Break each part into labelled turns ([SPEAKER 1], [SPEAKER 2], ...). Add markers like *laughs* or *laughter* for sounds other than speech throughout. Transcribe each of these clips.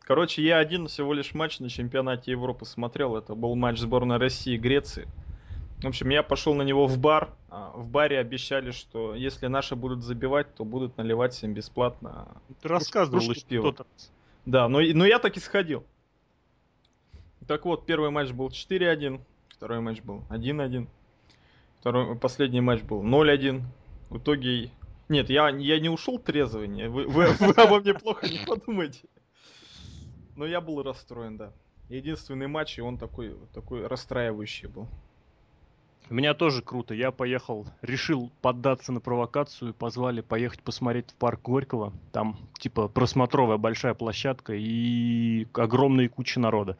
[SPEAKER 1] Короче, я один всего лишь матч на чемпионате Европы смотрел. Это был матч сборной России и Греции. В общем, я пошел на него в бар. А, В баре обещали, что если наши будут забивать, то будут наливать всем бесплатно.
[SPEAKER 2] Ты рассказывал еще
[SPEAKER 1] пиво.
[SPEAKER 2] кто-то.
[SPEAKER 1] Да, но, но я так и сходил. Так вот, первый матч был 4-1, второй матч был 1-1, второй, последний матч был 0-1. В итоге... Нет, я, я не ушел трезвый, не- вы, вы- вы обо мне плохо не подумайте. Но я был расстроен, да. Единственный матч, и он такой, такой расстраивающий был.
[SPEAKER 2] У меня тоже круто. Я поехал, решил поддаться на провокацию. Позвали поехать посмотреть в парк Горького. Там, типа, просмотровая большая площадка и огромная куча народа.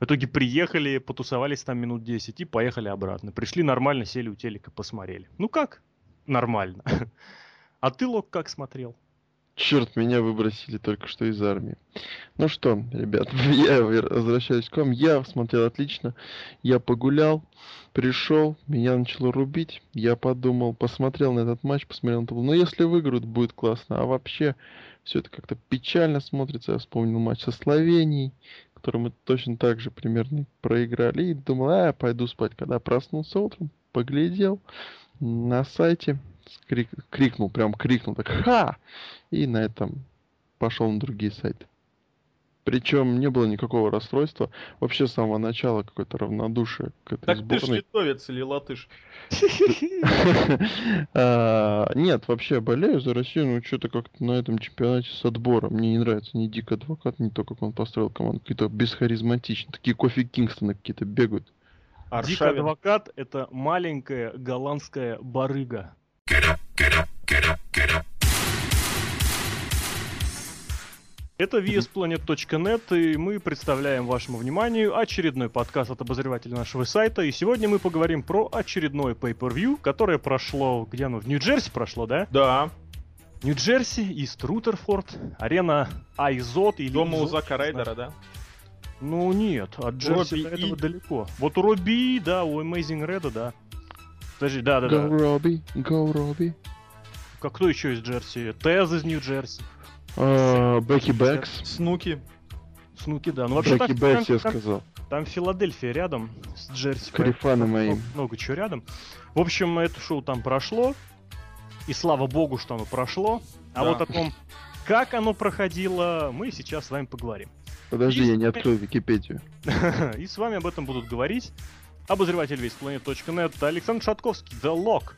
[SPEAKER 2] В итоге приехали, потусовались там минут 10 и поехали обратно. Пришли нормально, сели у телека, посмотрели. Ну как? Нормально. *laughs* А ты, Лок, как смотрел?
[SPEAKER 3] Черт, меня выбросили только что из армии. Ну что, ребят, *laughs* я вер- возвращаюсь к вам. Я смотрел отлично. Я погулял, пришел, меня начало рубить. Я подумал, посмотрел на этот матч, посмотрел на табло. Ну, если выиграют, будет классно. А вообще, все это как-то печально смотрится. Я вспомнил матч со Словенией, который мы точно так же примерно проиграли. И думал, а, пойду спать. Когда проснулся утром, поглядел на сайте, скрик- крикнул, прям крикнул, так, ха! и на этом пошел на другие сайты. Причем не было никакого расстройства. Вообще с самого начала какое-то равнодушие к этой
[SPEAKER 1] Так ты ж
[SPEAKER 3] сборной.
[SPEAKER 1] литовец или латыш?
[SPEAKER 3] *laughs* А, Нет, вообще болею за Россию, но что-то как-то на этом чемпионате с отбором. Мне не нравится ни Дик Адвокат, ни то, как он построил команду. Какие-то бесхаризматичные. Такие кофе Кингстоны какие-то бегают.
[SPEAKER 2] Дик
[SPEAKER 1] Аршавин.
[SPEAKER 2] Адвокат — это маленькая голландская барыга. Это VSPlanet.net, и мы представляем вашему вниманию очередной подкаст от обозревателя нашего сайта. И сегодня мы поговорим про очередное pay-per-view, которое прошло, где оно, в Нью-Джерси прошло, да?
[SPEAKER 1] Да,
[SPEAKER 2] Нью-Джерси, Ист Рутерфорд, арена Айзот или...
[SPEAKER 1] дома у
[SPEAKER 2] Изот,
[SPEAKER 1] Зака
[SPEAKER 2] не знаю.
[SPEAKER 1] Райдера, да?
[SPEAKER 2] Ну нет, от Джерси
[SPEAKER 1] Робби
[SPEAKER 2] до этого
[SPEAKER 1] и-
[SPEAKER 2] далеко. Вот у Робби, да, у Amazing Red, да. Подожди, да-да-да.
[SPEAKER 3] Go, Робби, go, Робби.
[SPEAKER 2] Как кто еще из Джерси? Тез из Нью-Джерси.
[SPEAKER 3] А, Бекки Бэкс.
[SPEAKER 1] Снуки.
[SPEAKER 2] Снуки, да. Ну вообще
[SPEAKER 3] Бекки
[SPEAKER 2] там,
[SPEAKER 3] Бэкс, я
[SPEAKER 2] там-
[SPEAKER 3] сказал.
[SPEAKER 2] там Филадельфия рядом с Джерси. поэтому
[SPEAKER 3] Карифаном
[SPEAKER 2] много-
[SPEAKER 3] моим.
[SPEAKER 2] Много чего рядом. В общем, это шоу там прошло. И слава богу, что оно прошло. А
[SPEAKER 1] Да.
[SPEAKER 2] вот о том, как оно проходило, мы сейчас с вами поговорим. *laughs*
[SPEAKER 3] Подожди, я не открыл Википедию.
[SPEAKER 2] И с вами об этом будут говорить обозреватель весь планет.нет Александр Шатковский, The Lock.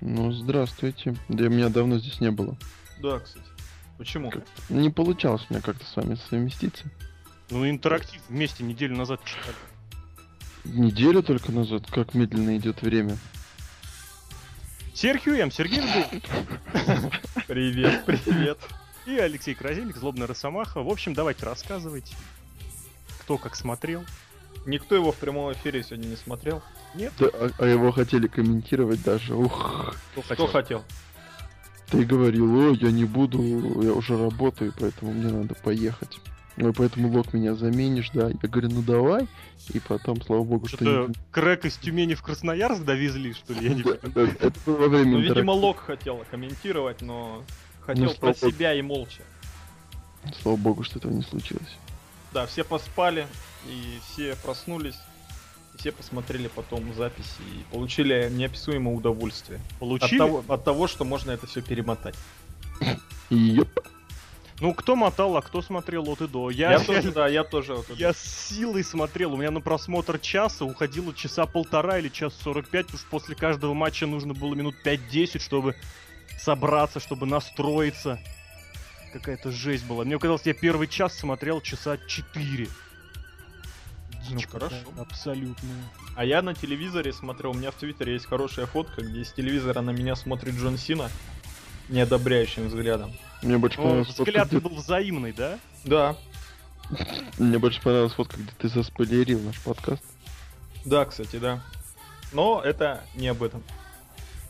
[SPEAKER 3] Ну, здравствуйте. Да меня давно здесь не было.
[SPEAKER 1] Да, кстати. Почему?
[SPEAKER 3] Как- Не получалось мне как-то с вами совместиться.
[SPEAKER 2] Ну, интерактив вместе неделю назад читали.
[SPEAKER 3] Неделю только назад, как медленно идет время.
[SPEAKER 2] Серхио М. Сергей Жгуль.
[SPEAKER 1] Привет, привет.
[SPEAKER 2] И Алексей Красильник, Злобная Росомаха. В общем, давайте рассказывайте, кто как смотрел.
[SPEAKER 1] Никто его в прямом эфире сегодня не смотрел.
[SPEAKER 3] Да, а, а его хотели комментировать даже. Ух,
[SPEAKER 1] Кто хотел? Ну,
[SPEAKER 3] ты говорил, о, я не буду, я уже работаю, поэтому мне надо поехать. Ну, и поэтому Лок меня заменишь, да. Я говорю, ну давай. И потом, слава богу, что...
[SPEAKER 2] Что-то
[SPEAKER 3] не-
[SPEAKER 2] Крэк из Тюмени в Красноярск довезли, что ли? Я не
[SPEAKER 3] Да,
[SPEAKER 2] понимаю.
[SPEAKER 3] да, *laughs* Это было во время
[SPEAKER 1] Ну, видимо,
[SPEAKER 3] интерактива.
[SPEAKER 1] Лок хотел комментировать, но хотел
[SPEAKER 3] Ну,
[SPEAKER 1] про
[SPEAKER 3] что Лок?
[SPEAKER 1] себя и молча.
[SPEAKER 3] Слава богу, что этого не случилось.
[SPEAKER 1] Да, все поспали, и все проснулись, и все посмотрели потом записи и получили неописуемое удовольствие. От
[SPEAKER 2] Получили?
[SPEAKER 1] того, от того, что можно это все перемотать.
[SPEAKER 3] И ёп,
[SPEAKER 2] Ну, кто мотал, а кто смотрел от и до. Я, *laughs*
[SPEAKER 1] Я,
[SPEAKER 2] реально-
[SPEAKER 1] тоже, да, я тоже. вот это-
[SPEAKER 2] я с силой смотрел. У меня на просмотр часа уходило часа полтора или час сорок пять, потому что после каждого матча нужно было минут пять-десять, чтобы собраться, чтобы настроиться. Какая-то жесть была. Мне казалось, я первый час смотрел часа четыре.
[SPEAKER 1] Ну,
[SPEAKER 2] Дичь какая,
[SPEAKER 1] хорошо.
[SPEAKER 2] Абсолютная.
[SPEAKER 1] А я на телевизоре смотрел, у меня в Твиттере есть хорошая фотка, где из телевизора на меня смотрит Джон Сина неодобряющим взглядом.
[SPEAKER 3] Мне больше
[SPEAKER 2] Ну,
[SPEAKER 3] понравилась фотка,
[SPEAKER 2] взгляд
[SPEAKER 3] где...
[SPEAKER 2] был взаимный, да?
[SPEAKER 1] Да,
[SPEAKER 3] Мне больше понравилась фотка, где ты заспойлерил наш подкаст.
[SPEAKER 1] да, кстати, да. Но это не об этом.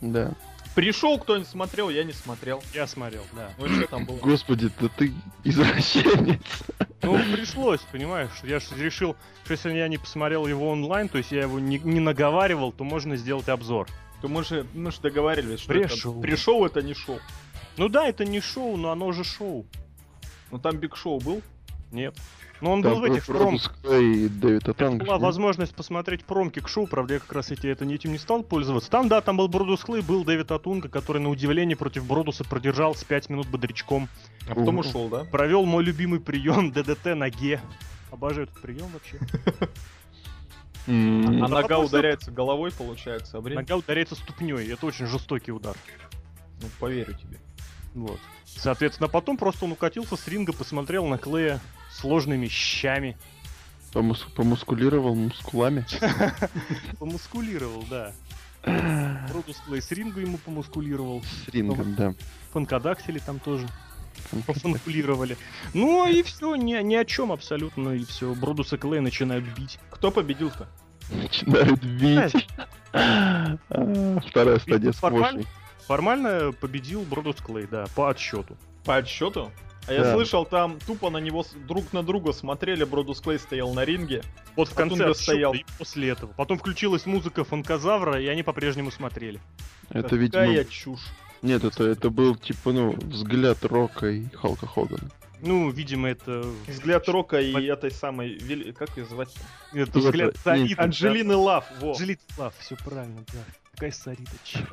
[SPEAKER 3] Да.
[SPEAKER 1] Пришел кто-нибудь смотрел, я не смотрел.
[SPEAKER 2] Я смотрел, да.
[SPEAKER 1] Ну что там было?
[SPEAKER 3] Господи, да ты извращенец.
[SPEAKER 2] Ну, пришлось, понимаешь, я же решил, что если я не посмотрел его онлайн, то есть я его не, не наговаривал, то можно сделать обзор.
[SPEAKER 1] То мы же, мы же договаривались, что
[SPEAKER 2] Пришёл.
[SPEAKER 1] это, пришел это не шоу.
[SPEAKER 2] Ну да, это не шоу, но оно же шоу.
[SPEAKER 1] Ну там Биг Шоу был.
[SPEAKER 2] Нет. Но он
[SPEAKER 3] Там
[SPEAKER 2] был в Ну, этих
[SPEAKER 3] Роб-
[SPEAKER 2] промках.
[SPEAKER 3] Роб и Дэвид Атанг.
[SPEAKER 2] Была возможность посмотреть промки к шоу, правда, я как раз эти, это, этим не стал пользоваться. Там, да, там был Бродус Клей, был Дэвид Атунга, который, на удивление, против Бродуса продержался 5 минут бодрячком.
[SPEAKER 1] А потом
[SPEAKER 3] Мгм.
[SPEAKER 1] ушел, да?
[SPEAKER 2] Провел мой любимый прием *laughs* ДДТ ноге. Обожаю этот прием вообще.
[SPEAKER 1] А
[SPEAKER 2] Да,
[SPEAKER 1] нога
[SPEAKER 2] вопрос-
[SPEAKER 1] ударяется головой, получается, а время...
[SPEAKER 2] Нога ударяется ступней, это очень жестокий удар.
[SPEAKER 1] Ну, поверю тебе.
[SPEAKER 2] Вот. Соответственно, потом просто он укатился с ринга, посмотрел на Клея сложными щами.
[SPEAKER 3] Помускулировал мускулами.
[SPEAKER 2] Помускулировал,
[SPEAKER 1] *clears throat*
[SPEAKER 2] да.
[SPEAKER 3] С
[SPEAKER 2] Бродус Клей с ринга ему помускулировал. *laughs*
[SPEAKER 3] рингом, да.
[SPEAKER 2] Фанкадаксили там тоже. *laughs* Пофанкулировали. Ну и все, ни, ни о чем абсолютно, и все. Бродуса Клей начинают бить.
[SPEAKER 1] Кто победил-то?
[SPEAKER 3] Начинают бить. А, Вторая стадия
[SPEAKER 2] Формально?
[SPEAKER 3] сквошей.
[SPEAKER 2] Формально победил Бродус Клей, да, по отсчету.
[SPEAKER 1] По отсчету? А я
[SPEAKER 3] Да.
[SPEAKER 1] слышал, там тупо на него с- друг на друга смотрели, Бродус Клей стоял на ринге.
[SPEAKER 2] Вот в
[SPEAKER 1] Потом
[SPEAKER 2] конце
[SPEAKER 1] я
[SPEAKER 2] отсчета
[SPEAKER 1] стоял.
[SPEAKER 2] и после этого. Потом включилась музыка фанказавра, и они по-прежнему смотрели.
[SPEAKER 3] Это,
[SPEAKER 1] Какая
[SPEAKER 3] видимо...
[SPEAKER 1] чушь.
[SPEAKER 3] Нет, это, это был, типа, ну, взгляд Рока и Халка Хогана.
[SPEAKER 2] Ну, видимо, это,
[SPEAKER 1] Взгляд Рока и
[SPEAKER 2] По-
[SPEAKER 1] этой самой... Вели- Как ее звать?
[SPEAKER 2] это
[SPEAKER 3] Нет,
[SPEAKER 2] взгляд
[SPEAKER 3] нет.
[SPEAKER 2] Сарита. да.
[SPEAKER 1] Анджелины Лав, во.
[SPEAKER 2] Анджелина Лав, все правильно, да. Какая Сарита, чёрт.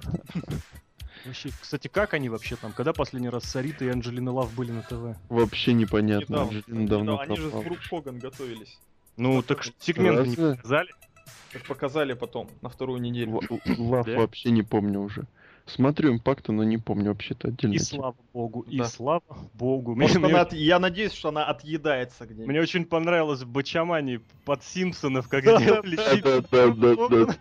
[SPEAKER 2] *laughs* Вообще, кстати, как они вообще там? Когда последний раз Сарита и Анджелина Лав были на ТВ?
[SPEAKER 3] Вообще непонятно.
[SPEAKER 1] Недавно.
[SPEAKER 3] Анджелина
[SPEAKER 1] Ну,
[SPEAKER 3] давно
[SPEAKER 1] Они же с
[SPEAKER 3] пропала.
[SPEAKER 1] Брук Хоган готовились.
[SPEAKER 2] Ну, так что сегменты не
[SPEAKER 3] Разве?
[SPEAKER 2] показали.
[SPEAKER 1] Как показали потом, на вторую неделю.
[SPEAKER 3] Л- л- Лав
[SPEAKER 2] Да?
[SPEAKER 3] вообще не помню уже. Смотрю импакта, но не помню вообще-то отдельно.
[SPEAKER 2] И слава богу, и
[SPEAKER 1] Да.
[SPEAKER 2] слава богу. Мне,
[SPEAKER 1] Может,
[SPEAKER 2] мне
[SPEAKER 1] она
[SPEAKER 2] очень-
[SPEAKER 1] от- Я надеюсь, что она отъедается где-нибудь.
[SPEAKER 2] мне очень понравилось в Бачамане под Симпсонов, как
[SPEAKER 1] Да,
[SPEAKER 2] делали
[SPEAKER 1] да,
[SPEAKER 2] щит.
[SPEAKER 3] да, да, да, да.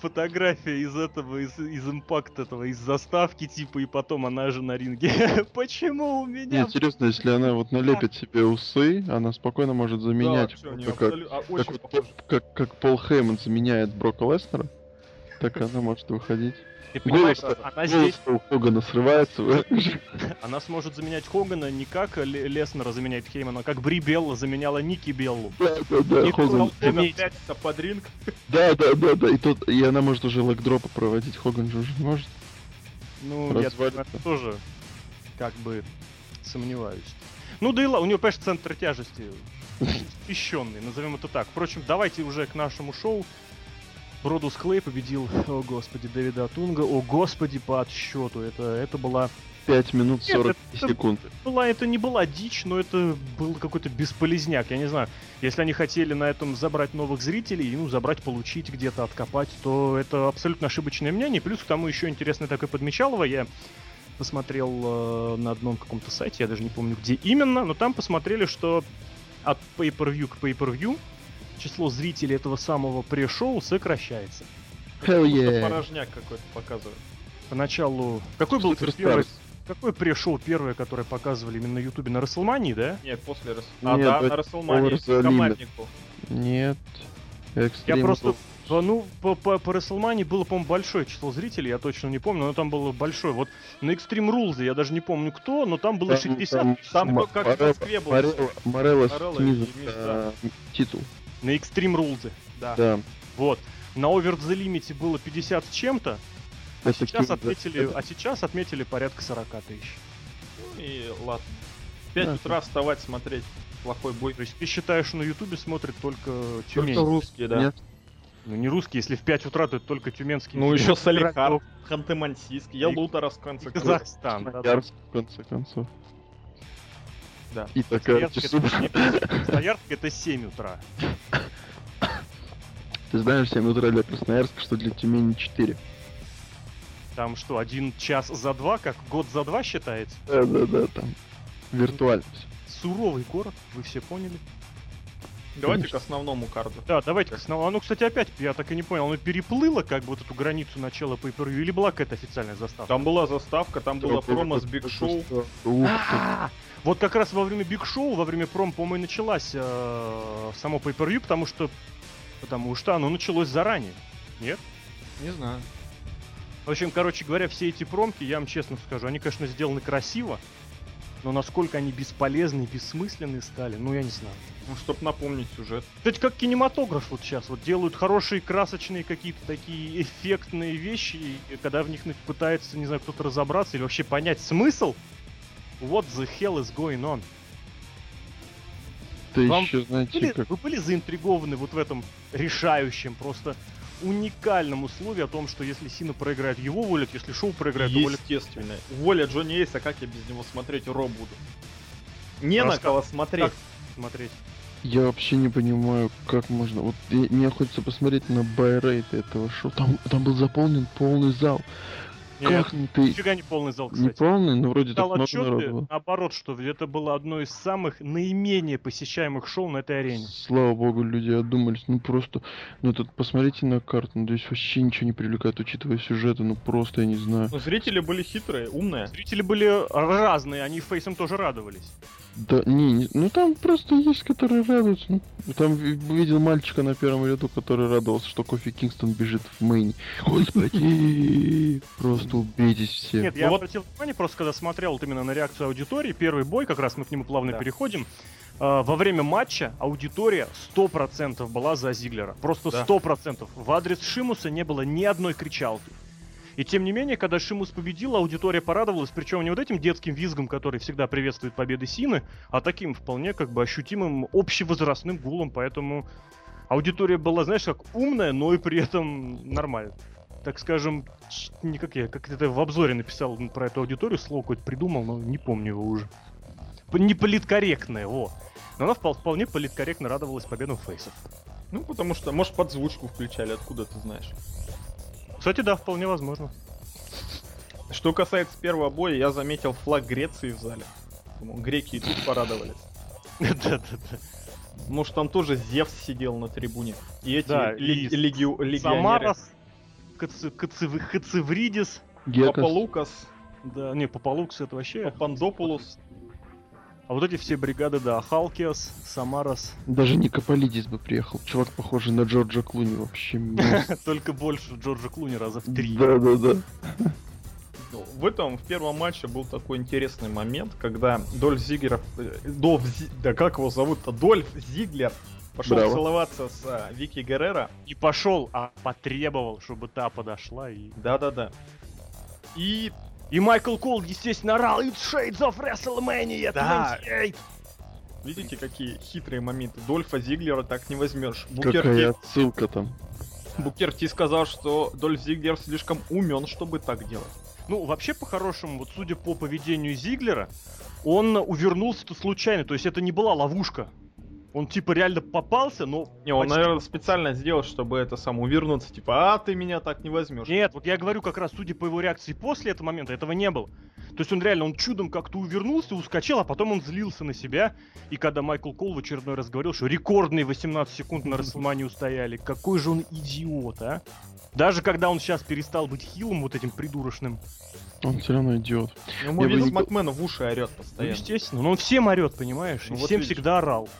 [SPEAKER 2] Фотография из этого, из, из импакта этого, из заставки типа, и потом она же на ринге. *laughs* Почему у меня...
[SPEAKER 3] Нет, серьезно, если она вот налепит себе усы, она спокойно может
[SPEAKER 1] Да,
[SPEAKER 3] заменять.
[SPEAKER 1] вообще, у
[SPEAKER 3] вот
[SPEAKER 1] неё
[SPEAKER 3] как,
[SPEAKER 1] абсолю- а,
[SPEAKER 3] как,
[SPEAKER 1] очень
[SPEAKER 3] вот
[SPEAKER 1] похоже.
[SPEAKER 3] Пол- как- как Пол Хейман заменяет Брока Леснера, так она может выходить.
[SPEAKER 2] Ты понимаешь,
[SPEAKER 3] голос-
[SPEAKER 2] она А здесь,
[SPEAKER 3] Голос Ну, у Хогана срывается. *laughs*
[SPEAKER 2] она сможет заменять Хогана не как Ле- Леснера заменяет Хеймана, а как Бри Белла заменяла Ники Беллу.
[SPEAKER 3] Да-да-да,
[SPEAKER 2] Не
[SPEAKER 3] Хоган.
[SPEAKER 2] Хоган.
[SPEAKER 1] Хоган
[SPEAKER 2] Заметь.
[SPEAKER 1] пятится под ринг.
[SPEAKER 3] Да-да-да-да, и тот, и она может уже лэкдропа проводить, Хоган же уже не может.
[SPEAKER 2] Ну, я
[SPEAKER 3] Развалится.
[SPEAKER 2] наверное, тоже как бы сомневаюсь. Ну да и ладно, у него, конечно, центр тяжести пищенный, назовем это так. Впрочем, давайте уже к нашему шоу. Бродус Клей победил, о господи, Дэвида Атунга, о господи, по отсчету. Это, это была...
[SPEAKER 3] 5 минут
[SPEAKER 2] Нет,
[SPEAKER 3] 40
[SPEAKER 2] это-
[SPEAKER 3] секунд.
[SPEAKER 2] была... Это не была дичь, но это был какой-то бесполезняк, я не знаю. Если они хотели на этом забрать новых зрителей, ну, забрать, получить, где-то откопать, то это абсолютно ошибочное мнение. Плюс к тому еще интересное такое подмечалово. Я посмотрел э, на одном каком-то сайте, я даже не помню, где именно, но там посмотрели, что от pay-per-view к pay-per-view число зрителей этого самого пре-шоу сокращается.
[SPEAKER 3] Hell
[SPEAKER 1] Просто
[SPEAKER 3] yeah.
[SPEAKER 1] порожняк какой-то показывает.
[SPEAKER 2] Поначалу... Какой был
[SPEAKER 3] Суперстарс.
[SPEAKER 2] первый... Какое пре-шоу первое, которое показывали именно на Ютубе на Расселмании, да?
[SPEAKER 1] Нет, после Рас... А,
[SPEAKER 3] Нет,
[SPEAKER 1] да,
[SPEAKER 3] да,
[SPEAKER 1] на Расселмане
[SPEAKER 3] Over the
[SPEAKER 1] командник был.
[SPEAKER 3] Нет.
[SPEAKER 2] Я
[SPEAKER 3] Экстрим
[SPEAKER 2] просто...
[SPEAKER 3] был.
[SPEAKER 2] Да, Ну, по, по, по WrestleMania было, по-моему, большое число зрителей, я точно не помню, но там было большое. Вот на Extreme Rules я даже не помню кто, но там было
[SPEAKER 3] Там-
[SPEAKER 2] 60.
[SPEAKER 3] там-
[SPEAKER 1] Там
[SPEAKER 3] Ма-
[SPEAKER 1] кто как в
[SPEAKER 3] Морелло-
[SPEAKER 1] Москве был.
[SPEAKER 3] Морелло- Морелло
[SPEAKER 1] Морелло
[SPEAKER 3] снизу,
[SPEAKER 1] и Мисс,
[SPEAKER 3] э, титул.
[SPEAKER 2] На Extreme Rules.
[SPEAKER 1] Да.
[SPEAKER 3] Да.
[SPEAKER 2] а Вот. На Over the Limit было 50 с чем-то, а
[SPEAKER 3] Это
[SPEAKER 2] сейчас,
[SPEAKER 3] Ким, да.
[SPEAKER 2] отметили,
[SPEAKER 3] Это-
[SPEAKER 2] а сейчас отметили порядка 40 тысяч.
[SPEAKER 1] Ну И ладно. В 5
[SPEAKER 3] Да.
[SPEAKER 1] утра вставать, смотреть плохой бой.
[SPEAKER 2] То есть ты считаешь, на Ютубе смотрят только
[SPEAKER 1] Только
[SPEAKER 2] Тюмень?
[SPEAKER 1] русские, да.
[SPEAKER 3] Нет.
[SPEAKER 2] Ну не русские, если в 5 утра, то это только тюменские.
[SPEAKER 1] Ну еще Салихар,
[SPEAKER 2] Ирак,
[SPEAKER 1] Ханты-Мансийск,
[SPEAKER 2] И-
[SPEAKER 1] Ялуторовск, в конце концов.
[SPEAKER 2] Казахстан. да, да.
[SPEAKER 3] Ярск, в конце концов.
[SPEAKER 1] Да.
[SPEAKER 3] И такая
[SPEAKER 2] Ярск
[SPEAKER 3] часу.
[SPEAKER 2] это- Красноярск это 7 утра.
[SPEAKER 3] Ты знаешь, 7 утра для Красноярска, что для Тюмени 4.
[SPEAKER 2] Там что, один час за два, как год за два считается?
[SPEAKER 3] Да-да-да, там. Виртуально всё.
[SPEAKER 2] Суровый город, вы все поняли.
[SPEAKER 1] Давайте к
[SPEAKER 3] Конечно.
[SPEAKER 1] основному карду.
[SPEAKER 2] Да, давайте к основному. Оно, кстати, опять, я так и не понял, оно переплыло как бы вот эту границу начала pay per или была какая-то официальная заставка?
[SPEAKER 1] Там была заставка, там было промо с Биг Шоу.
[SPEAKER 3] Ух ты.
[SPEAKER 2] А, Вот как раз во время Биг Шоу, во время пром, по-моему, и началась э, само pay per потому что, потому что оно началось заранее.
[SPEAKER 1] Не знаю.
[SPEAKER 2] В общем, короче говоря, все эти промки, я вам честно скажу, они, конечно, сделаны красиво, но насколько они бесполезны и бессмысленны стали, ну я не знаю.
[SPEAKER 1] Ну, чтоб напомнить сюжет.
[SPEAKER 2] Кстати, как кинематограф вот сейчас, вот делают хорошие, красочные какие-то такие эффектные вещи, и когда в них на- пытается, не знаю, кто-то разобраться или вообще понять смысл, what the hell is going on?
[SPEAKER 3] Это
[SPEAKER 2] Вам
[SPEAKER 3] еще, знаете,
[SPEAKER 2] были,
[SPEAKER 3] как...
[SPEAKER 2] вы были заинтригованы вот в этом решающем, просто уникальном условии о том, что если Сина проиграет, его волят, если Шоу проиграет, его волят.
[SPEAKER 1] Естественно. Воля Джонни Эйса, как я без него смотреть Ро буду? Не на
[SPEAKER 2] Раска-
[SPEAKER 1] кого смотреть.
[SPEAKER 2] Как смотреть.
[SPEAKER 3] Я вообще не понимаю, как можно... Вот и- мне хочется посмотреть на байрейт этого шоу. Там, там был заполнен полный зал.
[SPEAKER 2] Нет,
[SPEAKER 3] Как ты...
[SPEAKER 2] нифига не полный зал,
[SPEAKER 3] Не
[SPEAKER 2] кстати.
[SPEAKER 3] полный, но вроде так
[SPEAKER 2] Дал
[SPEAKER 3] много народу
[SPEAKER 2] отчеты,
[SPEAKER 3] было.
[SPEAKER 2] наоборот, что это было одно из самых наименее посещаемых шоу на этой арене.
[SPEAKER 3] Слава богу, люди одумались. Ну просто, ну тут посмотрите на карту, ну здесь вообще ничего не привлекает, учитывая сюжеты, ну просто я не знаю.
[SPEAKER 1] Ну, зрители были хитрые, умные.
[SPEAKER 2] Зрители были разные, они фейсом тоже радовались.
[SPEAKER 3] Да, не, не- ну там просто есть, которые радуются. Ну, там ви- видел мальчика на первом ряду, который радовался, что Кофи Кингстон бежит в Мэйне. Господи! Просто убейтесь все.
[SPEAKER 2] Нет,
[SPEAKER 1] Ну
[SPEAKER 2] я
[SPEAKER 1] вот-
[SPEAKER 2] обратил внимание, просто когда смотрел вот именно на реакцию аудитории, первый бой, как раз мы к нему плавно
[SPEAKER 1] Да.
[SPEAKER 2] переходим, э, во время матча аудитория 100% была за Зиглера. Просто
[SPEAKER 1] Да.
[SPEAKER 2] 100%. В адрес Шимуса не было ни одной кричалки. И тем не менее, когда Шимус победил, аудитория порадовалась, причем не вот этим детским визгом, который всегда приветствует победы Сины, а таким вполне как бы ощутимым общевозрастным гулом, поэтому аудитория была, знаешь, как умная, но и при этом нормально. Так скажем, ч- не как я, как это в обзоре написал м, про эту аудиторию, слово какое-то придумал, но не помню его уже. П- Не политкорректное, во. Но она впол- вполне политкорректно радовалась победам фейсов.
[SPEAKER 1] Ну, потому что, может, подзвучку включали, откуда ты знаешь.
[SPEAKER 2] Кстати, да, вполне возможно. *laughs*
[SPEAKER 1] Что касается первого боя, я заметил флаг Греции в зале. Думаю, Греки и тут порадовались.
[SPEAKER 2] Да-да-да.
[SPEAKER 1] Может, там тоже Зевс сидел на трибуне. И эти
[SPEAKER 2] Да,
[SPEAKER 1] лег-
[SPEAKER 2] и
[SPEAKER 1] легио- легионеры.
[SPEAKER 2] Самарас, Каци- Каци- Кацевридис,
[SPEAKER 3] Гекас,
[SPEAKER 1] Папалукас,
[SPEAKER 2] да, не, Попалукс это вообще...
[SPEAKER 1] Пандопулус.
[SPEAKER 2] А вот эти все бригады, да, Халкиас, Самарас, *laughs*
[SPEAKER 3] даже не Каполидис бы приехал. Чувак похожий на Джорджа
[SPEAKER 2] *laughs*
[SPEAKER 3] Клуни вообще.
[SPEAKER 2] только больше Джорджа Клуни раза в три.
[SPEAKER 3] Да-да-да.
[SPEAKER 1] Ну, В этом, в первом матче был такой интересный момент, когда Дольф Зиглер, э, Дольф Зи- да как его зовут-то, Дольф Зиглер пошел
[SPEAKER 3] Браво.
[SPEAKER 1] целоваться с а, Вики Геррера.
[SPEAKER 2] Не пошел, а потребовал, чтобы та подошла и...
[SPEAKER 1] Да-да-да. И
[SPEAKER 2] И Майкл Кол, естественно, орал «It's shades of WrestleMania
[SPEAKER 1] Да.
[SPEAKER 2] 28!»
[SPEAKER 1] видите, какие хитрые моменты. Дольфа Зиглера так не возьмешь.
[SPEAKER 2] Ну,
[SPEAKER 1] Букер Ти-
[SPEAKER 3] Какая отсылка там.
[SPEAKER 1] Букер Ти сказал, что Дольф Зиглер слишком умен, чтобы так делать.
[SPEAKER 2] Ну, вообще, по-хорошему, вот судя по поведению Зиглера, он увернулся-то случайно, то есть это не была ловушка. Он типа реально попался, но...
[SPEAKER 1] Не, он,
[SPEAKER 2] почти-
[SPEAKER 1] наверное, специально сделал, чтобы это сам увернуться, типа, а ты меня так не возьмешь.
[SPEAKER 2] Нет, вот я говорю как раз, судя по его реакции после этого момента, этого не было. То есть он реально, он чудом как-то увернулся, ускочил, а потом он злился на себя. И когда Майкл Кол в очередной раз говорил, что рекордные 18 секунд на Расселмане устояли, какой же он идиот, а? Даже когда он сейчас перестал быть хилом вот этим придурочным.
[SPEAKER 3] Он все равно идиот.
[SPEAKER 1] Ему
[SPEAKER 3] Я бы
[SPEAKER 1] Винс
[SPEAKER 3] не-
[SPEAKER 1] Макмен в уши орет
[SPEAKER 2] Ну,
[SPEAKER 1] постоянно.
[SPEAKER 2] естественно, но он всем орет, понимаешь?
[SPEAKER 1] Ну,
[SPEAKER 2] и
[SPEAKER 1] вот
[SPEAKER 2] всем
[SPEAKER 1] видишь.
[SPEAKER 2] всегда орал.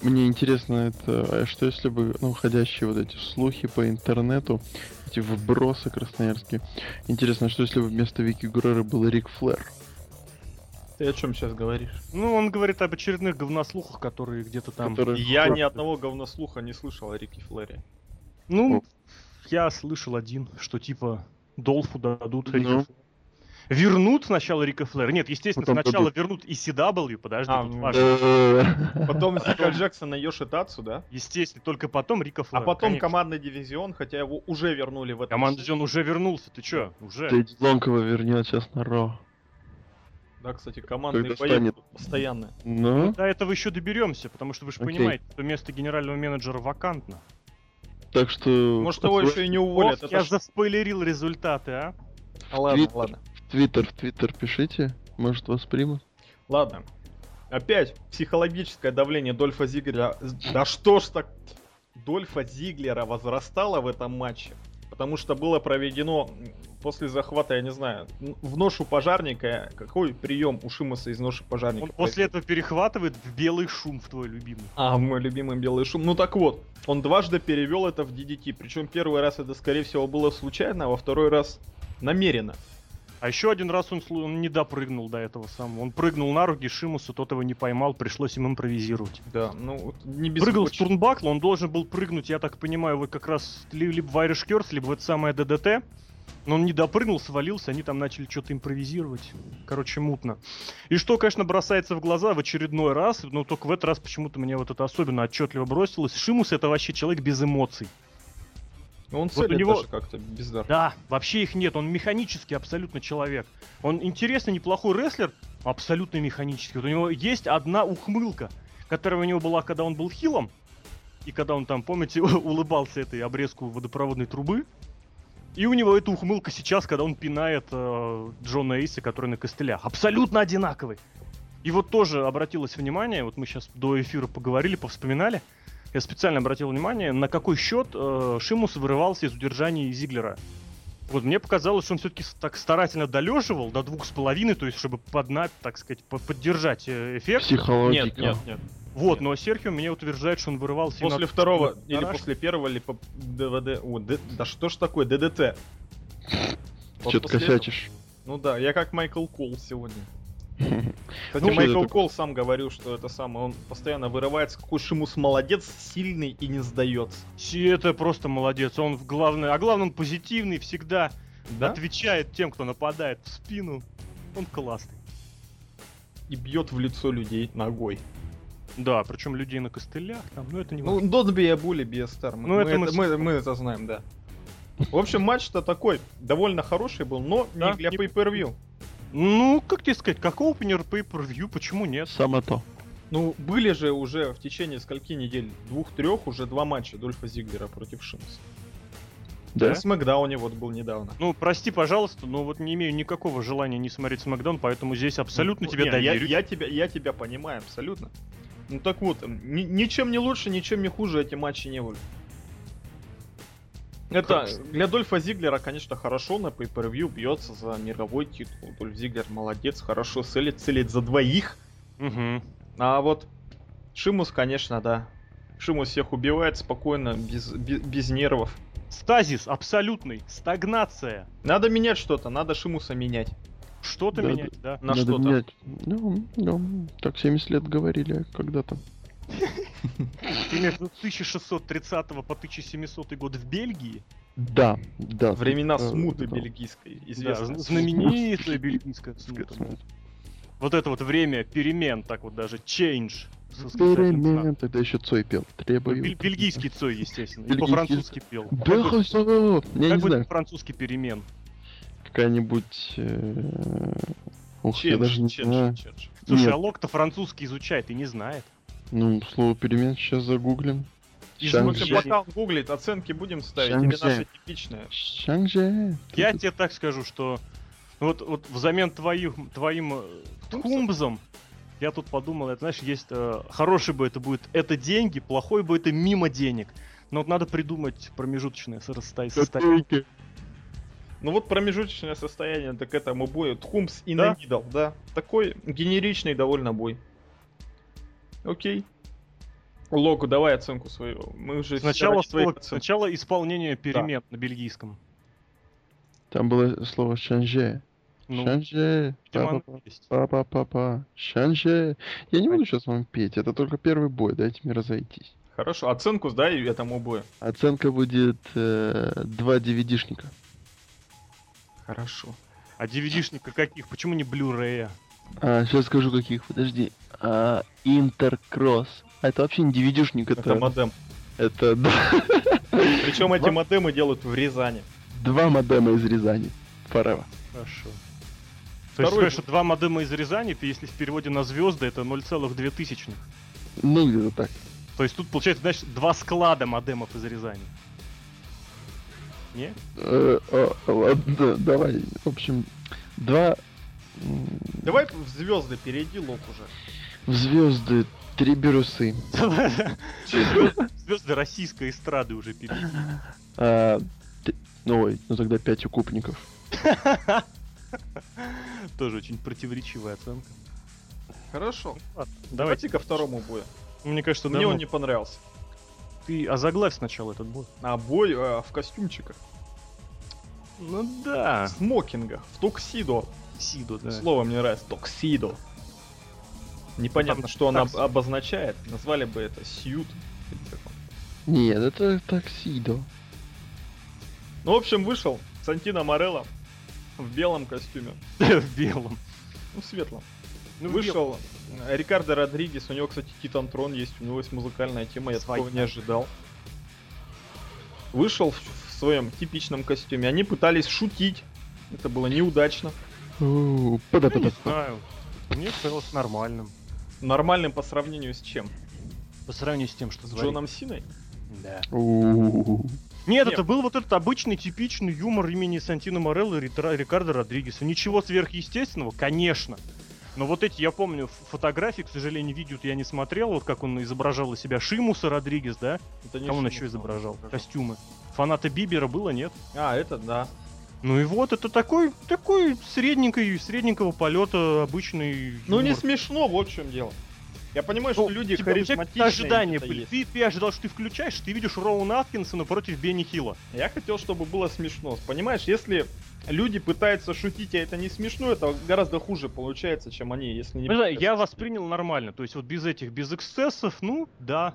[SPEAKER 3] Мне интересно это, а что если бы, ну, ходящие вот эти слухи по интернету, эти вбросы красноярские. Интересно, что если бы вместо Вики Гурера был Рик Флэр?
[SPEAKER 1] Ты о чем сейчас говоришь?
[SPEAKER 2] Ну, он говорит об очередных говнослухах, которые где-то там...
[SPEAKER 3] который-
[SPEAKER 1] Я
[SPEAKER 3] *laughs* Флэр-
[SPEAKER 1] ни одного говнослуха не слышал о Рике Флэре.
[SPEAKER 2] Ну, я слышал один, что типа Долфу дадут Рика
[SPEAKER 3] Ну.
[SPEAKER 2] Флэра. Вернут сначала Рика Флэра. Нет, естественно,
[SPEAKER 3] Потом
[SPEAKER 2] сначала
[SPEAKER 3] дадут.
[SPEAKER 2] вернут и CW, подожди,
[SPEAKER 1] А,
[SPEAKER 2] тут
[SPEAKER 1] ну
[SPEAKER 2] важно.
[SPEAKER 3] Потом...
[SPEAKER 1] Потом
[SPEAKER 2] *laughs*
[SPEAKER 1] Зика Джексона Йоши Тацу, да?
[SPEAKER 2] Естественно, только потом Рика
[SPEAKER 1] А
[SPEAKER 2] Флэра.
[SPEAKER 1] потом
[SPEAKER 2] конечно. А
[SPEAKER 1] командный дивизион, хотя его уже вернули в этом.
[SPEAKER 2] Команда Зион уже вернулся, ты чё? Уже.
[SPEAKER 3] Дэдди Лонкова вернет сейчас на Ро.
[SPEAKER 1] Да, кстати, командные
[SPEAKER 3] Когда
[SPEAKER 1] бои
[SPEAKER 3] станет.
[SPEAKER 1] будут постоянно.
[SPEAKER 3] Ну,
[SPEAKER 2] До этого еще доберемся, потому что вы же
[SPEAKER 3] Окей.
[SPEAKER 2] понимаете, что место генерального менеджера вакантно.
[SPEAKER 3] так что...
[SPEAKER 1] Может, его еще и не уволят.
[SPEAKER 2] Ох,
[SPEAKER 1] Это
[SPEAKER 2] Ну, я
[SPEAKER 1] ж-
[SPEAKER 2] заспойлерил результаты, а?
[SPEAKER 1] А, Ладно,
[SPEAKER 3] Твиттер.
[SPEAKER 1] ладно.
[SPEAKER 3] В Твиттер, в Твиттер пишите, может, вас примут.
[SPEAKER 1] Ладно. Опять психологическое давление Дольфа Зиглера. Да что ж так? Дольфа Зиглера возрастало в этом матче. Потому что было проведено м, после захвата, я не знаю, н- в ношу пожарника. Какой прием у Шимаса из ноши пожарника?
[SPEAKER 2] Он после этого перехватывает в белый шум в твой любимый.
[SPEAKER 1] А, мой любимый белый шум. Ну так вот, он дважды перевел это в DDT. Причем первый раз это, скорее всего, было случайно, а во второй раз намеренно.
[SPEAKER 2] А еще один раз он, слу- он не допрыгнул до этого самого. Он прыгнул на руки Шимусу, тот его не поймал, пришлось им импровизировать.
[SPEAKER 1] Да, ну вот не без
[SPEAKER 2] Прыгал с
[SPEAKER 1] почв-
[SPEAKER 2] турнбакла, он должен был прыгнуть, я так понимаю, вот как раз ли- либо в Irish Curse, либо вот самое ДДТ. Но он не допрыгнул, свалился, они там начали что-то импровизировать. Короче, мутно. И что, конечно, бросается в глаза в очередной раз, но только в этот раз почему-то мне вот это особенно отчетливо бросилось. Шимус это вообще человек без эмоций.
[SPEAKER 1] Ну, Он
[SPEAKER 2] Вот у
[SPEAKER 1] целит
[SPEAKER 2] него-
[SPEAKER 1] даже как-то бездарно.
[SPEAKER 2] Да, вообще их нет, он механический абсолютно человек. Он интересный, неплохой рестлер, абсолютно механический. Вот у него есть одна ухмылка, которая у него была, когда он был хилом, и когда он там, помните, *laughs* улыбался этой обрезку водопроводной трубы. И у него эта ухмылка сейчас, когда он пинает э, Джона Эйса, который на костылях. Абсолютно одинаковый. И вот тоже обратилось внимание, вот мы сейчас до эфира поговорили, повспоминали. Я специально обратил внимание, на какой счет э, Шимус вырывался из удержания Зиглера. Вот мне показалось, что он все-таки так старательно долеживал до двух с половиной, то есть чтобы поднать, так сказать, по- поддержать э, эффект.
[SPEAKER 3] Психологика.
[SPEAKER 1] Нет, нет, нет.
[SPEAKER 2] Вот, но Серхио меня утверждает, что он вырывался
[SPEAKER 1] После второго
[SPEAKER 2] на
[SPEAKER 1] или
[SPEAKER 2] гараж.
[SPEAKER 1] после первого или по ДВД. О, Д- да что ж такое, ДДТ? Вот
[SPEAKER 3] Че ты
[SPEAKER 1] после
[SPEAKER 3] косячишь?
[SPEAKER 1] этого- Ну да, я как Майкл Кол
[SPEAKER 3] *laughs*
[SPEAKER 1] сегодня. Кстати,
[SPEAKER 3] Ну,
[SPEAKER 1] Майкл
[SPEAKER 3] это-
[SPEAKER 1] Кол сам говорил, что это самое, он постоянно вырывается, какой Шимус молодец, сильный и не сдается.
[SPEAKER 2] Си- Это просто молодец. Он в главное, а главное, он позитивный, всегда
[SPEAKER 1] Да?
[SPEAKER 2] отвечает тем, кто нападает в спину. Он классный.
[SPEAKER 1] И бьет в лицо людей ногой.
[SPEAKER 2] Да, причем людей на костылях, там, ну это не важно.
[SPEAKER 1] Ну, Don't be a bully, be a star. Мы,
[SPEAKER 2] Ну,
[SPEAKER 1] мы
[SPEAKER 2] это
[SPEAKER 1] это,
[SPEAKER 2] мы
[SPEAKER 1] мы, мы это знаем, да. В общем, матч-то такой, довольно хороший был, но
[SPEAKER 2] Да,
[SPEAKER 1] не для
[SPEAKER 2] не-
[SPEAKER 1] pay-per-view.
[SPEAKER 2] Ну, как тебе сказать, как опенер pay-per-view, почему нет?
[SPEAKER 3] Само то.
[SPEAKER 1] Ну, были же уже в течение скольки недель? Двух-трех уже два матча Дольфа Зиглера против Шимса.
[SPEAKER 3] Да?
[SPEAKER 1] На Смакдауне вот был недавно.
[SPEAKER 2] Ну, прости, пожалуйста, но вот не имею никакого желания не смотреть Смакдаун, поэтому здесь абсолютно
[SPEAKER 1] Ну,
[SPEAKER 2] тебе
[SPEAKER 1] не, я,
[SPEAKER 2] доверюсь.
[SPEAKER 1] я тебя, я тебя понимаю, абсолютно. Ну так вот, м, ни- ничем не лучше, ничем не хуже эти матчи не были. Это
[SPEAKER 2] Хорошо.
[SPEAKER 1] для Дольфа Зиглера, конечно, хорошо на pay-per-view бьется за мировой титул. Дольф Зиглер молодец, хорошо целит, целит за двоих.
[SPEAKER 2] Мгм.
[SPEAKER 1] А вот Шимус, конечно, да. Шимус всех убивает спокойно, без, без, без нервов.
[SPEAKER 2] Стазис абсолютный, стагнация.
[SPEAKER 1] Надо менять что-то, надо Шимуса менять.
[SPEAKER 2] Что-то
[SPEAKER 3] Да,
[SPEAKER 2] менять, да.
[SPEAKER 1] На
[SPEAKER 3] Надо
[SPEAKER 1] что-то.
[SPEAKER 3] менять. Ну, ну, так 70 лет говорили когда-то.
[SPEAKER 2] Ты между 1630 по 1700 год в Бельгии,
[SPEAKER 3] Да, да.
[SPEAKER 1] Времена
[SPEAKER 3] тут, э,
[SPEAKER 1] смуты
[SPEAKER 3] да.
[SPEAKER 1] бельгийской,
[SPEAKER 2] да, ну,
[SPEAKER 1] известно.
[SPEAKER 2] зн- знаменитая бельгийская смута. Вот это вот время перемен, так вот даже change. с восклицательным знаком.
[SPEAKER 3] Перемен, тогда еще Цой пел. Требую.
[SPEAKER 2] Бель- Бельгийский цой, естественно, и
[SPEAKER 3] Бельгийский
[SPEAKER 2] по-французски пел.
[SPEAKER 3] Да,
[SPEAKER 2] Как бы-
[SPEAKER 3] хорошо. Я
[SPEAKER 2] Как
[SPEAKER 3] не знаю,
[SPEAKER 2] будет по-французски перемен?
[SPEAKER 3] какая-нибудь... э, Ух, я
[SPEAKER 1] Чедж,
[SPEAKER 3] даже не
[SPEAKER 1] чедж,
[SPEAKER 3] знаю.
[SPEAKER 1] чедж.
[SPEAKER 2] Слушай,
[SPEAKER 3] Нет.
[SPEAKER 2] а Лок-то французский изучает и не знает.
[SPEAKER 3] Ну, слово перемен сейчас загуглим.
[SPEAKER 2] Из
[SPEAKER 1] В
[SPEAKER 3] Шанг-
[SPEAKER 1] общем,
[SPEAKER 2] Шанг-Жи.
[SPEAKER 1] пока он гуглит, оценки будем ставить, или
[SPEAKER 3] Шанг-Жи.
[SPEAKER 1] наши типичные.
[SPEAKER 3] Шанг-Же.
[SPEAKER 2] Я тебе так скажу, что вот, вот взамен твоим, твоим э, хумбзом, я тут подумал, это знаешь, есть э, хороший бы это будет это деньги, плохой бы это мимо денег. Но вот надо придумать промежуточное сорастай- состояние.
[SPEAKER 3] Копейки.
[SPEAKER 1] Ну вот промежуточное состояние так к этому бою. Тхумс и
[SPEAKER 2] Да?
[SPEAKER 1] Намидал, да. Такой генеричный довольно бой. Окей. Локу, давай оценку свою. Мы уже
[SPEAKER 2] Сначала,
[SPEAKER 1] стирали твои
[SPEAKER 2] слово-
[SPEAKER 1] оценки.
[SPEAKER 2] сначала исполнение перемен на бельгийском.
[SPEAKER 3] Там было слово Шанже.
[SPEAKER 2] Ну,
[SPEAKER 3] Шанже.
[SPEAKER 2] видимо, оно
[SPEAKER 3] Па-па-па.
[SPEAKER 2] есть.
[SPEAKER 3] Па-па-па-па. Шанже. Я не буду сейчас вам петь, это только первый бой, дайте мне разойтись.
[SPEAKER 1] Хорошо, оценку сдай этому бою.
[SPEAKER 3] Оценка будет э, два DVD-шника.
[SPEAKER 1] Хорошо.
[SPEAKER 2] А DVD-шника каких? Почему не Blu-ray?
[SPEAKER 3] А, сейчас скажу каких, подожди. А, Интеркросс. А это вообще не DVD-шник,
[SPEAKER 1] Это
[SPEAKER 3] это...
[SPEAKER 1] модем.
[SPEAKER 3] Это *laughs* д-
[SPEAKER 1] Причем эти
[SPEAKER 3] Во-
[SPEAKER 1] модемы делают в Рязани.
[SPEAKER 3] два модема из Рязани. Forever.
[SPEAKER 2] Хорошо. То
[SPEAKER 1] Второй
[SPEAKER 2] есть, понимаешь, что два модема из Рязани, ты если в переводе на звезды, это 0,2 тысячных.
[SPEAKER 3] Ну, где-то так.
[SPEAKER 2] То есть тут получается, знаешь, два склада модемов из Рязани. Не?
[SPEAKER 3] Э, а, Ладно, давай. В общем, два... м,
[SPEAKER 1] Давай в звезды перейди, Лок, уже.
[SPEAKER 3] В звезды три бирюсы.
[SPEAKER 2] Звезды звезды российской эстрады уже перейти.
[SPEAKER 3] А, т- ну, Ой, ну тогда пять укупников.
[SPEAKER 2] Тоже очень противоречивая оценка.
[SPEAKER 1] Хорошо.
[SPEAKER 2] Ладно, давайте.
[SPEAKER 1] Давайте ко второму бою.
[SPEAKER 2] Мне кажется,
[SPEAKER 1] Мне
[SPEAKER 2] давно
[SPEAKER 1] он не понравился.
[SPEAKER 2] ты озаглавь сначала этот бой.
[SPEAKER 1] А бой э, в костюмчиках.
[SPEAKER 2] Ну да.
[SPEAKER 1] В смокингах. В токсидо.
[SPEAKER 2] Сидо, да.
[SPEAKER 1] Слово мне нравится. Токсидо. Непонятно,
[SPEAKER 2] Ну, там
[SPEAKER 1] что она
[SPEAKER 2] такси.
[SPEAKER 1] об- обозначает. Назвали бы это сьют. или как он.
[SPEAKER 3] Нет, это таксидо.
[SPEAKER 1] Ну, в общем, вышел Сантино Морелло в белом костюме,
[SPEAKER 2] *laughs* В белом.
[SPEAKER 1] ну, светлом.
[SPEAKER 2] Ну, в белом.
[SPEAKER 1] Вышел э, Рикардо Родригес, у него, кстати, Титан Трон есть, у него есть музыкальная тема, я
[SPEAKER 2] Своя.
[SPEAKER 1] такого не ожидал. Вышел в, в своем типичном костюме. Они пытались шутить, это было неудачно.
[SPEAKER 3] Оу, пода-
[SPEAKER 2] Ну, не
[SPEAKER 3] пода-
[SPEAKER 2] знаю. Мне казалось нормальным.
[SPEAKER 1] Нормальным по сравнению с чем?
[SPEAKER 2] По сравнению с тем, что
[SPEAKER 1] С
[SPEAKER 2] творит.
[SPEAKER 1] Джоном Синой?
[SPEAKER 2] Да.
[SPEAKER 3] Оу.
[SPEAKER 2] Нет,
[SPEAKER 1] Нет.
[SPEAKER 2] это был вот этот обычный, типичный юмор имени Сантино Морелло и Ритра- Рикардо Родригеса. Ничего сверхъестественного, конечно. Но вот эти, я помню, ф- фотографии, к сожалению, видео я не смотрел, вот как он изображал из себя Шимуса Родригес, да?
[SPEAKER 1] Это не
[SPEAKER 2] Кого он
[SPEAKER 1] Шимус,
[SPEAKER 2] еще изображал?
[SPEAKER 1] по-моему,
[SPEAKER 2] Костюмы. Фаната Бибера было, нет?
[SPEAKER 1] А, это да.
[SPEAKER 2] Ну и вот, это такой, такой средненький, средненького полета обычный
[SPEAKER 1] Ну
[SPEAKER 2] юмор.
[SPEAKER 1] не смешно, вот в чем дело. Я понимаю, что
[SPEAKER 2] Ну,
[SPEAKER 1] люди
[SPEAKER 2] типа, у тебя
[SPEAKER 1] харизматичные.
[SPEAKER 2] ожидания
[SPEAKER 1] это
[SPEAKER 2] были.
[SPEAKER 1] есть.
[SPEAKER 2] Ты, ты ожидал, что ты включаешь, ты видишь Роуна Аткинсона против Бенни Хилла.
[SPEAKER 1] Я хотел, чтобы было смешно. Понимаешь, если люди пытаются шутить, а это не смешно, это гораздо хуже получается, чем они, если не...
[SPEAKER 2] Не знаю, Ну я воспринял нормально, то есть вот без этих, без эксцессов, ну, да.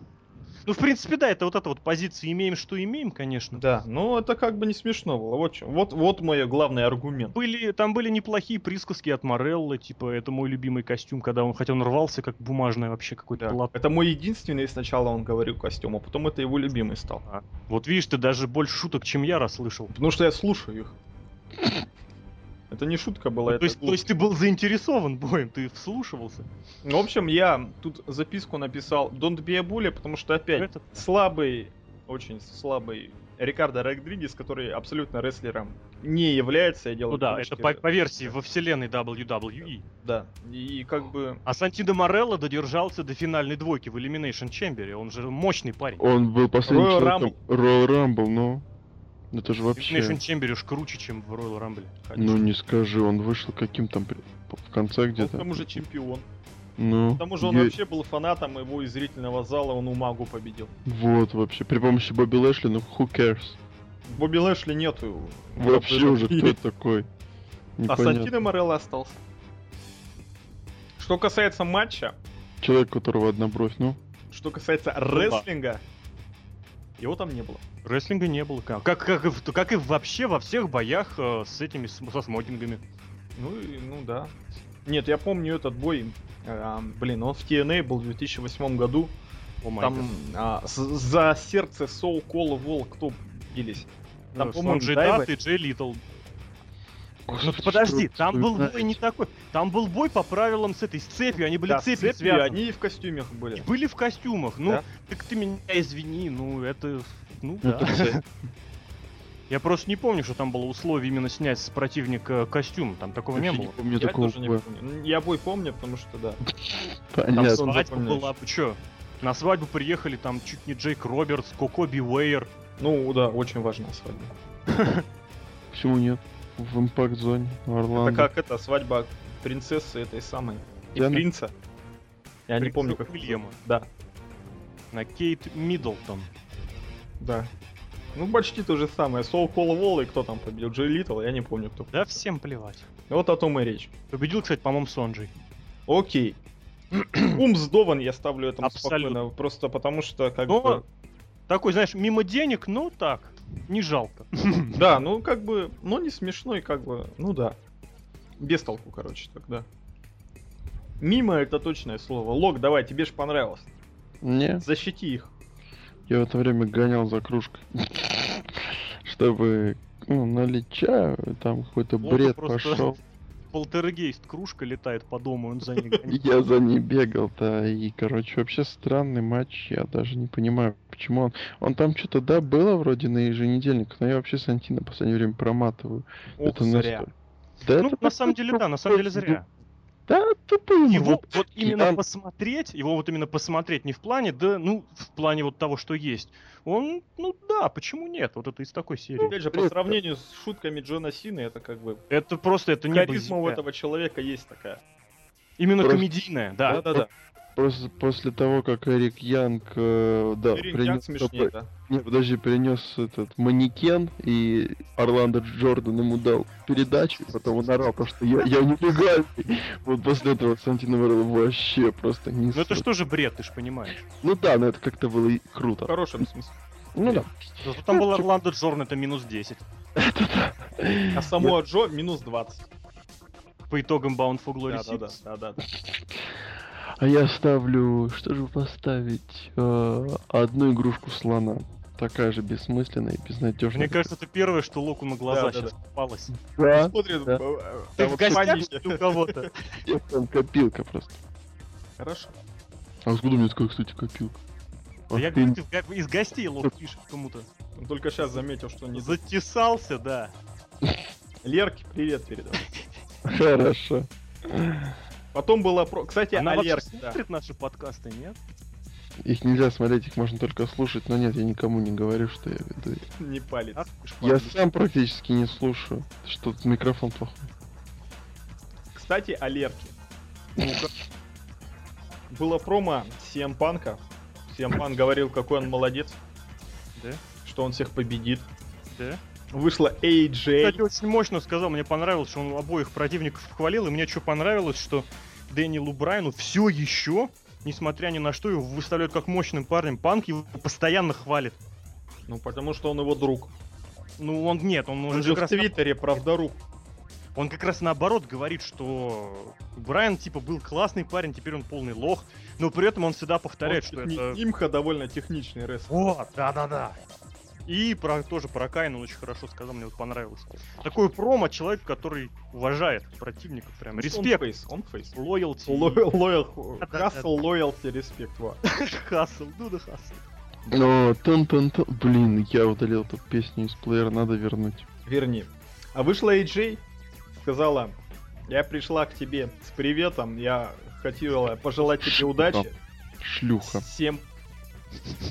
[SPEAKER 2] Ну, в принципе, да, это вот эта вот позиция «имеем, что имеем», конечно.
[SPEAKER 1] Да, ну это как бы не смешно было. Вот, чё- вот, вот мой главный аргумент.
[SPEAKER 2] Были, там были неплохие присказки от Мореллы, типа, это мой любимый костюм, когда он, хотя он рвался, как бумажное вообще какой-то
[SPEAKER 1] Да.
[SPEAKER 2] полотно.
[SPEAKER 1] Это мой единственный сначала он говорил костюм, а потом это его любимый стал.
[SPEAKER 2] Вот видишь, ты даже больше шуток, чем я расслышал.
[SPEAKER 1] Потому что я слушаю их. Это не шутка была,
[SPEAKER 2] Ну,
[SPEAKER 1] это
[SPEAKER 2] то, есть, то
[SPEAKER 1] глупость.
[SPEAKER 2] есть ты был заинтересован *laughs* боем, ты вслушивался.
[SPEAKER 1] В общем, я тут записку написал Don't be a bully, потому что опять
[SPEAKER 2] Это-
[SPEAKER 1] слабый, очень слабый Рикардо Родригес, который абсолютно рестлером не является, я делаю
[SPEAKER 2] Ну да,
[SPEAKER 1] кавычки.
[SPEAKER 2] это по, по версии во вселенной E. WWE.
[SPEAKER 1] Да, и как бы...
[SPEAKER 2] А Сантино Морелло додержался до финальной двойки в Elimination Chamber, он же мощный парень.
[SPEAKER 3] Он был последним
[SPEAKER 1] Royal
[SPEAKER 3] человеком. Royal Rumble, но... Это же
[SPEAKER 2] В Elimination
[SPEAKER 3] вообще...
[SPEAKER 2] Chamber уж круче, чем в Royal Rumble.
[SPEAKER 3] Ну не скажи, он вышел каким там при- в конце
[SPEAKER 1] Он Ну, к
[SPEAKER 3] где-то.
[SPEAKER 1] тому же чемпион.
[SPEAKER 3] Ну,
[SPEAKER 1] К тому же он
[SPEAKER 3] е-
[SPEAKER 1] вообще был фанатом его из зрительного зала, он Умагу победил.
[SPEAKER 3] Вот вообще, при помощи Бобби Лэшли, ну who cares?
[SPEAKER 1] Бобби Лэшли нету.
[SPEAKER 3] Вообще уже кто это такой?
[SPEAKER 1] А
[SPEAKER 3] Непонятно.
[SPEAKER 1] Сантино Морелло остался. Что касается матча,
[SPEAKER 3] Человек, у которого одна бровь, ну.
[SPEAKER 1] что касается
[SPEAKER 2] да.
[SPEAKER 1] рестлинга, его там не было.
[SPEAKER 2] Рестлинга не было. Как, как, как, и, в- как и вообще во всех боях э, с этими, с- со смокингами.
[SPEAKER 1] Ну, и- ну да. Нет, я помню этот бой. а, блин, он в TNA был в 2008 году.
[SPEAKER 2] О май
[SPEAKER 1] Там а, с- за сердце Соу, Кола, Волк, кто бились?
[SPEAKER 2] гад.
[SPEAKER 1] там,
[SPEAKER 2] Э,
[SPEAKER 1] по-моему,
[SPEAKER 2] Сонджи
[SPEAKER 1] Дайва-
[SPEAKER 2] Дат и Джей Литл. Ну
[SPEAKER 3] Господи,
[SPEAKER 2] подожди,
[SPEAKER 3] что
[SPEAKER 2] там был бой
[SPEAKER 3] вспоминать?
[SPEAKER 2] не такой. Там был бой по правилам с этой с цепью, они были
[SPEAKER 1] Да, с
[SPEAKER 2] цепью,
[SPEAKER 1] цепью,
[SPEAKER 2] связаны.
[SPEAKER 1] они и в костюмах
[SPEAKER 2] И
[SPEAKER 1] были.
[SPEAKER 2] были в костюмах. Ну,
[SPEAKER 1] Да.
[SPEAKER 2] так ты меня извини, ну это. Ну
[SPEAKER 3] Ну,
[SPEAKER 2] да.
[SPEAKER 3] тут цепь.
[SPEAKER 2] Я просто не помню, что там было условие именно снять с противника костюм. Там такого не
[SPEAKER 3] Вообще не
[SPEAKER 2] было.
[SPEAKER 3] помню
[SPEAKER 1] я
[SPEAKER 3] такого.
[SPEAKER 1] тоже не
[SPEAKER 3] боя.
[SPEAKER 1] помню. М, Я бой помню, потому что да.
[SPEAKER 3] Понятно.
[SPEAKER 1] Там сон-
[SPEAKER 2] Свадьба
[SPEAKER 1] запоминаешь.
[SPEAKER 2] была, че? На свадьбу приехали там чуть не Джейк Робертс, Коко Уэйр.
[SPEAKER 1] Ну да, очень важная свадьба.
[SPEAKER 3] Почему нет? В импакт зоне в
[SPEAKER 1] Это
[SPEAKER 3] Орландо.
[SPEAKER 1] как это, свадьба принцессы этой самой. И
[SPEAKER 3] Дианы?
[SPEAKER 1] принца. Я не
[SPEAKER 2] Принца
[SPEAKER 1] помню, как.
[SPEAKER 2] Уильяма.
[SPEAKER 1] Да,
[SPEAKER 2] на Кейт Миддлтон.
[SPEAKER 1] да. Ну почти то же самое. Соу, Кола, Волл и кто там победил? Джей Литл, я не помню кто.
[SPEAKER 2] Да всем плевать.
[SPEAKER 1] Вот о том и речь.
[SPEAKER 2] Победил, кстати, по-моему, Сонджей.
[SPEAKER 1] Окей. *clears throat* Ум сдован, я ставлю этому
[SPEAKER 2] Абсолютно.
[SPEAKER 1] спокойно. Просто потому что, как
[SPEAKER 2] Но
[SPEAKER 1] бы...
[SPEAKER 2] такой, знаешь, мимо денег, ну так, не жалко.
[SPEAKER 1] Да, ну как бы... Ну не смешно и как бы... Ну да. Без толку, короче, тогда. Мимо это точное слово. Лок, давай, тебе же понравилось.
[SPEAKER 3] Не,
[SPEAKER 1] Защити их.
[SPEAKER 3] я в это время гонял за кружкой. *laughs* Чтобы ну, налить чаю, и там какой-то
[SPEAKER 2] Лока
[SPEAKER 3] бред
[SPEAKER 2] просто- *laughs*
[SPEAKER 3] пошел.
[SPEAKER 2] Полтергейст, кружка летает по дому, он за
[SPEAKER 1] *laughs*
[SPEAKER 2] ней гонит.
[SPEAKER 3] Я за ней бегал-то, и, короче, вообще странный матч, я даже не понимаю, почему он... Он там что-то, да, было вроде на еженедельниках, но я вообще Сантина в последнее время проматываю.
[SPEAKER 1] Ох,
[SPEAKER 3] Это
[SPEAKER 1] зря.
[SPEAKER 3] настолько- Да,
[SPEAKER 2] Ну,
[SPEAKER 3] это
[SPEAKER 2] на самом деле, да, на самом
[SPEAKER 1] *laughs*
[SPEAKER 2] деле зря.
[SPEAKER 3] Да,
[SPEAKER 1] Ну,
[SPEAKER 3] тупым.
[SPEAKER 2] Его вот именно
[SPEAKER 3] там-
[SPEAKER 2] посмотреть, его вот именно посмотреть не в плане, да, ну, в плане вот того, что есть. Он, ну да, почему нет? Вот это из такой серии.
[SPEAKER 1] Опять же, по
[SPEAKER 3] Бред.
[SPEAKER 1] сравнению с шутками Джона Сины, это как бы...
[SPEAKER 2] Это просто, это не
[SPEAKER 1] Харизма у этого человека есть такая.
[SPEAKER 2] Именно
[SPEAKER 3] Просто-
[SPEAKER 2] комедийная, да.
[SPEAKER 1] Да-да-да.
[SPEAKER 3] После, после того, как Эрик Янг, э, да,
[SPEAKER 1] Эрик
[SPEAKER 3] принес...
[SPEAKER 1] Янг смешнее, да.
[SPEAKER 3] Не, подожди, принес этот манекен, и Орландо Джордан ему дал передачу, и потом он орал, потому что я, я нелегальный. Вот после этого Сантино Морелло вообще просто не
[SPEAKER 2] Ну это
[SPEAKER 3] срет.
[SPEAKER 2] что же бред, ты же понимаешь.
[SPEAKER 3] Ну да, но это как-то было и
[SPEAKER 1] В
[SPEAKER 3] круто.
[SPEAKER 1] хорошем смысле.
[SPEAKER 3] Ну да.
[SPEAKER 2] Зато там был Орландо Джорн, это минус 10.
[SPEAKER 1] А Самуа Джо минус 20.
[SPEAKER 2] По итогам Bound for Glory
[SPEAKER 1] Да, да, да,
[SPEAKER 2] 6.
[SPEAKER 1] да, да, да.
[SPEAKER 3] А я ставлю... Что же поставить? Э, одну игрушку слона. Такая же бессмысленная и безнадежная.
[SPEAKER 2] Мне кажется, это первое, что луку на глаза
[SPEAKER 1] Да, да,
[SPEAKER 2] сейчас попалось.
[SPEAKER 3] Да,
[SPEAKER 1] Смотрит,
[SPEAKER 3] Да.
[SPEAKER 1] б- э,
[SPEAKER 2] Ты
[SPEAKER 1] там
[SPEAKER 2] в
[SPEAKER 1] вот
[SPEAKER 2] гостях
[SPEAKER 1] паники.
[SPEAKER 2] что ли, у кого-то?
[SPEAKER 3] там копилка просто.
[SPEAKER 1] *laughs* Хорошо.
[SPEAKER 3] А откуда у меня такая, кстати, копилка?
[SPEAKER 2] Да А Я
[SPEAKER 3] Ах ты,
[SPEAKER 2] говорю, ты в го- из гостей лук пишешь кому-то.
[SPEAKER 1] Он только сейчас заметил, что *laughs* не...
[SPEAKER 2] Затесался, да.
[SPEAKER 1] Лерке привет передал.
[SPEAKER 3] Хорошо.
[SPEAKER 1] Потом была... про- Кстати,
[SPEAKER 2] Она
[SPEAKER 1] о
[SPEAKER 2] вообще
[SPEAKER 1] Лерке, да.
[SPEAKER 2] смотрит наши подкасты, нет?
[SPEAKER 3] Их нельзя смотреть, их можно только слушать, но нет, я никому не говорю, что я веду.
[SPEAKER 1] Не палит.
[SPEAKER 2] А, ты ж
[SPEAKER 3] Я
[SPEAKER 2] падла.
[SPEAKER 3] сам практически не слушаю. Что тут микрофон плохой.
[SPEAKER 1] Кстати, о Лерке. Ну-ка. Было промо CM Панка. CM Панк говорил, какой он молодец,
[SPEAKER 2] Да,
[SPEAKER 1] что он всех победит.
[SPEAKER 2] да.
[SPEAKER 1] Вышла AJ.
[SPEAKER 2] Кстати, очень мощно сказал, мне понравилось, что он обоих противников хвалил, и мне что понравилось, что Дэниелу Брайну все еще, несмотря ни на что, его выставляют как мощным парнем. Панк его постоянно хвалит.
[SPEAKER 1] Ну, потому что он его друг.
[SPEAKER 2] Ну, он нет, он уже
[SPEAKER 1] Он же
[SPEAKER 2] как
[SPEAKER 1] в
[SPEAKER 2] раз
[SPEAKER 1] Твиттере правдорук.
[SPEAKER 2] Он как раз наоборот говорит, что Брайан, типа, был классный парень, теперь он полный лох, но при этом он всегда повторяет,
[SPEAKER 1] Он
[SPEAKER 2] что
[SPEAKER 1] техни-
[SPEAKER 2] это...
[SPEAKER 1] Имха довольно техничный рестлер.
[SPEAKER 2] Вот, да-да-да. И про, тоже про Кайна он очень хорошо сказал, мне вот понравилось. Такое промо человек, который уважает противника, прям респект,
[SPEAKER 1] Ну, Он фейс, он фейс.
[SPEAKER 2] лоялти, *laughs*
[SPEAKER 1] Лоял, лоял,
[SPEAKER 2] Да-да-да.
[SPEAKER 1] хасл, лоялти, респект, во.
[SPEAKER 2] хасл, ну да хасл.
[SPEAKER 3] Но тон тон тон Блин, я удалил эту песню из плеера, надо вернуть.
[SPEAKER 1] Верни. А вышла AJ, сказала, я пришла к тебе с приветом, я хотела пожелать тебе удачи.
[SPEAKER 3] Шлюха.
[SPEAKER 1] Всем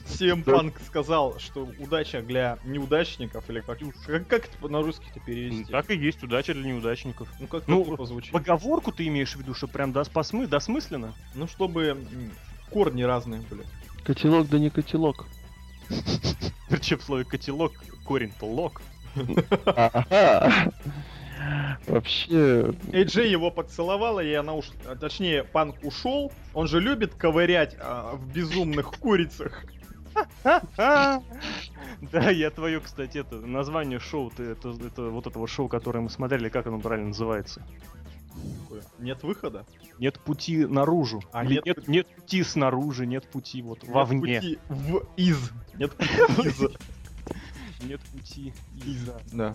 [SPEAKER 1] Всем Панк сказал, что удача для неудачников, или как, как, как это на русский то перевести?
[SPEAKER 2] Так и есть, удача для неудачников.
[SPEAKER 1] Ну как
[SPEAKER 2] Ну,
[SPEAKER 1] это звучит?
[SPEAKER 2] Поговорку ты имеешь в виду, что прям дос- посмы- досмысленно?
[SPEAKER 1] Ну чтобы м, корни разные были.
[SPEAKER 3] Котелок да не котелок.
[SPEAKER 2] Причем в слове котелок, корень-то лок.
[SPEAKER 3] Ага. Вообще,
[SPEAKER 1] Эйджи его поцеловала, и она уж... а, Точнее, Панк ушел. Он же любит ковырять а, в безумных курицах.
[SPEAKER 2] Ха-ха. А! Да, я твое, кстати, это название шоу, ты- это, это вот этого шоу, которое мы смотрели, как оно правильно называется?
[SPEAKER 1] Такое, Нет выхода.
[SPEAKER 2] Нет пути наружу.
[SPEAKER 1] А,
[SPEAKER 2] Или
[SPEAKER 1] нет
[SPEAKER 2] нет,
[SPEAKER 1] пути-
[SPEAKER 2] нет пути снаружи, нет пути вот вовне.
[SPEAKER 1] Нет пути в из. *laughs* Нет пути из.
[SPEAKER 2] Нет пути
[SPEAKER 1] Из.
[SPEAKER 2] *laughs* из-за.
[SPEAKER 1] Да.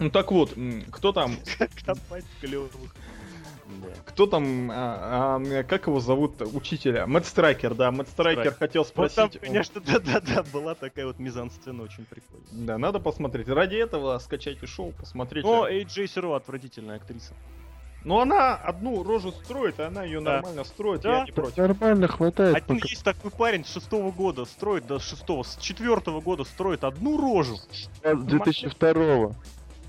[SPEAKER 1] Ну так вот, м, кто там,
[SPEAKER 2] Копать клёвых.
[SPEAKER 1] кто там, а, а, как его зовут, учителя? Мэтт Страйкер, да, Мэтт Страйкер
[SPEAKER 2] Страйкер.
[SPEAKER 1] хотел
[SPEAKER 2] Вот Ну, там,
[SPEAKER 1] спросить. он-
[SPEAKER 2] конечно, да-да-да, была такая вот мизансцена очень прикольная.
[SPEAKER 1] Да, надо посмотреть. Ради этого скачайте шоу, посмотрите.
[SPEAKER 2] Но Эй Джей Серо отвратительная актриса.
[SPEAKER 1] Но ну, она одну рожу строит, и она ее
[SPEAKER 2] Да.
[SPEAKER 1] нормально строит,
[SPEAKER 2] Да.
[SPEAKER 1] я не против.
[SPEAKER 3] нормально хватает.
[SPEAKER 2] Один
[SPEAKER 3] пока-
[SPEAKER 2] есть такой парень с шестого года строит, да с шестого, с четвертого года строит одну рожу.
[SPEAKER 3] А, 2002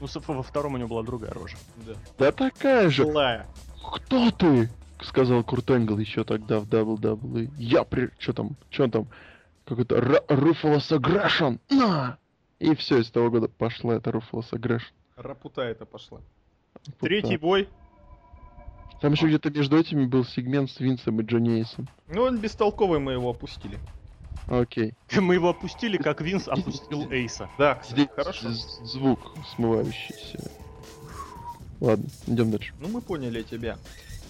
[SPEAKER 2] Ну, со- во втором у него была другая рожа. *laughs*
[SPEAKER 1] Да.
[SPEAKER 3] Да такая же.
[SPEAKER 1] Злая.
[SPEAKER 3] Кто ты? Сказал Курт Энгл еще тогда в WWE. Я при... Чё там? Чё там? Какой-то Ра- Ruthless Aggression. На! И все, с того года пошла эта Ruthless Aggression.
[SPEAKER 1] Рапута это пошла.
[SPEAKER 3] Вот
[SPEAKER 1] Третий
[SPEAKER 3] так.
[SPEAKER 1] бой.
[SPEAKER 3] Там еще где-то между этими был сегмент с Винсом и Джонни Эйсом.
[SPEAKER 1] Ну, он бестолковый, мы его опустили.
[SPEAKER 3] Окей.
[SPEAKER 2] Мы его опустили, как Винс опустил Эйса.
[SPEAKER 1] Да, кстати,
[SPEAKER 3] Здесь
[SPEAKER 1] хорошо.
[SPEAKER 3] з- звук смывающийся. Ладно, идем дальше.
[SPEAKER 1] Ну, мы поняли тебя.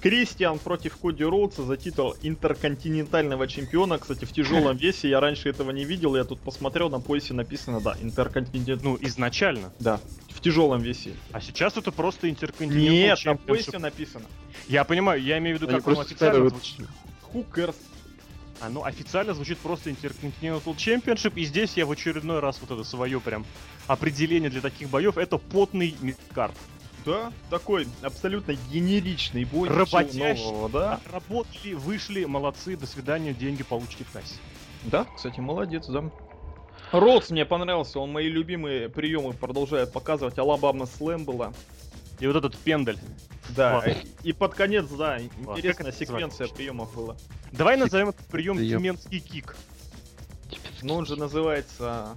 [SPEAKER 1] Кристиан против Коди Роудса за титул интерконтинентального чемпиона. Кстати, в
[SPEAKER 2] *laughs*
[SPEAKER 1] тяжелом весе я раньше этого не видел. Я тут посмотрел, на поясе написано, да, интерконтинент.
[SPEAKER 2] Ну, изначально.
[SPEAKER 1] Да, в тяжелом весе.
[SPEAKER 2] А сейчас это просто интерконтинентал
[SPEAKER 1] Нет, на
[SPEAKER 2] чемпионшип.
[SPEAKER 1] поясе написано.
[SPEAKER 2] Я понимаю, я имею в виду,
[SPEAKER 3] Они
[SPEAKER 2] как оно
[SPEAKER 3] просто
[SPEAKER 2] официально
[SPEAKER 3] старые
[SPEAKER 2] звучит.
[SPEAKER 1] Хукерс.
[SPEAKER 2] Оно официально звучит просто Intercontinental Championship, и здесь я в очередной раз вот это свое прям определение для таких боев, это потный мидкарт.
[SPEAKER 1] Да, такой абсолютно генеричный бой. ничего
[SPEAKER 2] Работящий.
[SPEAKER 1] нового, да?
[SPEAKER 2] А, Работали, вышли, молодцы, до свидания, деньги получите в кассе.
[SPEAKER 1] Да, кстати, молодец, да. Роудс мне понравился, он мои любимые приемы продолжает показывать. Алабама Слэм была.
[SPEAKER 2] И вот этот пендель.
[SPEAKER 1] Да,
[SPEAKER 2] Ладно.
[SPEAKER 1] и под конец, да,
[SPEAKER 2] Как
[SPEAKER 1] интересная
[SPEAKER 2] это
[SPEAKER 1] секвенция приемов была.
[SPEAKER 2] Давай назовем этот прием
[SPEAKER 3] Да ёп.
[SPEAKER 2] тюменский кик.
[SPEAKER 1] Но Ну, он же называется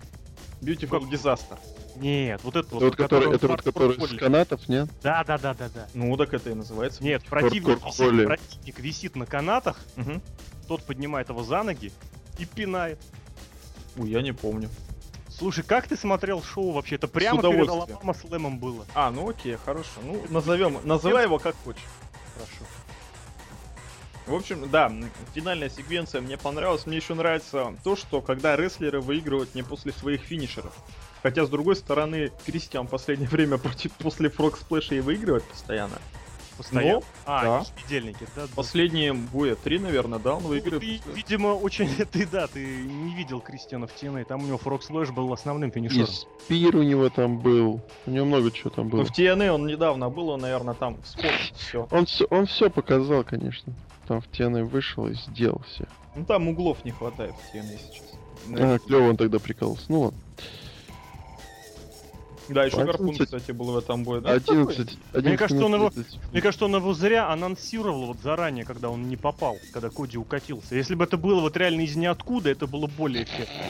[SPEAKER 1] Beautiful
[SPEAKER 2] Как?
[SPEAKER 1] Disaster.
[SPEAKER 2] Нет, вот это вот.
[SPEAKER 3] Это вот который,
[SPEAKER 2] которого
[SPEAKER 3] это вот
[SPEAKER 2] Фарт
[SPEAKER 3] который с
[SPEAKER 2] Форд
[SPEAKER 3] канатов, нет?
[SPEAKER 2] Да, да, да, да, да.
[SPEAKER 1] Ну, так это и называется.
[SPEAKER 2] Нет, противник
[SPEAKER 3] Кор- Корколи.
[SPEAKER 2] висит, противник висит на канатах,
[SPEAKER 1] Мгм.
[SPEAKER 2] тот поднимает его за ноги и пинает.
[SPEAKER 1] Ой, я не помню.
[SPEAKER 2] Слушай, как ты смотрел шоу вообще? Это прямо перед
[SPEAKER 1] удовольствием.
[SPEAKER 2] Алабама Слэмом было.
[SPEAKER 1] А, ну окей, хорошо. Ну, назовем, называй его как хочешь.
[SPEAKER 2] Хорошо.
[SPEAKER 1] В общем, да, м, финальная секвенция мне понравилась. Мне еще нравится то, что когда рестлеры выигрывают не после своих финишеров. Хотя, с другой стороны, Кристиан в последнее *laughs* время против, после Фрог Сплэша и выигрывает постоянно.
[SPEAKER 2] Постоянно.
[SPEAKER 1] Ну,
[SPEAKER 2] а,
[SPEAKER 1] да.
[SPEAKER 2] они ж недельники, да. да.
[SPEAKER 1] Последние боя три, наверное, да, он
[SPEAKER 2] Ну,
[SPEAKER 1] выигрывает.
[SPEAKER 2] ты, видимо, очень... *laughs* Ты, да, ты не видел Кристиана в TNA, там у него Фрог Слэш был основным
[SPEAKER 3] И
[SPEAKER 2] финишером.
[SPEAKER 3] Спир у него там был. У него много чего там
[SPEAKER 1] Ну,
[SPEAKER 3] было.
[SPEAKER 1] в TNA он недавно был, он, наверное, там вспомнил все.
[SPEAKER 3] Он все, он все показал, конечно. Там в тены вышел и сделал все.
[SPEAKER 1] Ну, там углов не хватает в TNA сейчас.
[SPEAKER 3] А, клево он тогда прикололся. Ну ладно.
[SPEAKER 1] Да, еще
[SPEAKER 3] 11.
[SPEAKER 1] Гарпун, кстати, был в этом бою. Да,
[SPEAKER 3] 11, 11
[SPEAKER 2] Мне кажется, он его-
[SPEAKER 3] 11.
[SPEAKER 2] Мне кажется, он его зря анонсировал вот заранее, когда он не попал, когда Коди укатился. Если бы это было вот реально из ниоткуда, это было более эффектно.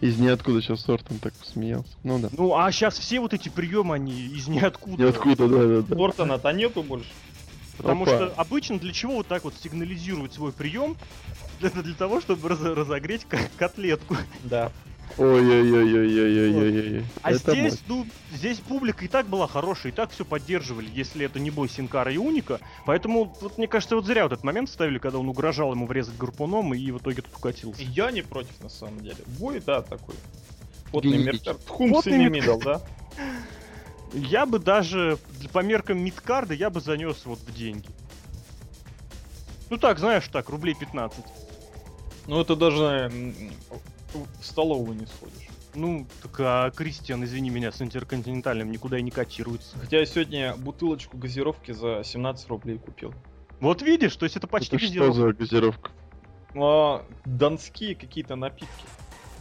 [SPEAKER 3] Из ниоткуда сейчас Сортон так посмеялся. Ну да.
[SPEAKER 2] Ну, а сейчас все вот эти приемы, они из ниоткуда.
[SPEAKER 3] Ниоткуда, да, да, да.
[SPEAKER 1] Бортона-то нету больше.
[SPEAKER 2] Потому
[SPEAKER 3] Опа.
[SPEAKER 2] что обычно для чего вот так вот сигнализируют свой прием? *laughs* Это для того, чтобы раз- разогреть ко- котлетку.
[SPEAKER 1] Да.
[SPEAKER 3] Ой-ой-ой-ой-ой-ой-ой.
[SPEAKER 2] А
[SPEAKER 3] Это
[SPEAKER 2] здесь, ну, здесь публика и так была хорошая, и так все поддерживали, если это не бой Синкара и Уника. Поэтому, вот мне кажется, вот зря вот этот момент ставили, когда он угрожал ему врезать гарпуном и в итоге тут укатился.
[SPEAKER 1] Я не против, на самом деле. Бой, да, такой. Потный
[SPEAKER 3] Генерик.
[SPEAKER 1] меркер. Хумс и
[SPEAKER 2] Потный
[SPEAKER 1] не
[SPEAKER 2] мер-
[SPEAKER 1] мидл, да?
[SPEAKER 2] Я бы даже для- по меркам мидкарда я бы занес вот в деньги. Ну так, знаешь, так, рублей 15.
[SPEAKER 1] Ну, это даже м, в столовую не сходишь.
[SPEAKER 2] Ну, так а Кристиан, извини меня, с интерконтинентальным никуда и не котируется.
[SPEAKER 1] Хотя я сегодня бутылочку газировки за 17 рублей купил.
[SPEAKER 2] Вот видишь, то есть это почти
[SPEAKER 3] Это что
[SPEAKER 2] газировка.
[SPEAKER 3] за газировка?
[SPEAKER 1] А, донские какие-то напитки.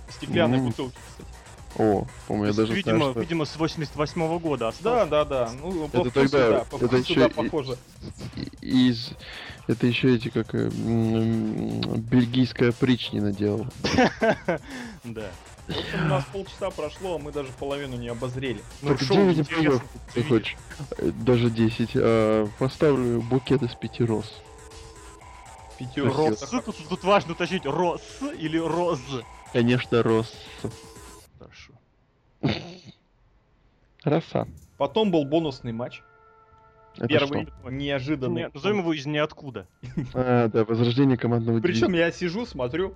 [SPEAKER 1] Стеклянные
[SPEAKER 3] М.
[SPEAKER 1] бутылки, кстати.
[SPEAKER 3] О, по-моему, я
[SPEAKER 2] То есть,
[SPEAKER 3] даже
[SPEAKER 2] видимо,
[SPEAKER 3] знаю, что...
[SPEAKER 2] видимо, с 88 -го года А осталось.
[SPEAKER 1] Да, да, да. Ну, по
[SPEAKER 3] Это
[SPEAKER 1] вкусу,
[SPEAKER 3] тогда-
[SPEAKER 1] да, по
[SPEAKER 3] это
[SPEAKER 1] вкусу,
[SPEAKER 3] еще
[SPEAKER 1] да,
[SPEAKER 3] и-
[SPEAKER 1] похоже.
[SPEAKER 3] и- из... Это еще эти, как... э, м, м, Бельгийская причнина делала.
[SPEAKER 2] Да.
[SPEAKER 1] В общем, у нас полчаса прошло, а мы даже половину не обозрели.
[SPEAKER 2] Ну,
[SPEAKER 3] Так
[SPEAKER 2] шоу
[SPEAKER 3] где эти
[SPEAKER 2] интересно,
[SPEAKER 3] приёмы,
[SPEAKER 2] ты
[SPEAKER 3] Ты
[SPEAKER 2] видишь.
[SPEAKER 3] хочешь? Э, Даже 10. а, Поставлю букет из пяти роз.
[SPEAKER 1] Пятеро.
[SPEAKER 2] Рос. Тут, тут важно уточнить, рос или роз.
[SPEAKER 3] Конечно, роз.
[SPEAKER 2] Хорошо.
[SPEAKER 3] Роса.
[SPEAKER 1] Потом был бонусный матч.
[SPEAKER 3] Это
[SPEAKER 1] Первый
[SPEAKER 2] что?
[SPEAKER 1] неожиданный.
[SPEAKER 2] Не, назовем его из ниоткуда.
[SPEAKER 3] что? А, да, возрождение командного
[SPEAKER 1] Причем
[SPEAKER 3] дивизиона.
[SPEAKER 1] я сижу, смотрю.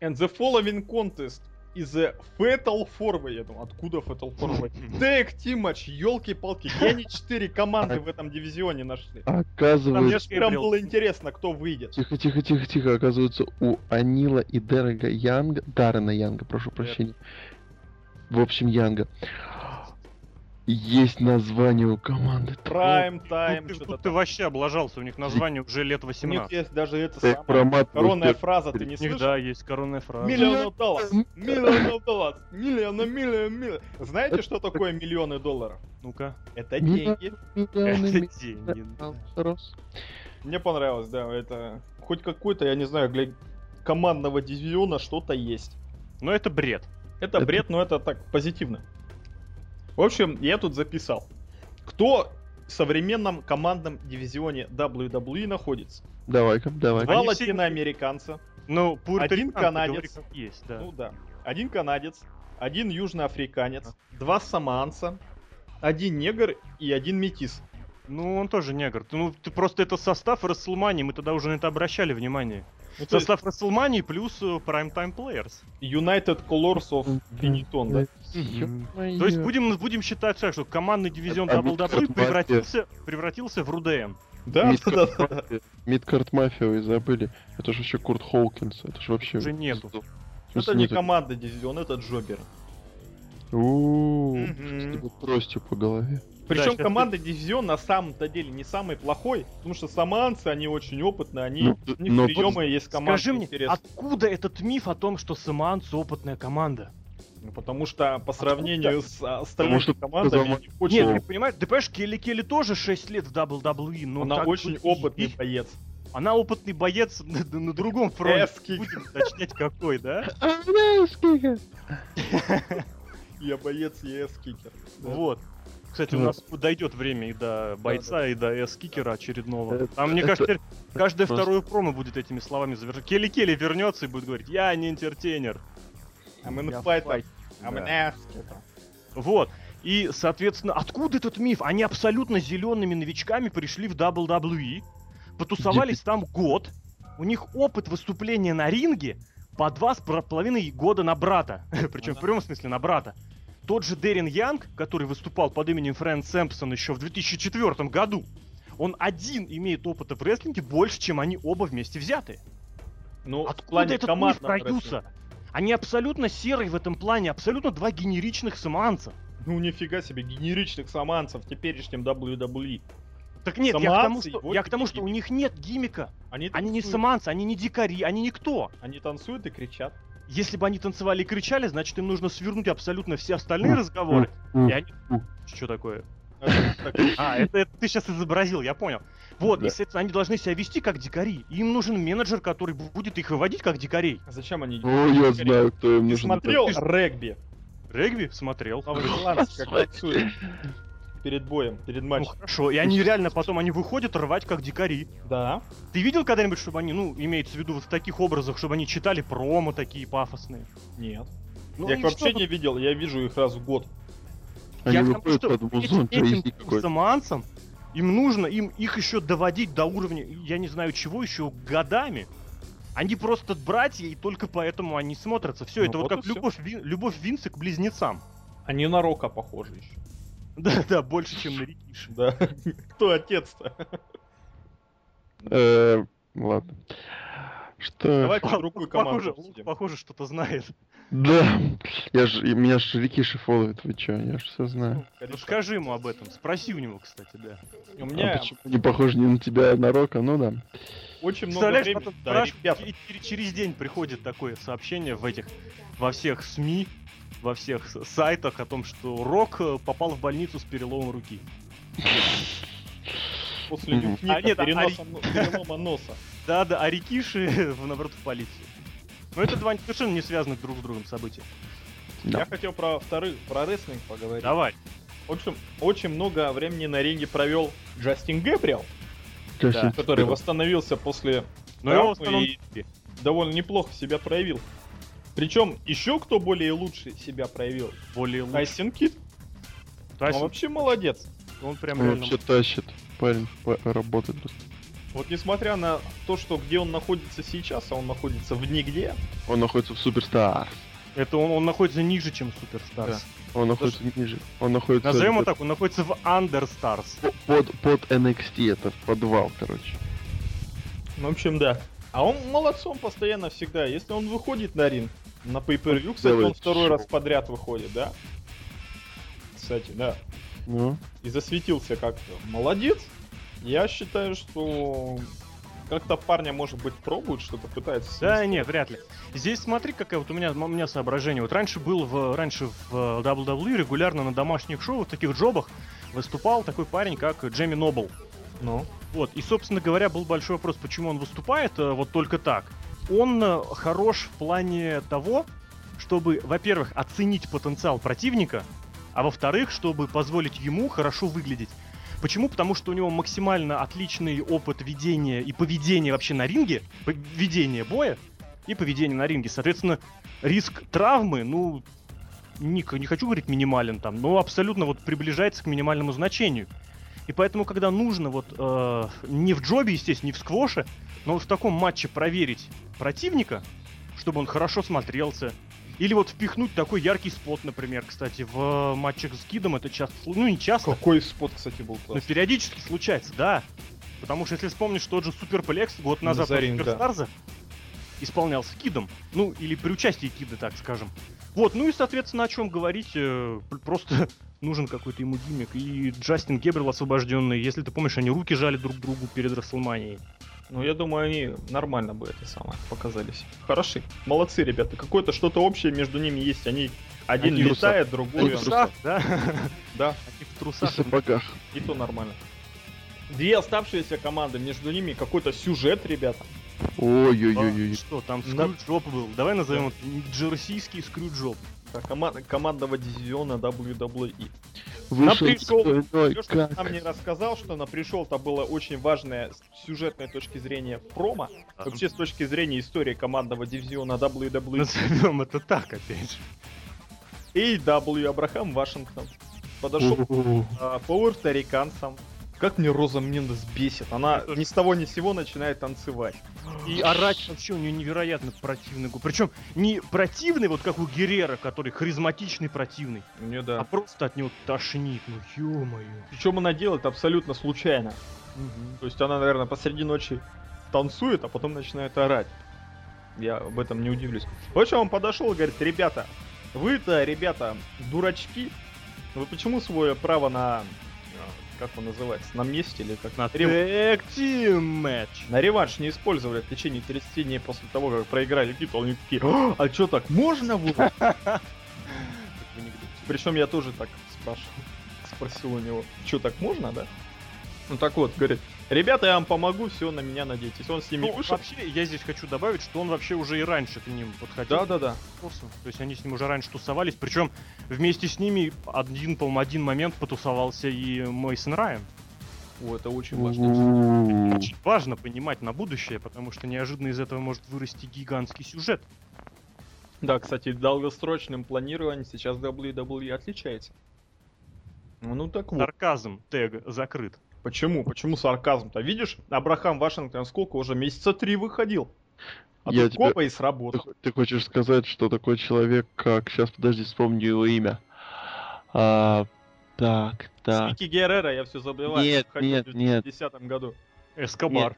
[SPEAKER 1] And the following contest is a Fatal Four Way. Я думаю, откуда Fatal Four
[SPEAKER 2] *laughs*
[SPEAKER 1] Way? Tag Team матч, елки-палки. Я не четыре команды в этом дивизионе нашли.
[SPEAKER 2] Там я
[SPEAKER 3] Оказывается...
[SPEAKER 2] ж
[SPEAKER 1] Прям
[SPEAKER 2] говорил,
[SPEAKER 1] было интересно, кто выйдет.
[SPEAKER 3] Тихо, тихо, тихо, тихо. Оказывается, у Анила и Дерека Янга... Даррена Янга, прошу прощения. В общем, Янга. Есть название у команды.
[SPEAKER 1] Prime
[SPEAKER 2] ну,
[SPEAKER 1] Time,
[SPEAKER 2] ты,
[SPEAKER 1] что-то
[SPEAKER 2] тут ты
[SPEAKER 1] там.
[SPEAKER 2] вообще облажался, у них название уже лет
[SPEAKER 1] У них
[SPEAKER 2] 18.
[SPEAKER 1] есть даже это
[SPEAKER 3] Эх, про
[SPEAKER 1] самое.
[SPEAKER 3] мат
[SPEAKER 1] Коронная
[SPEAKER 3] был
[SPEAKER 1] фраза, ты
[SPEAKER 3] перед
[SPEAKER 1] не
[SPEAKER 2] У них,
[SPEAKER 1] слышал?
[SPEAKER 2] да, есть коронная фраза.
[SPEAKER 1] Э, Миллион долларов. Миллион долларов. Миллион, миллион, миллион. Знаете, что такое миллионы долларов?
[SPEAKER 2] Ну-ка.
[SPEAKER 1] Это
[SPEAKER 3] Миллион.
[SPEAKER 1] деньги.
[SPEAKER 2] Это *laughs*
[SPEAKER 3] миллионами
[SPEAKER 2] деньги. да.
[SPEAKER 3] роз.
[SPEAKER 1] Мне понравилось, да, это хоть какой-то, я не знаю, для командного дивизиона что-то есть.
[SPEAKER 2] Но Ну, это бред.
[SPEAKER 1] Это
[SPEAKER 3] Это-
[SPEAKER 1] бред, но это так позитивно. В общем, я тут записал. Кто в современном командном дивизионе WWE находится?
[SPEAKER 3] Давай-ка, давай-ка.
[SPEAKER 1] Два
[SPEAKER 2] Они все-
[SPEAKER 1] латиноамериканца.
[SPEAKER 2] Ну, пуэрториканцы,
[SPEAKER 1] канадец.
[SPEAKER 2] говори, как Есть, да.
[SPEAKER 1] Ну да. Один канадец, один южноафриканец, два саманца, один негр и один метис.
[SPEAKER 2] Ну, он тоже негр. Ты- Ну, ты просто это состав Расселмании, мы тогда уже на это обращали внимание.
[SPEAKER 3] Ну,
[SPEAKER 1] Это
[SPEAKER 2] Состав Расселмании плюс э, Prime Time Players.
[SPEAKER 1] United Colors of Benetton, да?
[SPEAKER 2] То есть будем, будем считать так, что командный дивизион
[SPEAKER 3] А вот
[SPEAKER 2] WWE
[SPEAKER 3] этот
[SPEAKER 2] превратился, превратился в РУДМ.
[SPEAKER 1] Да, да, да, да.
[SPEAKER 3] Мидкарт Мафия вы забыли. Это же еще Курт Хоукинс. Это же вообще...
[SPEAKER 2] Уже нету.
[SPEAKER 3] В смысле
[SPEAKER 1] Это не
[SPEAKER 3] нету?
[SPEAKER 1] команда дивизион, это джобер.
[SPEAKER 3] У-у-у.
[SPEAKER 1] Мгм.
[SPEAKER 3] Тебе тростью по голове.
[SPEAKER 1] Причем
[SPEAKER 2] щас ты-
[SPEAKER 1] команда дивизион на самом-то деле не самый плохой, потому что саманцы, они очень опытные, они
[SPEAKER 3] Ну,
[SPEAKER 1] у них
[SPEAKER 3] но вот
[SPEAKER 1] приемы есть команда
[SPEAKER 2] Скажи мне, а откуда этот миф о том, что самоанцы опытная команда?
[SPEAKER 1] Ну, Потому что по сравнению с а, остальными
[SPEAKER 3] Потому что
[SPEAKER 1] командами,
[SPEAKER 3] сказал-
[SPEAKER 1] они очень,
[SPEAKER 2] Нет,
[SPEAKER 3] Почему?
[SPEAKER 2] ты понимаешь, ты понимаешь, Келли Келли тоже 6 лет в WWE,
[SPEAKER 3] А
[SPEAKER 2] но
[SPEAKER 1] она
[SPEAKER 2] так
[SPEAKER 1] ну, очень
[SPEAKER 2] бы и
[SPEAKER 1] опытный
[SPEAKER 2] есть.
[SPEAKER 1] боец.
[SPEAKER 2] Она опытный боец *laughs* на, на другом фронте.
[SPEAKER 1] Эски.
[SPEAKER 2] Будем уточнять какой, да?
[SPEAKER 3] А, знаешь, сколько?
[SPEAKER 1] Я боец, я эс-кикер. Да.
[SPEAKER 2] Вот. Кстати, у
[SPEAKER 3] Да.
[SPEAKER 2] нас дойдет время и до бойца, и до эс-кикера очередного.
[SPEAKER 3] Это-
[SPEAKER 2] Там, мне
[SPEAKER 3] это-
[SPEAKER 2] кажется, теперь каждое
[SPEAKER 3] просто-
[SPEAKER 2] второе промо будет этими словами завершено. Келли Келли вернется и будет говорить, я не интертейнер.
[SPEAKER 1] А мы
[SPEAKER 2] Я
[SPEAKER 1] на файтах.
[SPEAKER 2] файтер».
[SPEAKER 4] Да.
[SPEAKER 1] А мне что-то.
[SPEAKER 2] Вот. И, соответственно, откуда этот миф? Они абсолютно зелеными новичками пришли в WWE, потусовались там год, у них опыт выступления на ринге по два с пра- половиной года на брата. *laughs* Причем в прямом смысле на брата. Тот же Дерин Янг, который выступал под именем Фрэн Сэмпсон еще в 2004 году, он один имеет опыта в рестлинге больше, чем они оба вместе взятые.
[SPEAKER 1] Ну, в
[SPEAKER 2] Откуда
[SPEAKER 1] плане
[SPEAKER 2] этот миф
[SPEAKER 1] командного
[SPEAKER 2] родился? Они абсолютно серые в этом плане, абсолютно два генеричных самоанца.
[SPEAKER 1] рестлинга. Ну нифига себе, генеричных саманцев в теперешнем E. WWE.
[SPEAKER 2] Так нет, я к тому,
[SPEAKER 1] Самоанцы,
[SPEAKER 2] что,
[SPEAKER 1] вот
[SPEAKER 2] я к тому,
[SPEAKER 1] такие
[SPEAKER 2] что у них нет гимика.
[SPEAKER 1] Они,
[SPEAKER 2] Они не
[SPEAKER 1] танцуют,
[SPEAKER 2] саманцы, они не дикари, они никто.
[SPEAKER 1] Они танцуют и кричат.
[SPEAKER 2] Если бы они танцевали и кричали, значит им нужно свернуть абсолютно все остальные разговоры. И они... Что такое? А, это, это ты сейчас изобразил, я понял. Вот,
[SPEAKER 3] Да.
[SPEAKER 2] и, соответственно, они должны себя вести как дикари. И Им нужен менеджер, который бу- будет их выводить как дикарей.
[SPEAKER 1] А Зачем они...
[SPEAKER 3] О, я знаю, кто им
[SPEAKER 1] Ты
[SPEAKER 3] нужен.
[SPEAKER 1] смотрел
[SPEAKER 2] Ты ж-
[SPEAKER 1] регби?
[SPEAKER 2] Регби смотрел.
[SPEAKER 1] Ну, Новозеландцы как
[SPEAKER 3] Господи.
[SPEAKER 1] танцуют перед боем, перед
[SPEAKER 2] Ну
[SPEAKER 1] матчем.
[SPEAKER 2] хорошо, и они реально потом, они выходят рвать как дикари.
[SPEAKER 1] Да.
[SPEAKER 2] Ты видел когда-нибудь, чтобы они, ну, имеется в виду вот в таких образах, чтобы они читали промо такие пафосные?
[SPEAKER 1] Нет.
[SPEAKER 2] Ну
[SPEAKER 1] я
[SPEAKER 2] и
[SPEAKER 1] их вообще
[SPEAKER 2] что
[SPEAKER 1] не видел, я вижу их раз в год.
[SPEAKER 3] Они
[SPEAKER 2] Я к тому,
[SPEAKER 3] выходят
[SPEAKER 2] что
[SPEAKER 3] под музон,
[SPEAKER 2] этим- этим
[SPEAKER 3] Джей-Зи какой-то.
[SPEAKER 2] самоанцам им нужно им их еще доводить до уровня, я не знаю чего, еще годами. Они просто братья, и только поэтому они смотрятся. Все,
[SPEAKER 1] Ну
[SPEAKER 2] это
[SPEAKER 1] вот
[SPEAKER 2] вот,
[SPEAKER 1] и
[SPEAKER 2] как
[SPEAKER 1] всё.
[SPEAKER 2] любовь, Вин- любовь Винса к близнецам. *laughs*
[SPEAKER 1] Они на Рока похожи еще.
[SPEAKER 2] Да-да, больше, чем на Рикиши.
[SPEAKER 1] Да. *laughs* Кто отец-то?
[SPEAKER 3] Э, Ладно. Что?
[SPEAKER 1] Давай другую
[SPEAKER 2] Похоже,
[SPEAKER 1] команду
[SPEAKER 2] Лук,
[SPEAKER 1] обсудим.
[SPEAKER 2] похоже, что-то знает.
[SPEAKER 3] Да. Я же, и меня же Рикиши фолловит, вы чё, я же все знаю.
[SPEAKER 2] Ну,
[SPEAKER 1] Конечно.
[SPEAKER 2] скажи ну, ему об этом. Спроси у него, кстати, да.
[SPEAKER 1] У
[SPEAKER 3] А
[SPEAKER 1] меня
[SPEAKER 3] почему не похож ни на тебя, а на Рока? Ну да.
[SPEAKER 1] очень много
[SPEAKER 2] Представляешь,
[SPEAKER 1] времени.
[SPEAKER 2] потом
[SPEAKER 1] Да,
[SPEAKER 2] спрашиваешь,
[SPEAKER 1] ребята,
[SPEAKER 2] и чер- через день приходит такое сообщение в этих, во всех СМИ, во всех с- сайтах о том, что Рок э, попал в больницу с переломом руки.
[SPEAKER 1] после
[SPEAKER 3] Мгм.
[SPEAKER 1] нюхника
[SPEAKER 2] А, нет, а-
[SPEAKER 1] переноса но- перелома наноса.
[SPEAKER 2] Да, да, а Рикиши, *laughs* в- наоборот, в полицию. Но это два совершенно не связанных друг с другом события.
[SPEAKER 3] Да.
[SPEAKER 1] Я хотел про вторых, про рестлинг поговорить.
[SPEAKER 2] Давай.
[SPEAKER 1] В общем, очень много времени на ринге провел Джастин Гэбриэл,
[SPEAKER 3] Джастин
[SPEAKER 1] который
[SPEAKER 3] Тимберлейк.
[SPEAKER 1] восстановился после
[SPEAKER 2] Но его в
[SPEAKER 1] травмы
[SPEAKER 2] основном...
[SPEAKER 1] и довольно неплохо себя проявил. Причем еще кто более лучше себя проявил?
[SPEAKER 2] более лучше.
[SPEAKER 1] Тайсон Кид. Он
[SPEAKER 2] Тайсон,
[SPEAKER 1] вообще молодец.
[SPEAKER 2] он прям
[SPEAKER 3] Он
[SPEAKER 2] реально...
[SPEAKER 3] вообще тащит. Парень п- работает просто.
[SPEAKER 1] Вот несмотря на то, что где он находится сейчас, а он находится в нигде,
[SPEAKER 3] Он находится в Суперстар.
[SPEAKER 2] Это он, он находится ниже, чем Суперстарс.
[SPEAKER 3] Он находится ниже. Он находится
[SPEAKER 2] Назовем его так, он находится в Андерстарс.
[SPEAKER 3] под, под NXT, это подвал, короче.
[SPEAKER 1] ну, в общем, да. А он молодцом постоянно всегда. Если он выходит на ринг, на pay per view, кстати, он
[SPEAKER 3] делает
[SPEAKER 1] второй
[SPEAKER 3] шоу.
[SPEAKER 1] раз подряд выходит, да? Кстати, да.
[SPEAKER 3] Ну,
[SPEAKER 1] и засветился как-то. Молодец. Я считаю, что как-то парня, может быть, пробует что-то, пытается.
[SPEAKER 2] Да, нет, вряд ли. Здесь смотри, какая вот у меня, у меня соображение. Вот раньше был в, раньше в э, WWE регулярно на домашних шоу, в таких джобах, выступал такой парень, как Джемми Нобл.
[SPEAKER 1] Ну,
[SPEAKER 2] Вот, и, собственно говоря, был большой вопрос, почему он выступает э, вот только так. Он э, хорош в плане того, чтобы, во-первых, оценить потенциал противника, а во-вторых, чтобы позволить ему хорошо выглядеть. Почему? Потому что у него максимально отличный опыт ведения и поведения вообще на ринге, п- ведения боя и поведения на ринге. Соответственно, риск травмы, ну, не, не хочу говорить минимален там, но абсолютно вот приближается к минимальному значению. И поэтому, когда нужно вот э, не в джобе, естественно, не в сквоше, но вот в таком матче проверить противника, чтобы он хорошо смотрелся, или вот впихнуть такой яркий спот, например, кстати, в э, матчах с Кидом это часто, слу- ну не часто,
[SPEAKER 1] какой спот, кстати, был
[SPEAKER 2] но
[SPEAKER 1] классный.
[SPEAKER 2] Ну, периодически случается, да. Потому что если вспомнишь тот же Суперплекс год
[SPEAKER 1] На
[SPEAKER 2] назад на
[SPEAKER 1] Зарин, да.
[SPEAKER 2] Суперстарзе исполнялся кидом. Ну, или при участии кида, так скажем. Вот, ну и, соответственно, о чем говорить, э, пр- просто *laughs* нужен какой-то ему гиммик. И Джастин Гебрил освобожденный, если ты помнишь, они руки жали друг другу перед Расселманией.
[SPEAKER 1] Ну, я думаю, они нормально бы это самое показались. Хороши. Молодцы, ребята. Какое-то что-то общее между ними есть. Они один
[SPEAKER 3] Они в
[SPEAKER 1] летает, другой...
[SPEAKER 3] Они в трусах.
[SPEAKER 2] да? *laughs*
[SPEAKER 1] Да,
[SPEAKER 2] Они в
[SPEAKER 3] и в
[SPEAKER 2] трусах.
[SPEAKER 3] сапогах.
[SPEAKER 1] и то нормально. Две оставшиеся команды, между ними какой-то сюжет, ребята.
[SPEAKER 3] Ой-ой-ой-ой.
[SPEAKER 2] А, Что, там
[SPEAKER 1] На-
[SPEAKER 2] скрюджоп был? Давай назовем его джерсийский скрюджоп.
[SPEAKER 1] Так, коман- командного дивизиона WWE.
[SPEAKER 3] Вышел
[SPEAKER 1] пришел.
[SPEAKER 3] никто иной,
[SPEAKER 1] Всё, что
[SPEAKER 3] как
[SPEAKER 1] ты нам не рассказал, что на пришел-то было очень важное с сюжетной точки зрения промо.
[SPEAKER 2] а *laughs*
[SPEAKER 1] Вообще, с точки E зрения истории командного дивизиона WWE.
[SPEAKER 2] Назовем это так, опять же.
[SPEAKER 1] A.W. Абрахам Вашингтон. Подошел
[SPEAKER 3] У-у-у.
[SPEAKER 1] а, пауэрториканцам. Как мне Роза Мендес бесит. Она ни с того ни с сего начинает танцевать.
[SPEAKER 2] И орать вообще у нее невероятно противный голос. Причем не противный, вот как у Герера, который харизматичный противный,
[SPEAKER 1] У нее,
[SPEAKER 2] а
[SPEAKER 1] да.
[SPEAKER 2] просто от него тошнит. Ну ё-моё.
[SPEAKER 1] Причем она делает абсолютно случайно. То есть она, наверное, посреди ночи танцует, а потом начинает орать. Я об этом не удивлюсь. В общем, он подошел и говорит, ребята, вы-то, ребята, дурачки. Вы почему свое право на... э, Как он называется? На месте или как?
[SPEAKER 2] На
[SPEAKER 1] рев-
[SPEAKER 2] Tag Team Match.
[SPEAKER 1] На реванш не использовали в течение 30 дней после того, как проиграли титул. Они такие, «А, *gasps* а что так, можно было?
[SPEAKER 2] Как в анекдоте.
[SPEAKER 1] Причем я тоже так спрашивал. Спросил у него, что так можно, да? Ну так вот, говорит, ребята, я вам помогу, все, на меня надейтесь. Он с ними
[SPEAKER 2] Ну,
[SPEAKER 1] вышел.
[SPEAKER 2] вообще, я здесь хочу добавить, что он вообще уже и раньше к ним подходил.
[SPEAKER 1] Да-да-да.
[SPEAKER 2] Тусовался. То есть они с ним уже раньше тусовались. Причем вместе с ними один, по-моему, один момент потусовался и Мейсон Райан.
[SPEAKER 1] О, это очень важно.
[SPEAKER 3] У-у-у.
[SPEAKER 2] Очень важно понимать на будущее, потому что неожиданно из этого может вырасти гигантский сюжет.
[SPEAKER 1] Да, кстати, в долгосрочном планировании сейчас WWE отличается. Ну так вот.
[SPEAKER 2] Сарказм тег закрыт.
[SPEAKER 1] Почему? Почему сарказм-то? Видишь, Абрахам Вашингтон сколько уже? Месяца три выходил. А
[SPEAKER 3] Я
[SPEAKER 1] тут
[SPEAKER 3] тебя-
[SPEAKER 1] копа и
[SPEAKER 3] Ты,
[SPEAKER 1] сработал.
[SPEAKER 3] хо- ты хочешь сказать, что такой человек, как... Сейчас, подожди, вспомню его имя. А, так, так.
[SPEAKER 1] Вики Геррера я все забываю.
[SPEAKER 3] Нет,
[SPEAKER 1] как ходил
[SPEAKER 3] нет,
[SPEAKER 1] в
[SPEAKER 3] нет.
[SPEAKER 1] 2010 году.
[SPEAKER 2] Эскобар.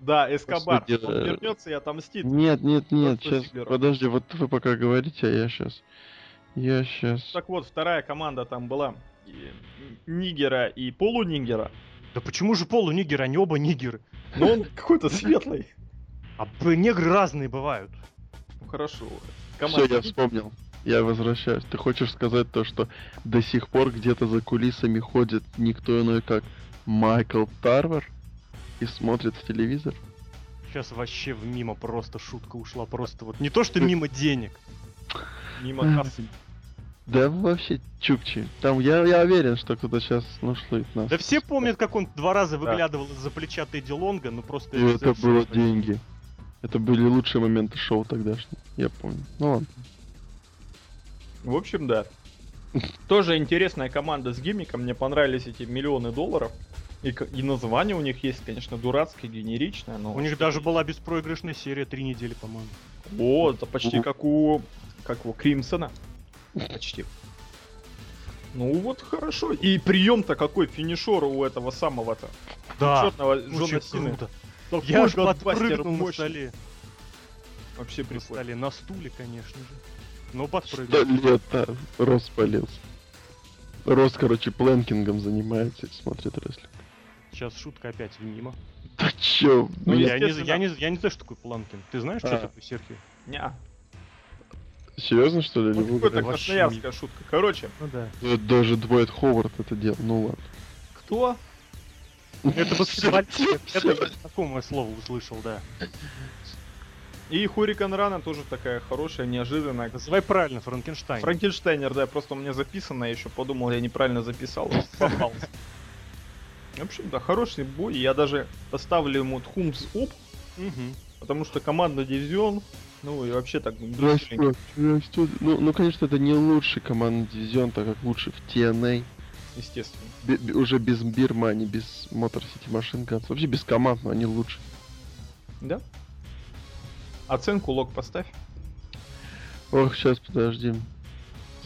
[SPEAKER 1] Да, Эскобар.
[SPEAKER 3] Господи,
[SPEAKER 1] Он
[SPEAKER 3] э,
[SPEAKER 1] вернется и отомстит.
[SPEAKER 3] Нет, нет, нет,
[SPEAKER 1] Просто
[SPEAKER 3] сейчас,
[SPEAKER 1] Сиглеров.
[SPEAKER 3] подожди, вот вы пока говорите, а я сейчас. Я сейчас.
[SPEAKER 1] Так вот, вторая команда там была. и Нигера и полунигера.
[SPEAKER 2] Да почему же полу нигер, они оба нигеры?
[SPEAKER 1] Но он какой-то светлый.
[SPEAKER 2] А б- негры разные бывают.
[SPEAKER 1] Ну, Хорошо.
[SPEAKER 3] Все, я вспомнил. Я возвращаюсь. Ты хочешь сказать то, что до сих пор где-то за кулисами ходит никто иной, как Майкл Тарвер и смотрит в телевизор?
[SPEAKER 2] Сейчас вообще в мимо просто шутка ушла. Просто вот не то, что мимо денег.
[SPEAKER 1] Мимо
[SPEAKER 3] М.
[SPEAKER 1] кассы.
[SPEAKER 3] Да вообще чукчи. Там я, я уверен, что кто-то сейчас ну нас.
[SPEAKER 2] Да все помнят, как он два раза выглядывал из-за плеча Тедди Лонга, ну просто...
[SPEAKER 3] И это
[SPEAKER 2] совершенно-
[SPEAKER 3] было деньги. Это были лучшие моменты шоу тогдашнего. Я помню. Ну ладно.
[SPEAKER 1] В общем, да. Тоже интересная команда с гиммиком. Мне понравились эти миллионы долларов. И, к- и название у них есть, конечно, дурацкое, генеричное, но...
[SPEAKER 2] У них даже была беспроигрышная серия три недели, по-моему.
[SPEAKER 1] О, это почти как у... Как у Кримсона. Почти. Ну вот хорошо. И прием-то какой финишер у этого самого-то.
[SPEAKER 2] Да,
[SPEAKER 1] Черного Джона
[SPEAKER 2] очень
[SPEAKER 1] Сины.
[SPEAKER 2] круто.
[SPEAKER 1] Такой
[SPEAKER 2] ну, Я аж
[SPEAKER 1] годбастер
[SPEAKER 2] подпрыгнул на
[SPEAKER 1] мощный.
[SPEAKER 2] столе.
[SPEAKER 1] Вообще
[SPEAKER 2] На
[SPEAKER 1] прикольно.
[SPEAKER 2] столе, на стуле, конечно же. Но
[SPEAKER 3] Да,
[SPEAKER 2] подпрыгнул.
[SPEAKER 3] лето. Рос полез. Рос, короче, плэнкингом занимается и смотрит рестлинг.
[SPEAKER 2] Сейчас шутка опять в мимо.
[SPEAKER 3] Да чё?
[SPEAKER 1] Ну,
[SPEAKER 3] меня-
[SPEAKER 2] я, не,
[SPEAKER 1] естественно.
[SPEAKER 2] я, не, я не знаю, что такое Планкин. Ты знаешь, что
[SPEAKER 3] А.
[SPEAKER 2] такое Серхио?
[SPEAKER 1] Ня.
[SPEAKER 3] Серьезно, что
[SPEAKER 2] Ну,
[SPEAKER 3] ли? или
[SPEAKER 1] Вот
[SPEAKER 3] вы
[SPEAKER 1] какая-то
[SPEAKER 2] вообще
[SPEAKER 1] красноярская шутка. Короче,
[SPEAKER 2] Ну да.
[SPEAKER 3] Ну, это Даже Дуэйт Ховард это делал, ну ладно.
[SPEAKER 1] кто?
[SPEAKER 2] Это
[SPEAKER 1] *laughs*
[SPEAKER 2] баскетболист. Я
[SPEAKER 3] Всё.
[SPEAKER 2] тоже знакомое слово услышал, да.
[SPEAKER 1] И Хурикан Рана тоже такая хорошая, неожиданная.
[SPEAKER 2] Называй правильно, Франкенштайн.
[SPEAKER 1] Франкенштайнер, да, просто у меня записано, я еще подумал, я неправильно записал. попался. В общем, да, хороший бой. Я даже поставлю ему Тхумс Оп,
[SPEAKER 2] Мгм.
[SPEAKER 1] потому что командный дивизион, ну и вообще так
[SPEAKER 3] Растет, растет. Ну, ну, конечно, это не лучший командный дивизион, так как лучше в TNA.
[SPEAKER 1] естественно.
[SPEAKER 3] Бе- бе- уже без Бирмани, без Мотор Сити Машин Ганс. Вообще без команд, но они лучше.
[SPEAKER 1] Да? Оценку лог поставь.
[SPEAKER 3] Ох, сейчас подожди.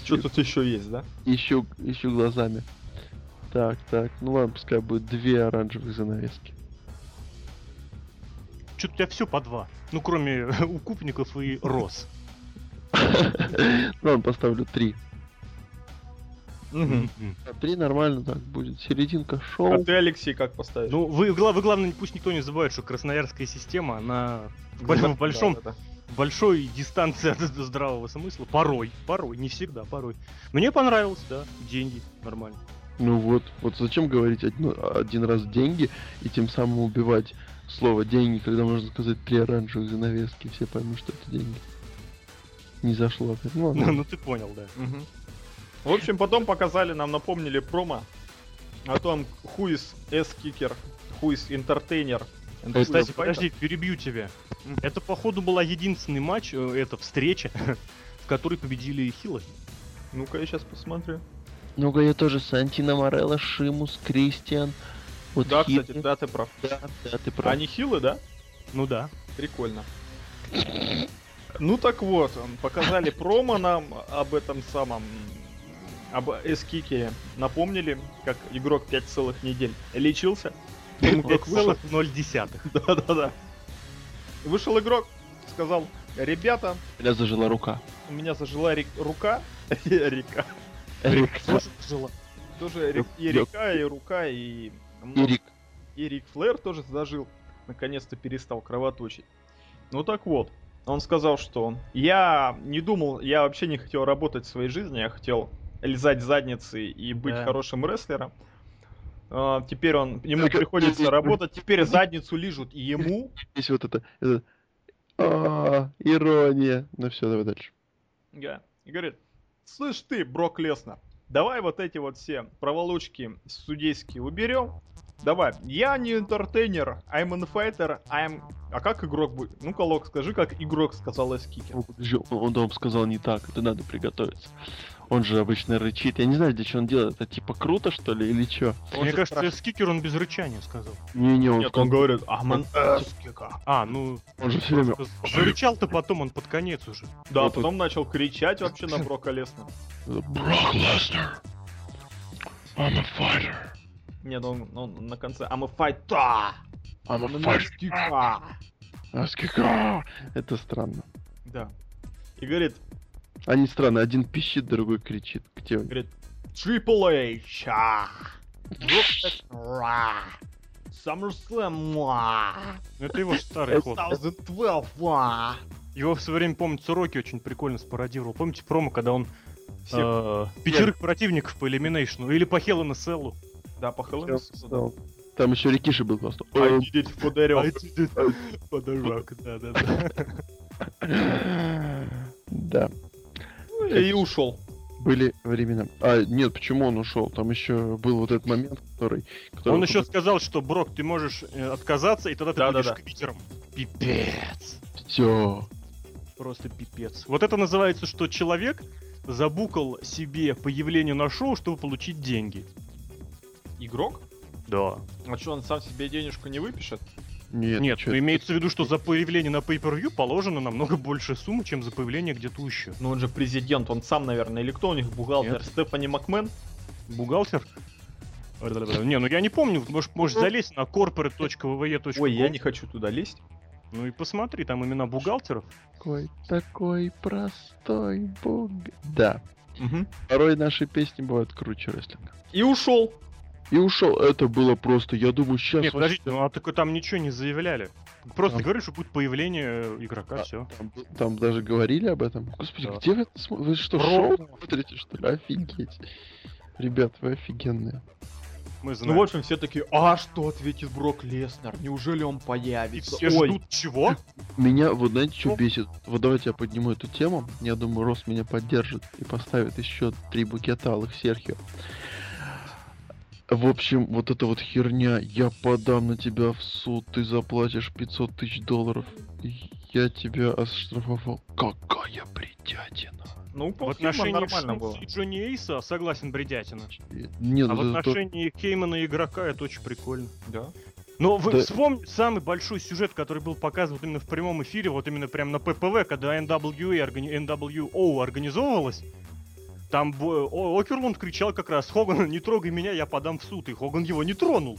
[SPEAKER 1] Что тут еще есть, да?
[SPEAKER 3] Ищу, ищу глазами. Так, так, ну ладно, пускай будет две оранжевых занавески. *laughs*
[SPEAKER 2] Чё-то у тебя все по два. Ну, кроме укупников и роз.
[SPEAKER 3] Ну, Ладно, поставлю три.
[SPEAKER 1] Мгм.
[SPEAKER 2] Мгм.
[SPEAKER 3] А Три нормально так будет. Серединка
[SPEAKER 1] А
[SPEAKER 3] шоу.
[SPEAKER 1] ты, Алексей, как поставишь?
[SPEAKER 2] Ну, вы, гла- вы, главное, не- пусть никто не забывает, что красноярская система, она в
[SPEAKER 1] Да,
[SPEAKER 2] большом,
[SPEAKER 1] да,
[SPEAKER 2] в большом-
[SPEAKER 1] да, да.
[SPEAKER 2] в большой дистанции от здравого смысла. Порой, порой, не всегда, порой. Мне понравилось, да, деньги, нормально. *laughs*
[SPEAKER 3] Ну вот, вот зачем говорить одно- один раз деньги и тем самым убивать слово деньги, когда можно сказать три оранжевых занавески, и все поймут, что это деньги. Не зашло опять. Ну
[SPEAKER 2] Ну,
[SPEAKER 3] ладно.
[SPEAKER 2] ну ты понял, да.
[SPEAKER 1] Мгм. В общем, потом показали, нам напомнили промо о том, who is S-Kicker, who is Entertainer. and who is
[SPEAKER 2] Кстати,
[SPEAKER 1] fighter.
[SPEAKER 2] подожди, перебью тебя.
[SPEAKER 1] Ну, Мгм.
[SPEAKER 2] Это, *laughs* походу, была единственный матч, э, эта встреча, в которой победили Хилы.
[SPEAKER 1] Ну-ка, я сейчас посмотрю.
[SPEAKER 3] Ну-ка, я тоже Сантина Морелла, Шимус, Кристиан. Вот
[SPEAKER 1] да,
[SPEAKER 3] Хитман.
[SPEAKER 1] кстати, да, ты прав. А
[SPEAKER 3] да, да, ты прав.
[SPEAKER 1] Они хилы, да?
[SPEAKER 2] Ну да.
[SPEAKER 1] Прикольно. Ну так вот, м, показали промо нам об этом самом, м, об эскике. Напомнили, как игрок 5 целых недель лечился. Потом игрок вышел.
[SPEAKER 2] 5,0.
[SPEAKER 1] *laughs* Да-да-да. Вышел игрок, сказал, ребята,
[SPEAKER 3] Меня зажила рука.
[SPEAKER 1] у меня зажила рек- рука, *laughs* река.
[SPEAKER 3] Эрик.
[SPEAKER 1] Тоже рек- и
[SPEAKER 3] Ёк.
[SPEAKER 1] река, и рука, и... много
[SPEAKER 3] Эрик.
[SPEAKER 1] И Рик Флэр тоже зажил. Наконец-то перестал кровоточить. Ну так вот, он сказал, что я не думал, я вообще не хотел работать в своей жизни, я хотел лизать задницы и быть
[SPEAKER 2] Да.
[SPEAKER 1] хорошим рестлером. А, теперь он, ему
[SPEAKER 3] Так, э, э, э,
[SPEAKER 1] приходится
[SPEAKER 3] э.
[SPEAKER 1] работать, теперь задницу лижут и ему.
[SPEAKER 3] Здесь вот это... это... А, ирония. Ну все, давай дальше.
[SPEAKER 1] Да. И говорит, слышь ты, Брок Леснер, давай вот эти вот все проволочки судейские уберем. Давай, я не интертейнер, I'm a fighter, I'm... А как игрок будет? Ну-ка, Лок, скажи, как игрок сказал Эскикер.
[SPEAKER 3] О, подожди, он- Он там сказал не так, это надо приготовиться. Он же обычно рычит. Я не знаю, для чего он делает. Это типа круто, что ли, или что?
[SPEAKER 2] Мне кажется, скикер он без рычания сказал.
[SPEAKER 3] Не-не, он,
[SPEAKER 1] Нет, он говорит, «А I'm an Эскикер».
[SPEAKER 2] А, ну...
[SPEAKER 3] он же все время...
[SPEAKER 2] просто Зарычал-то потом он под конец уже.
[SPEAKER 1] Да,
[SPEAKER 3] Вот
[SPEAKER 1] потом начал кричать вообще на Брока Леснера.
[SPEAKER 3] Брок Леснер. I'm a fighter.
[SPEAKER 1] Нет, он, он на конце I'm a fighter,
[SPEAKER 3] I'm
[SPEAKER 1] I'm an Эскикер».
[SPEAKER 3] Аскика! Это странно.
[SPEAKER 1] Да. И говорит,
[SPEAKER 3] Они странно, один пищит, другой кричит. Где он?
[SPEAKER 1] Говорит, Triple H, а, Brock Lesnar, а, SummerSlam, а,
[SPEAKER 2] Ну, Это его старый ход.
[SPEAKER 1] 2012, а».
[SPEAKER 2] Его в свое время, помню, Суроки очень прикольно спародировал. Помните промо, когда он
[SPEAKER 1] Все,
[SPEAKER 2] э, пятерых противников по элиминейшну или по Hell in a Cell?
[SPEAKER 1] да, по
[SPEAKER 3] Всё,
[SPEAKER 1] Хэллоуину.
[SPEAKER 3] встал. Там еще Рикиши был просто.
[SPEAKER 1] I did it for the
[SPEAKER 2] А
[SPEAKER 1] rock.
[SPEAKER 2] *laughs* Подорвак, да, да, да.
[SPEAKER 3] Да,
[SPEAKER 1] Ну, И ушел.
[SPEAKER 3] были времена. А, нет, почему он ушел? Там еще был вот этот момент, который... который
[SPEAKER 2] Он еще сказал, что Брок, ты можешь э, отказаться, и тогда ты
[SPEAKER 1] Да-да-да.
[SPEAKER 2] будешь квитером. Пипец.
[SPEAKER 3] Все.
[SPEAKER 2] Просто пипец. Вот это называется, что человек забукал себе появление на шоу, чтобы получить деньги.
[SPEAKER 1] Игрок?
[SPEAKER 2] Да.
[SPEAKER 1] А что, он сам себе денежку не выпишет?
[SPEAKER 3] Нет,
[SPEAKER 2] Нет,
[SPEAKER 3] чё
[SPEAKER 2] ну
[SPEAKER 3] это?
[SPEAKER 2] имеется в виду, что за появление на pay-per-view положена намного большая сумма, чем за появление где-то еще.
[SPEAKER 1] Ну он же президент, он сам, наверное, или кто у них бухгалтер?
[SPEAKER 2] Нет.
[SPEAKER 1] Стефани Макмен? *laughs*
[SPEAKER 2] Бухгалтер? Не, ну я не помню, может, может залезть на corporate.vve.com.
[SPEAKER 1] Ой, я не хочу туда лезть.
[SPEAKER 2] Ну и посмотри, там имена бухгалтеров.
[SPEAKER 3] Такой, такой простой бог. Да.
[SPEAKER 1] Мгм.
[SPEAKER 3] Порой наши песни бывают круче рестлинга.
[SPEAKER 1] И ушел.
[SPEAKER 3] И ушел. Это было просто, я думаю, сейчас...
[SPEAKER 2] Не, подождите, ну а такой там ничего не заявляли. Просто
[SPEAKER 1] А.
[SPEAKER 3] Там-
[SPEAKER 2] говорили, что будет появление э, игрока,
[SPEAKER 3] А,
[SPEAKER 2] все.
[SPEAKER 3] Там, б- там даже говорили об этом. Господи,
[SPEAKER 2] Да.
[SPEAKER 3] где вы это смо- Вы что,
[SPEAKER 2] Про-
[SPEAKER 3] шоу смотрите, что ли? Офигеть. Ребят, вы офигенные.
[SPEAKER 2] Мы
[SPEAKER 1] Ну,
[SPEAKER 2] знаем.
[SPEAKER 1] в общем, все такие, а что ответит Брок Леснер? Неужели он
[SPEAKER 2] и
[SPEAKER 1] появится?
[SPEAKER 2] все
[SPEAKER 1] Ой,
[SPEAKER 2] ждут чего?
[SPEAKER 3] Меня, вот знаете, что
[SPEAKER 2] Ну.
[SPEAKER 3] бесит? Вот давайте я подниму эту тему. Я думаю, Рос меня поддержит и поставит еще три букета алых Серхио. В общем, вот эта вот херня, я подам на тебя в суд, ты заплатишь 500 тысяч долларов, я тебя оштрафовал. Какая бредятина.
[SPEAKER 1] Ну,
[SPEAKER 2] В
[SPEAKER 1] по фильму
[SPEAKER 2] отношении
[SPEAKER 1] нормально было.
[SPEAKER 2] Шмидта и Джонни Эйса согласен бредятина.
[SPEAKER 3] Нет,
[SPEAKER 2] А
[SPEAKER 3] вот
[SPEAKER 2] в
[SPEAKER 3] это то-
[SPEAKER 2] отношении Кеймана и игрока это очень прикольно.
[SPEAKER 1] Да.
[SPEAKER 2] Но вы
[SPEAKER 3] Да.
[SPEAKER 2] вспомните самый большой сюжет, который был показан вот именно в прямом эфире, вот именно прям на ППВ, когда NWA, органи- NWO организовывалась. Там бо- О- Окерлунд кричал как раз, Хоган, не трогай меня, я подам в суд. И Хоган его не тронул.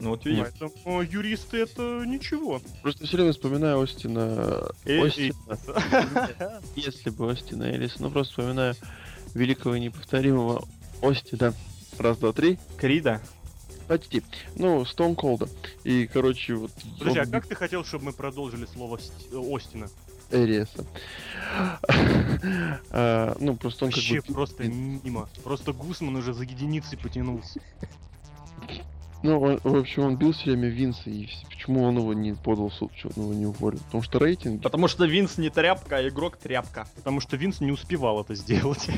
[SPEAKER 1] Ну вот видишь.
[SPEAKER 2] Поэтому э, юристы это ничего.
[SPEAKER 3] Просто все время вспоминаю Остина.
[SPEAKER 2] Э,
[SPEAKER 3] Остина. Если бы Остина Элис. Ну просто вспоминаю великого и неповторимого Остина. Раз, два, три.
[SPEAKER 1] Крида.
[SPEAKER 3] Почти. Ну, Stone Cold. И, короче, вот...
[SPEAKER 2] *laughs* Подожди, а
[SPEAKER 3] он
[SPEAKER 2] как ты хотел, чтобы мы продолжили слово Ст- э, Остина?
[SPEAKER 3] Элиса. *laughs* А, Ну, просто он как
[SPEAKER 2] Вообще
[SPEAKER 3] бы...
[SPEAKER 2] просто мимо. Просто Гусман уже за единицей потянулся.
[SPEAKER 3] Ну, он- в общем, он бил все время Винса, и вс- почему он его не подал в суд, почему он его не уволил? Потому что рейтинг,
[SPEAKER 1] Потому что Винс не тряпка, а игрок тряпка.
[SPEAKER 2] Потому что Винс не успевал это
[SPEAKER 3] *laughs*
[SPEAKER 2] сделать.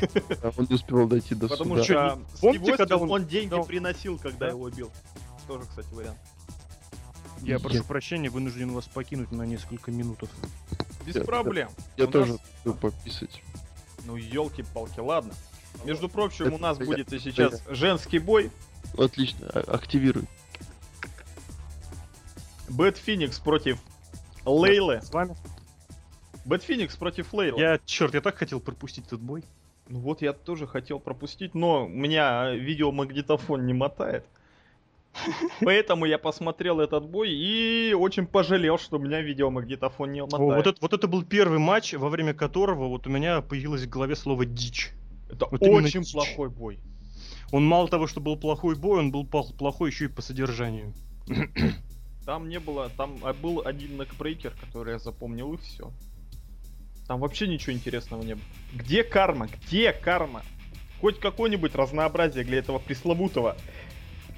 [SPEAKER 3] а он не успел дойти до
[SPEAKER 1] Потому
[SPEAKER 3] суда.
[SPEAKER 1] что
[SPEAKER 2] Да.
[SPEAKER 1] А, с
[SPEAKER 2] Помните,
[SPEAKER 1] него
[SPEAKER 2] когда
[SPEAKER 1] Остин,
[SPEAKER 2] он-
[SPEAKER 1] он, деньги
[SPEAKER 2] Да.
[SPEAKER 1] приносил, когда
[SPEAKER 2] Да.
[SPEAKER 1] его бил. Тоже, кстати, вариант.
[SPEAKER 2] Я
[SPEAKER 3] Я-
[SPEAKER 2] прошу прощения, вынужден вас покинуть на несколько минут.
[SPEAKER 1] Без
[SPEAKER 3] Да, да.
[SPEAKER 1] проблем.
[SPEAKER 3] Я
[SPEAKER 1] у
[SPEAKER 3] тоже
[SPEAKER 1] нас-
[SPEAKER 3] хочу пописать.
[SPEAKER 1] Ну, елки-палки, ладно. Между прочим,
[SPEAKER 3] Это
[SPEAKER 1] у нас
[SPEAKER 3] я-
[SPEAKER 1] будет и сейчас женский бой.
[SPEAKER 3] Отлично, а- активируй.
[SPEAKER 1] Бэт Феникс против Лейлы.
[SPEAKER 2] С вами.
[SPEAKER 1] Бэт Феникс против Лейлы.
[SPEAKER 2] Я, черт, я так хотел пропустить этот бой.
[SPEAKER 1] Ну вот я тоже хотел пропустить, но у меня э, видеомагнитофон не *laughs* мотает. Поэтому я посмотрел этот бой и очень пожалел, что у меня видеомагнитофон не
[SPEAKER 2] О,
[SPEAKER 1] мотает.
[SPEAKER 2] вот, это, вот это был первый матч, во время которого вот у меня появилось в голове слово «дичь».
[SPEAKER 1] Это
[SPEAKER 2] вот именно
[SPEAKER 1] очень
[SPEAKER 2] чуть-чуть.
[SPEAKER 1] плохой бой.
[SPEAKER 2] Он мало того, что был плохой бой, он был пл- плохой еще и по содержанию.
[SPEAKER 1] Там не было, там а, был один нокбрейкер, который я запомнил, и все. Там вообще ничего интересного не было. Где карма? Где карма? Хоть какое-нибудь разнообразие для этого пресловутого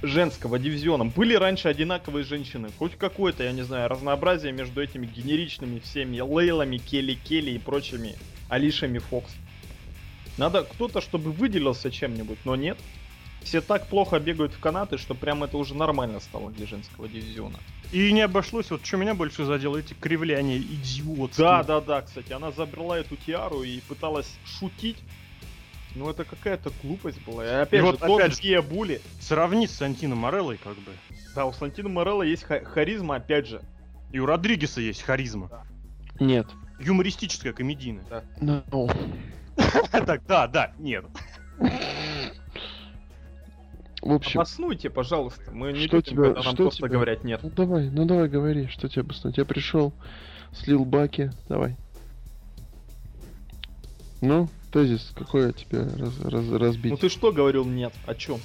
[SPEAKER 1] женского дивизиона. Были раньше одинаковые женщины. Хоть какое-то, я не знаю, разнообразие между этими генеричными всеми Лейлами, Келли Келли и прочими Алишами Фокс. Надо кто-то, чтобы выделился чем-нибудь, но нет. Все так плохо бегают в канаты, что прям это уже нормально стало для женского дивизиона.
[SPEAKER 2] И не обошлось, вот что меня больше задело, эти кривляния идиотские.
[SPEAKER 1] Да, да, да, кстати, она забрала эту тиару и пыталась шутить. Ну это какая-то глупость была. И опять
[SPEAKER 2] вот
[SPEAKER 1] же, тон
[SPEAKER 2] опять же-
[SPEAKER 1] Киа Були.
[SPEAKER 2] Сравни с Сантино Мореллой, как бы.
[SPEAKER 1] Да, у Сантина Морелла есть ха- харизма, опять же.
[SPEAKER 2] И у Родригеса есть харизма.
[SPEAKER 3] Нет. Ну,
[SPEAKER 2] Юмористическая, комедийная.
[SPEAKER 3] No.
[SPEAKER 2] *laughs* Так, да, да, нет.
[SPEAKER 3] В общем,
[SPEAKER 1] Обоснуйте, пожалуйста. Мы не
[SPEAKER 3] Что
[SPEAKER 1] любим,
[SPEAKER 3] тебя-
[SPEAKER 1] когда нам
[SPEAKER 3] что
[SPEAKER 1] просто
[SPEAKER 3] тебя-
[SPEAKER 1] говорят нет.
[SPEAKER 3] ну давай, ну давай говори, что тебе обоснуть. Я пришел, слил баки, давай. Ну, тезис какой от тебя раз- раз- разбить?
[SPEAKER 1] Ну ты что говорил нет? О чем?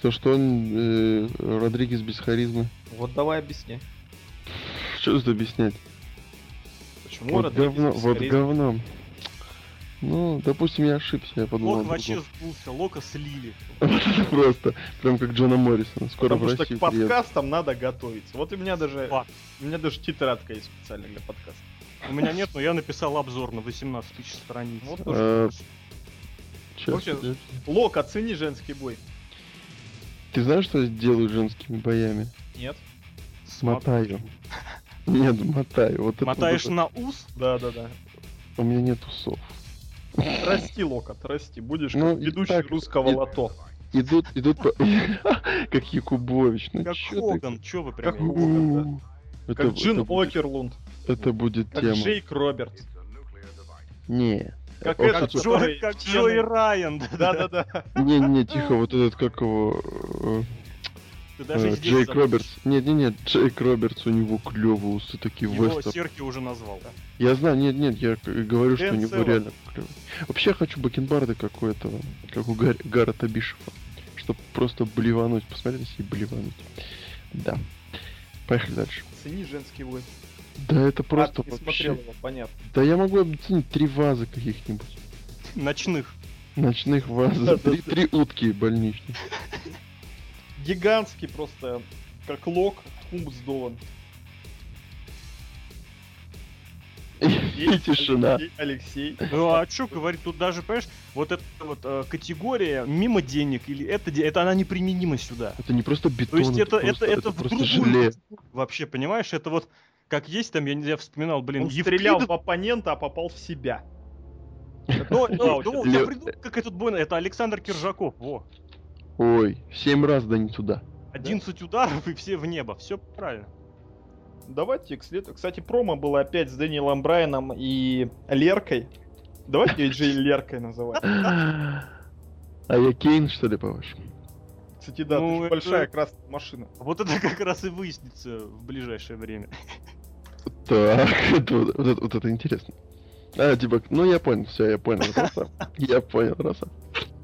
[SPEAKER 3] То, что он э, Родригес без харизмы. *laughs*
[SPEAKER 1] Вот давай объясни.
[SPEAKER 3] Что тут объяснять?
[SPEAKER 1] Почему
[SPEAKER 3] вот
[SPEAKER 1] Ну, Родригес
[SPEAKER 3] говно,
[SPEAKER 1] без
[SPEAKER 3] вот
[SPEAKER 1] харизмы?
[SPEAKER 3] говном. Ну, допустим, я ошибся, я подумал.
[SPEAKER 2] Лок
[SPEAKER 3] о
[SPEAKER 2] вообще
[SPEAKER 3] *laughs* другом.
[SPEAKER 2] сбылся, Лока слили.
[SPEAKER 3] Вот это просто, прям как Джона Моррисона. Скоро
[SPEAKER 1] Потому
[SPEAKER 3] в
[SPEAKER 1] что
[SPEAKER 3] Россию
[SPEAKER 1] к *laughs*
[SPEAKER 3] приедут.
[SPEAKER 1] подкастам надо готовиться. Вот у меня даже
[SPEAKER 2] Факт.
[SPEAKER 1] у меня даже тетрадка есть специально для подкаста.
[SPEAKER 2] У меня нет, но я написал обзор на 18 тысяч страниц.
[SPEAKER 1] Вот тоже.
[SPEAKER 3] Э, щас,
[SPEAKER 1] Вообще-
[SPEAKER 3] подожди.
[SPEAKER 1] Лок, оцени женский бой.
[SPEAKER 3] Ты знаешь, что я делаю женскими боями?
[SPEAKER 1] Нет.
[SPEAKER 3] Мотаю. Нет, мотаю. Вот это
[SPEAKER 2] Мотаешь
[SPEAKER 3] вот
[SPEAKER 2] на ус?
[SPEAKER 1] Да, да, да.
[SPEAKER 3] это. У меня нет усов.
[SPEAKER 1] Расти, Локот, расти. Будешь
[SPEAKER 3] Ну,
[SPEAKER 1] как
[SPEAKER 3] и
[SPEAKER 1] ведущий
[SPEAKER 3] так,
[SPEAKER 1] русского
[SPEAKER 3] и-
[SPEAKER 1] лото.
[SPEAKER 3] Идут, идут по... *laughs* Как Якубович, ну
[SPEAKER 2] Как
[SPEAKER 3] чё ты?
[SPEAKER 2] Хоган, чё вы
[SPEAKER 1] Как
[SPEAKER 2] прям?
[SPEAKER 1] Хоган.
[SPEAKER 3] У,
[SPEAKER 1] Как
[SPEAKER 3] это-
[SPEAKER 1] Джин
[SPEAKER 3] это будет-
[SPEAKER 1] Окерлунд,
[SPEAKER 3] Это будет
[SPEAKER 1] как
[SPEAKER 3] тема.
[SPEAKER 1] Джейк *laughs* Робертс,
[SPEAKER 3] Не.
[SPEAKER 1] как
[SPEAKER 3] Э, вот
[SPEAKER 1] этот,
[SPEAKER 3] это-
[SPEAKER 2] Джо-
[SPEAKER 1] который
[SPEAKER 2] Как
[SPEAKER 1] члены-
[SPEAKER 2] Джо и Райан.
[SPEAKER 1] Да-да-да.
[SPEAKER 3] Не, не, тихо, вот этот как его. э,
[SPEAKER 2] Ты даже
[SPEAKER 3] э,
[SPEAKER 2] здесь
[SPEAKER 3] Джейк
[SPEAKER 2] забыл.
[SPEAKER 3] Робертс. Нет, нет, нет, Джейк Робертс, у него клевые усы такие
[SPEAKER 2] Его
[SPEAKER 3] вестерн.
[SPEAKER 2] Серхи уже назвал.
[SPEAKER 3] Я знаю, нет, нет, я к- говорю, что у
[SPEAKER 1] Дэн
[SPEAKER 3] него
[SPEAKER 1] Север.
[SPEAKER 3] реально клевые. Вообще я хочу бакенбарды какой-то, как у Гар- Гаррета Бишева. Чтобы просто блевануть, посмотреть и блевануть. Да. Поехали дальше.
[SPEAKER 1] Цени женский бой.
[SPEAKER 3] Да это просто
[SPEAKER 1] а, ты не смотрел
[SPEAKER 3] вообще...
[SPEAKER 1] его, понятно.
[SPEAKER 3] Да я могу объяснить три вазы каких-нибудь.
[SPEAKER 2] Ночных.
[SPEAKER 3] Ночных вазы.
[SPEAKER 1] Да-да-да.
[SPEAKER 3] Три, три утки больничных.
[SPEAKER 1] Гигантский просто, как лок, тумб сдолан.
[SPEAKER 3] И тишина.
[SPEAKER 1] И Алексей.
[SPEAKER 2] Ну а что говорить, тут даже, понимаешь, вот эта вот э, категория мимо денег или это, де- это она неприменима сюда.
[SPEAKER 3] Это не просто бетон,
[SPEAKER 2] То есть это, это,
[SPEAKER 3] просто,
[SPEAKER 2] это, в
[SPEAKER 3] просто
[SPEAKER 2] другую
[SPEAKER 3] желе.
[SPEAKER 2] категорию Вообще, понимаешь, это вот как есть там, я не знаю, я вспоминал, блин,
[SPEAKER 1] Он
[SPEAKER 2] Евклидов.
[SPEAKER 1] стрелял в оппонента, а попал в себя.
[SPEAKER 2] Но,
[SPEAKER 1] *laughs*
[SPEAKER 2] но-
[SPEAKER 1] Вау,
[SPEAKER 2] но
[SPEAKER 3] Лё-
[SPEAKER 2] Ну, я придумал, как этот бой, на- это Александр Киржаков, во.
[SPEAKER 3] Ой, семь раз да не туда.
[SPEAKER 2] 11 ударов и все в небо, все правильно.
[SPEAKER 1] Давайте к следу. Кстати, промо было опять с Дэниелом Брайаном и Леркой. Давайте ее
[SPEAKER 3] *laughs*
[SPEAKER 1] Джей Леркой называть.
[SPEAKER 3] А я Кейн, что ли, по-вашему?
[SPEAKER 1] Кстати, да,
[SPEAKER 2] Ну,
[SPEAKER 1] ты ж
[SPEAKER 2] это-
[SPEAKER 1] большая красная машина.
[SPEAKER 2] Вот это как раз и выяснится в ближайшее время. *laughs*
[SPEAKER 3] Так, *laughs* это вот, вот это, вот это интересно. А, типа, ну я понял, все,
[SPEAKER 2] *laughs*
[SPEAKER 3] я понял, Роса. Я понял, Роса.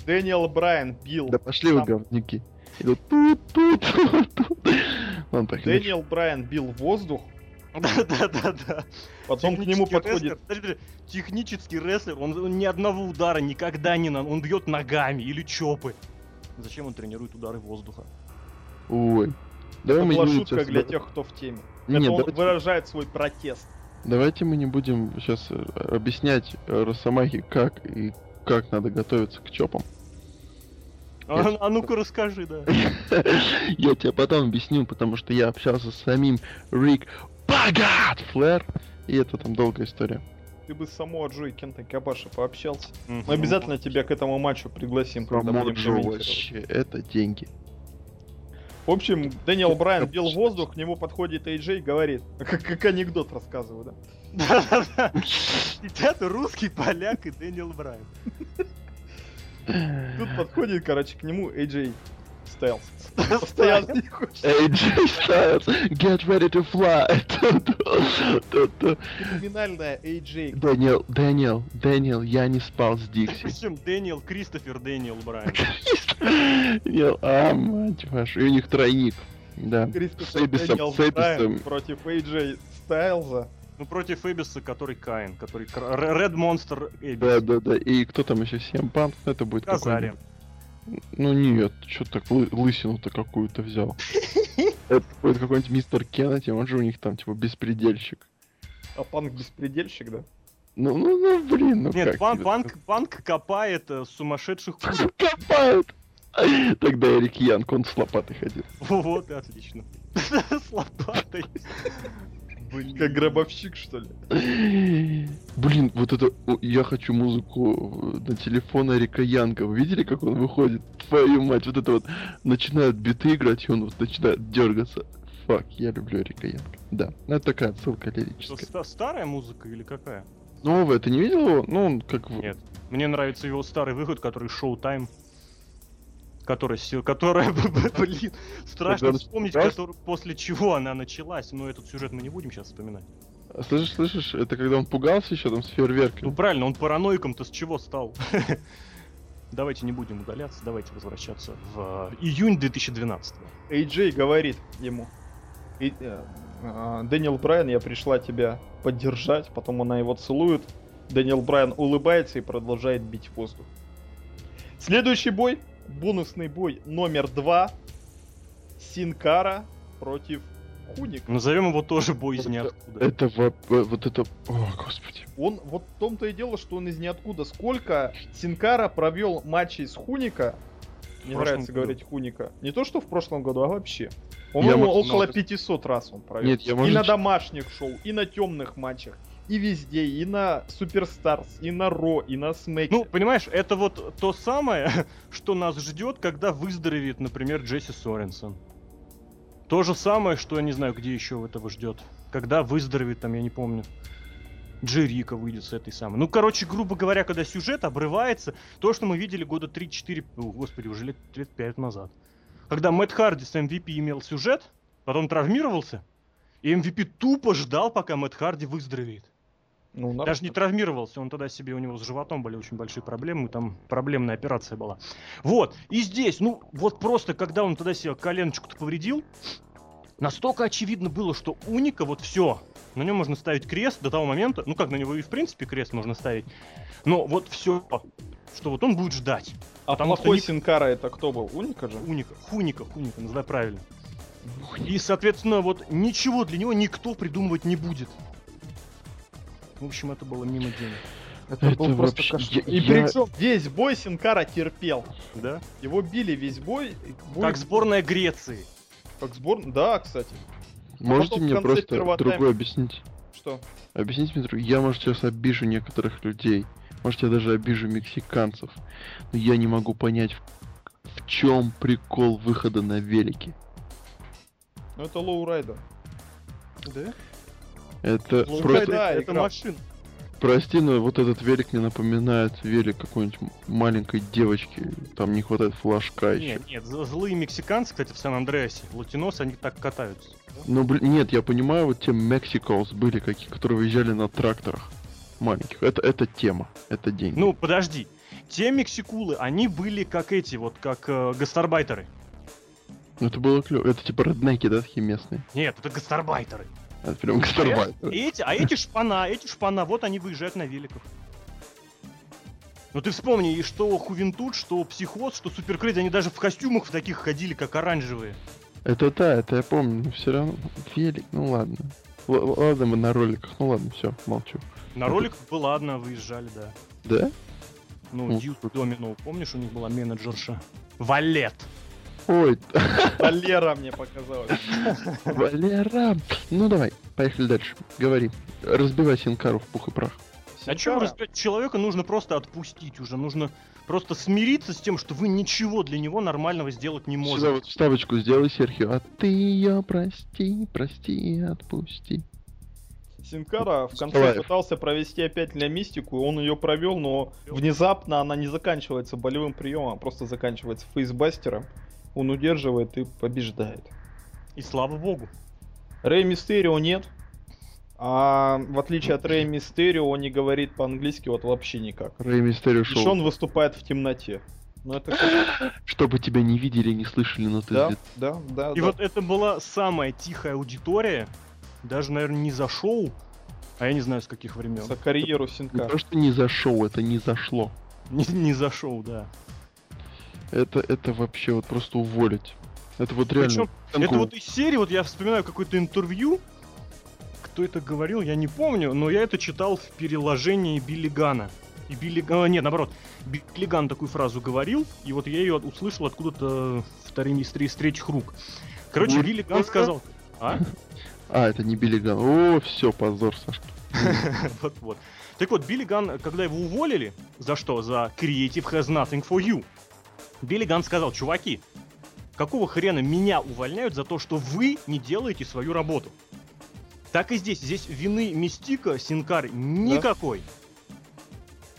[SPEAKER 1] Дэниел Брайан бил.
[SPEAKER 3] Да пошли вы,
[SPEAKER 1] Там.
[SPEAKER 3] говнюки. И тут, тут, тут, *laughs* тут, тут. Ладно, поехали. дальше.
[SPEAKER 1] Дэниел Брайан бил воздух,
[SPEAKER 2] Да-да-да-да.
[SPEAKER 1] потом к нему
[SPEAKER 2] Технический
[SPEAKER 1] подходит.
[SPEAKER 2] рестлер, подожди, подожди, Технический рестлер, он, он ни одного удара никогда не... на- Он бьет ногами или чопы. Зачем он тренирует удары воздуха?
[SPEAKER 3] Ой. Давай
[SPEAKER 1] Это
[SPEAKER 3] мы
[SPEAKER 1] была
[SPEAKER 3] не
[SPEAKER 1] шутка
[SPEAKER 3] сейчас-
[SPEAKER 1] для тех, кто в теме.
[SPEAKER 3] Нет,
[SPEAKER 1] Это он
[SPEAKER 3] давайте-
[SPEAKER 1] выражает свой протест.
[SPEAKER 3] Давайте мы не будем сейчас э, объяснять э, Росомахе, как и как надо готовиться к чопам. *laughs*
[SPEAKER 2] А, а ну-ка расскажи, да.
[SPEAKER 3] Я тебе потом объясню, потому что я общался с самим Рик Багат Флэр, и это там долгая история.
[SPEAKER 1] Ты бы с Самуа Джо и Кентой Кабаши пообщался.
[SPEAKER 2] Мгм.
[SPEAKER 1] Мы Ну,
[SPEAKER 2] *laughs*
[SPEAKER 1] обязательно тебя к этому матчу пригласим, когда
[SPEAKER 3] Самуа
[SPEAKER 1] будем
[SPEAKER 3] Джо
[SPEAKER 1] комментировать.
[SPEAKER 3] вообще, это деньги.
[SPEAKER 1] В общем, Дэниел Брайан
[SPEAKER 3] Кабаши.
[SPEAKER 1] бил воздух, к нему подходит Эйджей и говорит, *laughs* как, как анекдот рассказываю, да?
[SPEAKER 2] Да-да-да. Сидят русский, поляк и Дэниел Брайан.
[SPEAKER 1] Тут подходит, короче, к нему Эйджей *laughs* Стайлз.
[SPEAKER 2] Стайлз.
[SPEAKER 1] Постоянно не хочет.
[SPEAKER 3] AJ Styles, get ready to fly. *laughs*
[SPEAKER 1] Криминальная Эйджей.
[SPEAKER 3] Дэниел, Дэниел, Дэниел, я не спал с Дикси. *laughs*
[SPEAKER 2] Причем Дэниел Кристофер Дэниел Брайан.
[SPEAKER 3] Дэниел, а, мать вашу, и у них тройник. Да. С
[SPEAKER 1] Кристофер
[SPEAKER 3] Эбисом,
[SPEAKER 1] Дэниел
[SPEAKER 3] с
[SPEAKER 1] Брайан
[SPEAKER 3] Эбисом.
[SPEAKER 1] против Эйджей Стайлза.
[SPEAKER 2] Ну, против Эбиса, который Каин, который кра- Р- Ред Монстр
[SPEAKER 3] Да,
[SPEAKER 2] Эбис.
[SPEAKER 3] да, да. И кто там еще? Сем Панк? Это будет какой
[SPEAKER 2] Казарин.
[SPEAKER 3] Ну нет, что так лы- лысину-то какую-то взял. Это будет какой-нибудь мистер Кеннеди, он же у них там типа беспредельщик.
[SPEAKER 1] А панк беспредельщик, да?
[SPEAKER 3] Ну, ну, ну, блин, ну
[SPEAKER 2] Нет,
[SPEAKER 3] как
[SPEAKER 2] пан-
[SPEAKER 3] тебе
[SPEAKER 2] панк, панк копает э, сумасшедших
[SPEAKER 3] сказать?
[SPEAKER 2] кур.
[SPEAKER 3] *laughs* Копают! Тогда Эрик Янг, он с лопатой ходил.
[SPEAKER 2] *laughs* Вот, и отлично. *laughs* С лопатой. Блин.
[SPEAKER 1] Как гробовщик, что ли?
[SPEAKER 3] Блин, вот это... о, Я хочу музыку э, на телефон Эрика Янга. Вы видели, как он выходит? Твою мать, вот это вот... Начинают биты играть, и он вот начинает дергаться. Фак, я люблю Эрика Янга. Да, ну это такая отсылка
[SPEAKER 2] Что,
[SPEAKER 3] лирическая.
[SPEAKER 2] ста- Старая музыка или какая?
[SPEAKER 3] Новая, ты не видел его? Ну, он как... в-
[SPEAKER 2] Нет. Мне нравится его старый выход, который Шоу Тайм. Которая, сё- которая, *laughs* б- б- блин, страшно
[SPEAKER 3] Которая
[SPEAKER 2] вспомнить,
[SPEAKER 3] страшно.
[SPEAKER 2] который- после чего она началась. Но этот сюжет мы не будем сейчас вспоминать.
[SPEAKER 3] Слышишь, слышишь, это когда он пугался еще там с
[SPEAKER 2] Ну
[SPEAKER 3] фейерверками.
[SPEAKER 2] правильно, он параноиком-то с чего стал? *laughs* Давайте не будем удаляться, давайте возвращаться в э, июнь 2012.
[SPEAKER 1] Эйджей говорит ему, «И- э, э, Дэниел Брайан, я пришла тебя поддержать, потом она его целует. Дэниел Брайан улыбается и продолжает бить воздух. Следующий бой, бонусный бой номер два. Синкара против Хуник.
[SPEAKER 2] Назовем его тоже бой из
[SPEAKER 3] Это-
[SPEAKER 2] ниоткуда.
[SPEAKER 3] Это во- э, вот это... О, господи.
[SPEAKER 1] Он, вот в том-то и дело, что он из ниоткуда. Сколько Синкара провел матчей с Хуника, мне
[SPEAKER 2] прошлом
[SPEAKER 1] нравится
[SPEAKER 2] году.
[SPEAKER 1] говорить Хуника, не то что в прошлом году, а вообще. Он,
[SPEAKER 3] Я
[SPEAKER 1] по-моему,
[SPEAKER 3] могу-
[SPEAKER 1] около
[SPEAKER 3] ну,
[SPEAKER 1] 500 раз он провел.
[SPEAKER 3] Нет, я,
[SPEAKER 1] и
[SPEAKER 3] может,
[SPEAKER 1] на домашних шоу, и на темных матчах, и везде, и на Суперстарс, и на Ро, и на Смэке.
[SPEAKER 2] Ну, понимаешь, это вот то самое, *laughs* что нас ждет, когда выздоровеет, например, Джесси Соренсон. То же самое, что я не знаю, где еще этого ждет. Когда выздоровеет, там, я не помню. Джерика выйдет с этой самой. Ну, короче, грубо говоря, когда сюжет обрывается, то, что мы видели года 3-4, о, господи, уже лет 5 назад. Когда Мэтт Харди с MVP имел сюжет, потом травмировался, и MVP тупо ждал, пока Мэтт Харди выздоровеет.
[SPEAKER 1] Ну, нормально.
[SPEAKER 2] Даже не травмировался, он тогда себе, у него с животом были очень большие проблемы, там проблемная операция была. Вот, и здесь, ну, вот просто, когда он тогда себе коленочку-то повредил, настолько очевидно было, что уника, вот все, на нем можно ставить крест до того момента, ну как на него и в принципе крест можно ставить, но вот все, что вот он будет ждать.
[SPEAKER 1] а
[SPEAKER 2] потому что
[SPEAKER 1] плохой
[SPEAKER 2] не-
[SPEAKER 1] Синкара это кто был? Уника же?
[SPEAKER 2] Уника, хуника, хуника, называй правильно. И, соответственно, вот ничего для него никто придумывать не будет. В общем, это было мимо денег.
[SPEAKER 3] Это был Это просто вообще- кошмар.
[SPEAKER 1] И
[SPEAKER 3] я-
[SPEAKER 1] причем весь бой Синкара терпел.
[SPEAKER 2] Да?
[SPEAKER 1] Его били весь бой. бой-
[SPEAKER 2] Как сборная Греции.
[SPEAKER 1] как сбор- Да, кстати.
[SPEAKER 3] Можете
[SPEAKER 1] потом в
[SPEAKER 3] мне
[SPEAKER 1] конце
[SPEAKER 3] просто
[SPEAKER 1] первого
[SPEAKER 3] другое
[SPEAKER 1] тайма.
[SPEAKER 3] объяснить?
[SPEAKER 1] Что?
[SPEAKER 3] Объясните мне, друг- я, может, сейчас обижу некоторых людей. Может, я даже обижу мексиканцев. Но я не могу понять, в, чем прикол выхода на велике.
[SPEAKER 1] Ну это лоурайдер.
[SPEAKER 2] Да?
[SPEAKER 3] Это
[SPEAKER 1] Ну,
[SPEAKER 3] просто...
[SPEAKER 1] да,
[SPEAKER 2] это
[SPEAKER 1] игра.
[SPEAKER 2] машина.
[SPEAKER 3] Прости, но вот этот велик мне напоминает велик какой-нибудь м- маленькой девочки. Там не хватает флажка еще.
[SPEAKER 2] Нет, нет, з- злые мексиканцы, кстати, в Сан-Андреасе, латиносы, они так катаются.
[SPEAKER 3] Ну, блин, нет, я понимаю, вот те Мексиколс были, какие, которые выезжали на тракторах маленьких. Это, это тема, это деньги.
[SPEAKER 2] Ну, подожди. Те мексикулы, они были как эти, вот как э, гастарбайтеры.
[SPEAKER 3] Ну, это было клево. Это типа реднеки, да, такие местные?
[SPEAKER 2] Нет, это гастарбайтеры.
[SPEAKER 3] Это прям *laughs* гастарбайтеры.
[SPEAKER 2] Эти, а эти шпана, эти шпана, вот они выезжают на великах. Ну ты вспомни, и что Хувентуд, что Психоз, что Суперкредит, они даже в костюмах в таких ходили, как оранжевые.
[SPEAKER 3] Это да, это я помню, но все равно. Велик, ну ладно. Л- л- ладно, мы на роликах, ну ладно, все, молчу.
[SPEAKER 2] На роликах было ладно, выезжали, да.
[SPEAKER 3] Да?
[SPEAKER 2] Ну,
[SPEAKER 3] Ну,
[SPEAKER 2] Дью Домино, помнишь, у них была менеджерша? Валет.
[SPEAKER 3] Ой, *laughs*
[SPEAKER 1] Валера мне
[SPEAKER 2] *laughs*
[SPEAKER 1] показалось.
[SPEAKER 3] Валера! Ну давай, поехали дальше. Говори. Разбивай Синкару в пух и прах.
[SPEAKER 2] А чем разбирать? Человека нужно просто отпустить уже. Нужно просто смириться с тем, что вы ничего для него нормального сделать не
[SPEAKER 3] Сюда
[SPEAKER 2] можете.
[SPEAKER 3] вот вставочку сделай, Серхио. А ты ее прости, прости и отпусти.
[SPEAKER 1] Синкара в конце
[SPEAKER 3] Николаев.
[SPEAKER 1] пытался провести опять для мистику, он ее провел, но внезапно она не заканчивается болевым приемом, а просто заканчивается фейсбастером. Он удерживает и побеждает.
[SPEAKER 2] И слава богу.
[SPEAKER 1] Рэй Мистерио нет. А в отличие от Рэй Мистерио, он не говорит по-английски вот вообще никак.
[SPEAKER 3] Рэй Мистерио
[SPEAKER 1] Еще
[SPEAKER 3] шел.
[SPEAKER 1] он выступает в темноте. Ну это как-
[SPEAKER 3] Чтобы тебя не видели, не слышали, но ты
[SPEAKER 1] да,
[SPEAKER 3] здесь.
[SPEAKER 1] да, да,
[SPEAKER 2] И
[SPEAKER 1] да.
[SPEAKER 2] вот это была самая тихая аудитория. Даже, наверное, не за шоу, а я не знаю с каких времен.
[SPEAKER 1] За карьеру
[SPEAKER 3] Не
[SPEAKER 1] Синкара.
[SPEAKER 3] то, что не зашел, это не зашло.
[SPEAKER 2] Не, не за шоу, да.
[SPEAKER 3] Это, это вообще вот просто уволить. Это вот реально.
[SPEAKER 2] Причём
[SPEAKER 3] Танку
[SPEAKER 2] Это вот из серии, вот я вспоминаю какое-то интервью. Кто это говорил, я не помню, но я это читал в переложении Билли Гана. И Билли Га- э, нет, наоборот, Билли Ган такую фразу говорил, и вот я ее услышал откуда-то вторыми из, три- из третьих рук. Короче,
[SPEAKER 3] Вот
[SPEAKER 2] Билли Ган
[SPEAKER 3] это-
[SPEAKER 2] сказал... А?
[SPEAKER 3] А, это не Билли Ган. О, все, позор, Сашка.
[SPEAKER 2] *laughs* Вот, вот. Так вот, Билли Ган, когда его уволили, за что? За Creative has nothing for you. Билли Ган сказал, чуваки, какого хрена меня увольняют за то, что вы не делаете свою работу? Так и здесь. Здесь вины Мистика, Синкар никакой.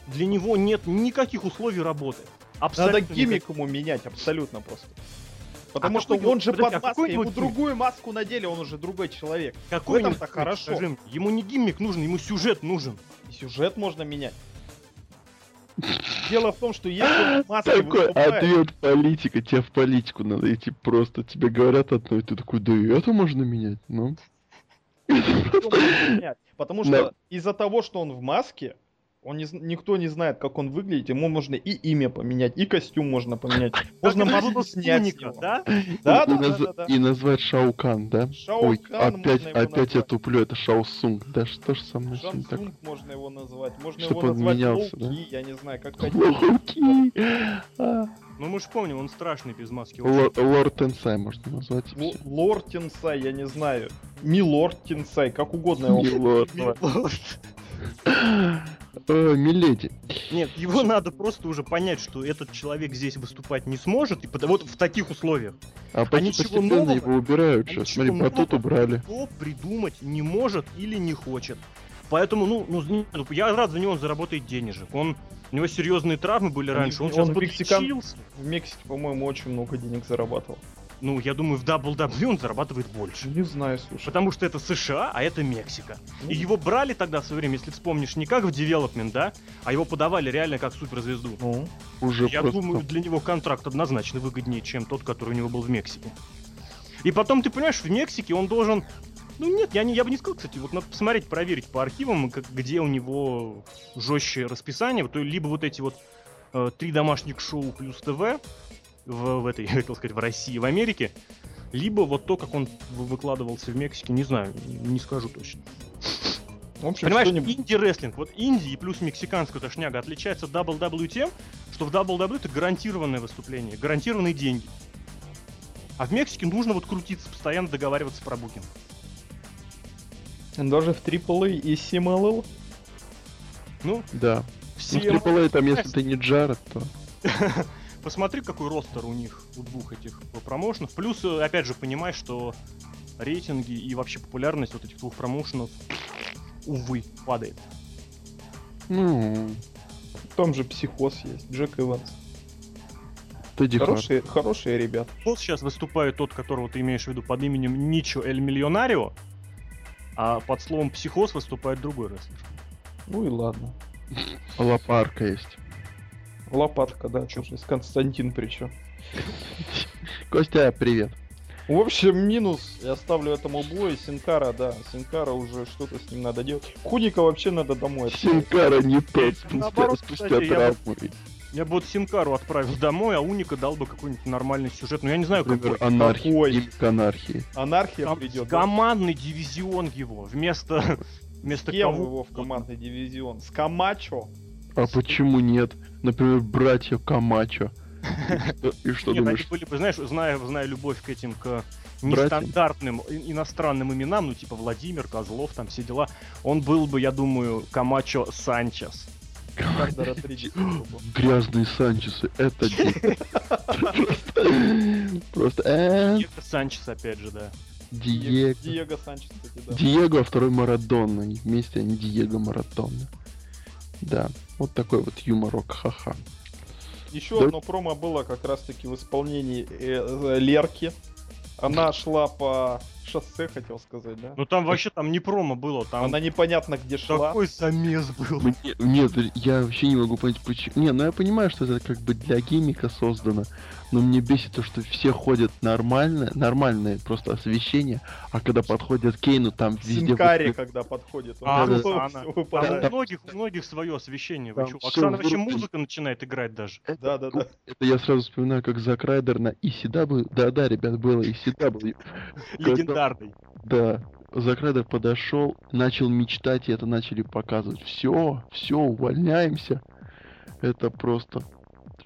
[SPEAKER 2] Для него нет никаких условий работы. Абсолютно
[SPEAKER 1] Надо
[SPEAKER 2] никаких.
[SPEAKER 1] гиммик ему менять абсолютно просто. Потому
[SPEAKER 2] А
[SPEAKER 1] что
[SPEAKER 2] какой
[SPEAKER 1] он же
[SPEAKER 2] его- подожди,
[SPEAKER 1] под
[SPEAKER 2] а какой
[SPEAKER 1] маской, ему
[SPEAKER 2] его гиммик?
[SPEAKER 1] другую маску надели, он уже другой человек.
[SPEAKER 2] Какой
[SPEAKER 1] В этом-то
[SPEAKER 2] ему сюжет,
[SPEAKER 1] хорошо.
[SPEAKER 2] скажи мне? Ему не гиммик нужен, ему сюжет нужен.
[SPEAKER 1] И сюжет можно менять. Дело в том, что если он в маске
[SPEAKER 3] Такой
[SPEAKER 1] выступает,
[SPEAKER 3] ответ политика. Тебе в политику надо идти просто. Тебе говорят одно, и ты такой, да и это можно менять. Ну,
[SPEAKER 1] то можно менять. потому
[SPEAKER 3] Да.
[SPEAKER 1] что из-за того, что он в маске, он не, зн- никто не знает, как он выглядит, ему можно и имя поменять, и костюм можно поменять, можно
[SPEAKER 2] Как это
[SPEAKER 1] маску
[SPEAKER 2] было с
[SPEAKER 1] снять с
[SPEAKER 2] Туника,
[SPEAKER 1] него.
[SPEAKER 2] ну да?
[SPEAKER 1] Да,
[SPEAKER 3] и,
[SPEAKER 1] да,
[SPEAKER 3] и
[SPEAKER 1] да,
[SPEAKER 3] наз-
[SPEAKER 1] да, да.
[SPEAKER 3] и назвать Шаукан, да?
[SPEAKER 1] Шао
[SPEAKER 3] Ой,
[SPEAKER 1] Кан
[SPEAKER 3] опять,
[SPEAKER 1] можно его
[SPEAKER 3] опять я
[SPEAKER 1] назвать.
[SPEAKER 3] туплю, это Шаосунг. Да что ж со мной
[SPEAKER 1] Шан
[SPEAKER 3] сегодня такое?
[SPEAKER 1] Цунг можно его назвать. Можно
[SPEAKER 3] Чтоб
[SPEAKER 1] его
[SPEAKER 3] он
[SPEAKER 1] назвать
[SPEAKER 3] менялся, да?
[SPEAKER 1] Лоуки, я не знаю, *laughs* как хотите.
[SPEAKER 3] Лоуки! А,
[SPEAKER 2] Ну мы же помним, он страшный
[SPEAKER 1] *laughs*
[SPEAKER 2] без маски. Он
[SPEAKER 3] Лор- Лорд Тенсай можно назвать. и
[SPEAKER 1] Л-
[SPEAKER 3] всё.
[SPEAKER 1] Лорд Тинсай, я не знаю. Милорд Тинсай, как угодно его.
[SPEAKER 3] И лорд.
[SPEAKER 2] ну,
[SPEAKER 3] Э, Миледи.
[SPEAKER 2] Нет, его надо просто уже понять, что этот человек здесь выступать не сможет, и потому вот в таких условиях.
[SPEAKER 3] А поч-
[SPEAKER 2] ничего
[SPEAKER 3] постепенно
[SPEAKER 2] нового?
[SPEAKER 3] его убирают
[SPEAKER 2] А
[SPEAKER 3] сейчас.
[SPEAKER 2] ничего
[SPEAKER 3] Смотри, батут
[SPEAKER 2] нового?
[SPEAKER 3] убрали.
[SPEAKER 2] Кто придумать не может или не хочет. Поэтому, ну, ну, не- ну, я рад за него, он заработает денежек. Он, у него серьезные травмы были
[SPEAKER 1] Он-
[SPEAKER 2] раньше, он,
[SPEAKER 1] он
[SPEAKER 2] сейчас
[SPEAKER 1] мексикан.
[SPEAKER 2] подлечился.
[SPEAKER 1] В Мексике, по-моему, очень много денег зарабатывал.
[SPEAKER 2] Ну, я думаю, в WWE он зарабатывает больше.
[SPEAKER 1] Не знаю, слушай.
[SPEAKER 2] Потому что это США, а это Мексика.
[SPEAKER 1] Ну,
[SPEAKER 2] И его брали тогда в свое время, если вспомнишь, не как в девелопмент, да, а его подавали реально как суперзвезду.
[SPEAKER 1] ну,
[SPEAKER 3] Уже
[SPEAKER 2] Я
[SPEAKER 3] просто...
[SPEAKER 2] думаю, для него контракт однозначно выгоднее, чем тот, который у него был в Мексике. И потом, ты понимаешь, в Мексике он должен... Ну нет, я, не, я бы не сказал, кстати, вот надо посмотреть, проверить по архивам, как- где у него жестче расписание, вот, либо вот эти вот э, три домашних шоу плюс ТВ в, в этой, *laughs* я хотел сказать, в России, в Америке, либо вот то, как он вы- выкладывался в Мексике, не знаю, не скажу точно.
[SPEAKER 1] в общем,
[SPEAKER 2] Понимаешь,
[SPEAKER 1] что-нибудь.
[SPEAKER 2] инди-рестлинг, вот инди и плюс мексиканская эта шняга отличается от WWE тем, что в WWE это гарантированное выступление, гарантированные деньги. А в Мексике нужно вот крутиться, постоянно договариваться про букинг.
[SPEAKER 1] Даже в AAA и CMLL.
[SPEAKER 2] Ну,
[SPEAKER 3] Да. Ну,
[SPEAKER 2] все...
[SPEAKER 3] в AAA там, если ты не Джаред, то...
[SPEAKER 2] Посмотри, какой ростер у них, у двух этих промоушенов. Плюс, э, опять же, понимай, что рейтинги и вообще популярность вот этих двух промоушенов, увы, падает.
[SPEAKER 3] Ну,
[SPEAKER 1] Там же психоз есть, Джек Иванс.
[SPEAKER 3] Тедди Харт.
[SPEAKER 1] Хорошие, хорошие ребята.
[SPEAKER 2] Вот сейчас выступает тот, которого ты имеешь в виду под именем Ничо Эль Миллионарио, а под словом психоз выступает другой рестлер.
[SPEAKER 1] Ну и ладно.
[SPEAKER 3] Лопарка есть.
[SPEAKER 1] Лопатка, да, чушь, из Константин причем.
[SPEAKER 3] Костя, привет.
[SPEAKER 1] В общем, минус. Я ставлю этому бою. Синкара, да. Синкара уже что-то с ним надо делать. Хуника вообще надо домой. отправить.
[SPEAKER 3] Синкара не тот спустя,
[SPEAKER 2] Наоборот,
[SPEAKER 3] спустя
[SPEAKER 2] кстати, я
[SPEAKER 3] травму.
[SPEAKER 2] Я бы вот Синкару отправил домой, а Уника дал бы какой-нибудь нормальный сюжет. Но я не знаю,
[SPEAKER 3] Например,
[SPEAKER 2] какой.
[SPEAKER 3] анархии.
[SPEAKER 1] Какой?
[SPEAKER 3] Гимн к анархии.
[SPEAKER 1] Анархия
[SPEAKER 2] Ком-
[SPEAKER 1] придет.
[SPEAKER 2] командный дивизион его. Вместо, *laughs* вместо
[SPEAKER 1] Кем
[SPEAKER 2] кого
[SPEAKER 1] его в командный дивизион? С Камачо?
[SPEAKER 3] А почему нет? Например, братья Камачо. Э, И что
[SPEAKER 2] Нет,
[SPEAKER 3] думаешь?
[SPEAKER 2] они были бы, знаешь, зная, зная любовь к этим, к
[SPEAKER 3] Братьям.
[SPEAKER 2] нестандартным и- иностранным именам, ну типа Владимир, Козлов, там все дела, он был бы, я думаю, Камачо Санчес.
[SPEAKER 1] Карда Родригес.
[SPEAKER 3] Грязные Санчесы,
[SPEAKER 2] *laughs*
[SPEAKER 3] это дико. Просто- Просто э,
[SPEAKER 2] Диего Санчес, опять же, да.
[SPEAKER 1] Диего
[SPEAKER 3] Диего.
[SPEAKER 1] Диего Санчес, кстати, да.
[SPEAKER 3] Диего, а второй Марадонна. И Вместе они Диего Марадонна. Да, вот такой вот юморок, ха-ха.
[SPEAKER 1] Еще
[SPEAKER 3] Да.
[SPEAKER 1] одно промо было как раз-таки в исполнении э, э, Лерки. Она шла по шоссе, хотел сказать, да?
[SPEAKER 2] Ну там вообще там не промо было, там
[SPEAKER 1] Она непонятно где шла.
[SPEAKER 2] такой замес был.
[SPEAKER 3] Мне- Нет, я вообще не могу понять, почему... Не, ну я понимаю, что это как бы для гимика создано, но мне бесит то, что все ходят нормально, нормальное просто освещение, а когда подходят к Кейну, там везде... вот
[SPEAKER 1] Синкари,
[SPEAKER 3] это-
[SPEAKER 1] когда подходит.
[SPEAKER 2] А,
[SPEAKER 1] он
[SPEAKER 3] да,
[SPEAKER 1] всё-
[SPEAKER 2] да,
[SPEAKER 1] всё
[SPEAKER 2] она-
[SPEAKER 1] выпадает.
[SPEAKER 2] Там
[SPEAKER 3] да.
[SPEAKER 2] у многих, у многих свое освещение. Вы
[SPEAKER 3] Там
[SPEAKER 2] чё,
[SPEAKER 3] всё
[SPEAKER 2] Оксана вообще
[SPEAKER 3] врубили.
[SPEAKER 2] музыка начинает играть даже.
[SPEAKER 1] Да, да, да.
[SPEAKER 3] Это я сразу вспоминаю, как Зак Райдер на ECW... Да-да, ребят, было ECW. Когда-
[SPEAKER 2] Легендарный.
[SPEAKER 3] Да, Зак Райдер подошел, начал мечтать, и это начали показывать. Все, все, увольняемся. Это просто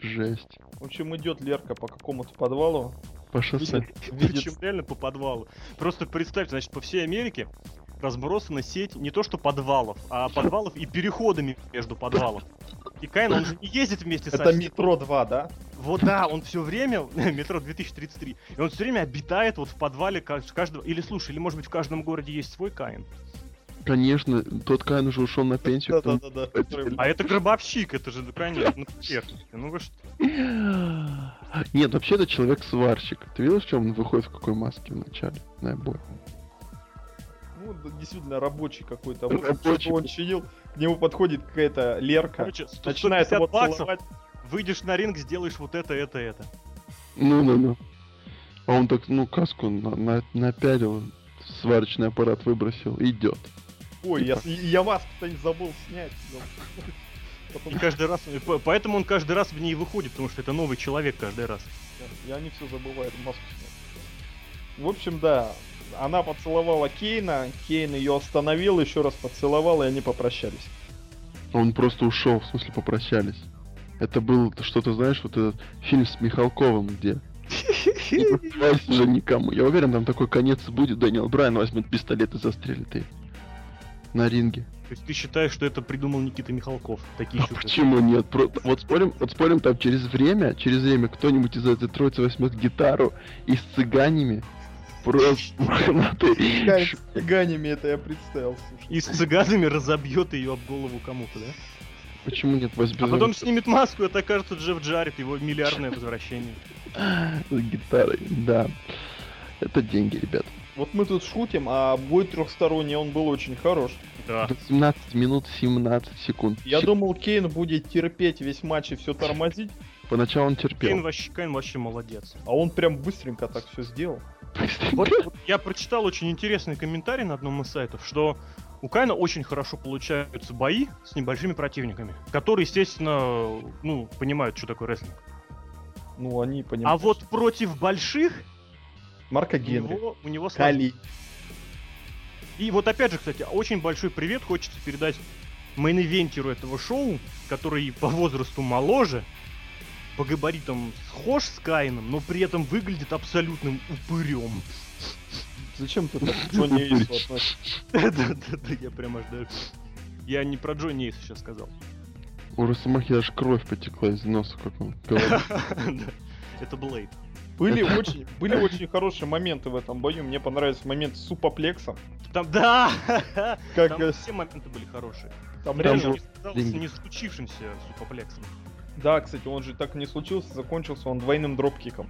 [SPEAKER 3] жесть.
[SPEAKER 1] В общем, идет Лерка по какому-то подвалу.
[SPEAKER 3] По
[SPEAKER 1] *laughs*
[SPEAKER 3] шоссе.
[SPEAKER 1] видит-
[SPEAKER 2] Причем реально по подвалу. Просто представьте, значит, по всей Америке разбросана сеть не то что подвалов, а подвалов и переходами между подвалов. И Кайн, он же не ездит вместе со
[SPEAKER 1] Это
[SPEAKER 2] всеми.
[SPEAKER 1] метро 2, да?
[SPEAKER 2] Вот да, он все время, *laughs* метро 2033, и он все время обитает вот в подвале каж- каждого, или слушай, или может быть в каждом городе есть свой Каин.
[SPEAKER 3] Конечно, тот Кайн уже ушел на пенсию.
[SPEAKER 1] Да, да,
[SPEAKER 3] потому-
[SPEAKER 1] да, да.
[SPEAKER 2] А это гробовщик, это же, ну, конечно, ну, поверьте, ну вы что.
[SPEAKER 3] Нет, вообще это человек-сварщик. Ты видел, в чем он выходит, в какой маске вначале на бой?
[SPEAKER 1] Ну, да, действительно, рабочий какой-то.
[SPEAKER 3] Рабочий.
[SPEAKER 1] Что-то он чинил. К нему подходит какая-то Лерка.
[SPEAKER 2] Короче, сто-
[SPEAKER 1] Начинает
[SPEAKER 2] 150
[SPEAKER 1] его
[SPEAKER 2] баксов,
[SPEAKER 1] целовать.
[SPEAKER 2] выйдешь на ринг, сделаешь вот это, это, это.
[SPEAKER 3] Ну-ну-ну. А он так, ну, каску на- на- напялил, сварочный аппарат выбросил, идет.
[SPEAKER 1] Ой, я, я вас, кстати, забыл снять. Потом
[SPEAKER 2] И каждый раз, и по- поэтому он каждый раз в ней выходит, потому что это новый человек каждый раз.
[SPEAKER 1] И они все забывают маску снять. В общем, да, она поцеловала Кейна, Кейн ее остановил, еще раз поцеловал, и они попрощались.
[SPEAKER 3] А Он просто ушел, в смысле попрощались. Это был что-то, знаешь, вот этот фильм с Михалковым, где не раздавайся же никому. Я уверен, там такой конец будет. Дэниел Брайан возьмет пистолет и застрелит ее. На ринге.
[SPEAKER 2] То есть ты считаешь, что это придумал Никита Михалков? Такие
[SPEAKER 3] А
[SPEAKER 2] сюжеты.
[SPEAKER 3] почему нет? Про- Вот спорим, вот спорим, там через время, через время кто-нибудь из этой троицы возьмет гитару и с цыганями просто мохнатой
[SPEAKER 1] С цыганями это я представил, слушай.
[SPEAKER 2] И с цыганами разобьет ее об голову кому-то, да?
[SPEAKER 3] Почему нет?
[SPEAKER 2] А
[SPEAKER 3] Возьмет
[SPEAKER 2] потом снимет маску, это окажется Джефф Джаред, его миллиардное возвращение.
[SPEAKER 3] с *laughs* гитарой, да. Это деньги, ребят.
[SPEAKER 1] Вот мы тут шутим, а бой трехсторонний, он был очень хорош.
[SPEAKER 2] Да.
[SPEAKER 3] 17 минут 17 секунд.
[SPEAKER 1] Я
[SPEAKER 3] Щ-
[SPEAKER 1] думал, Кейн будет терпеть весь матч и все тормозить,
[SPEAKER 3] Поначалу он
[SPEAKER 2] Кайн
[SPEAKER 3] терпел.
[SPEAKER 2] вообще, Кайн вообще молодец.
[SPEAKER 1] а он прям быстренько так все сделал.
[SPEAKER 2] Вот я прочитал очень интересный комментарий на одном из сайтов, что у Кайна очень хорошо получаются бои с небольшими противниками, которые, естественно, ну, понимают, что такое рестлинг.
[SPEAKER 1] Ну, они понимают.
[SPEAKER 2] А вот против больших
[SPEAKER 1] Марка
[SPEAKER 2] у
[SPEAKER 1] Генри.
[SPEAKER 2] него, у него сложно.
[SPEAKER 1] Кали.
[SPEAKER 2] И вот опять же, кстати, очень большой привет хочется передать мейн-ивентеру этого шоу, который по возрасту моложе, по габаритам схож с Кайном, но при этом выглядит абсолютным упырем. *laughs*
[SPEAKER 1] Зачем ты так к Джонни Эйсу относишься?
[SPEAKER 2] Да-да-да, я прям аж даже... Я не про Джонни Эйса сейчас сказал. *laughs*
[SPEAKER 3] У Росомахи даже кровь потекла из носа, как он говорит.
[SPEAKER 2] Да. Это Блейд.
[SPEAKER 1] Были очень, были очень хорошие моменты в этом бою. Мне понравился момент с супоплексом.
[SPEAKER 2] Там, да!
[SPEAKER 1] *laughs* Как
[SPEAKER 2] Там
[SPEAKER 1] э,
[SPEAKER 2] все моменты были хорошие.
[SPEAKER 1] там
[SPEAKER 2] Реально,
[SPEAKER 1] реально
[SPEAKER 2] не сказал с
[SPEAKER 3] деньги.
[SPEAKER 2] не случившимся супоплексом.
[SPEAKER 1] Да, кстати, он же так и не случился, закончился он двойным дропкиком.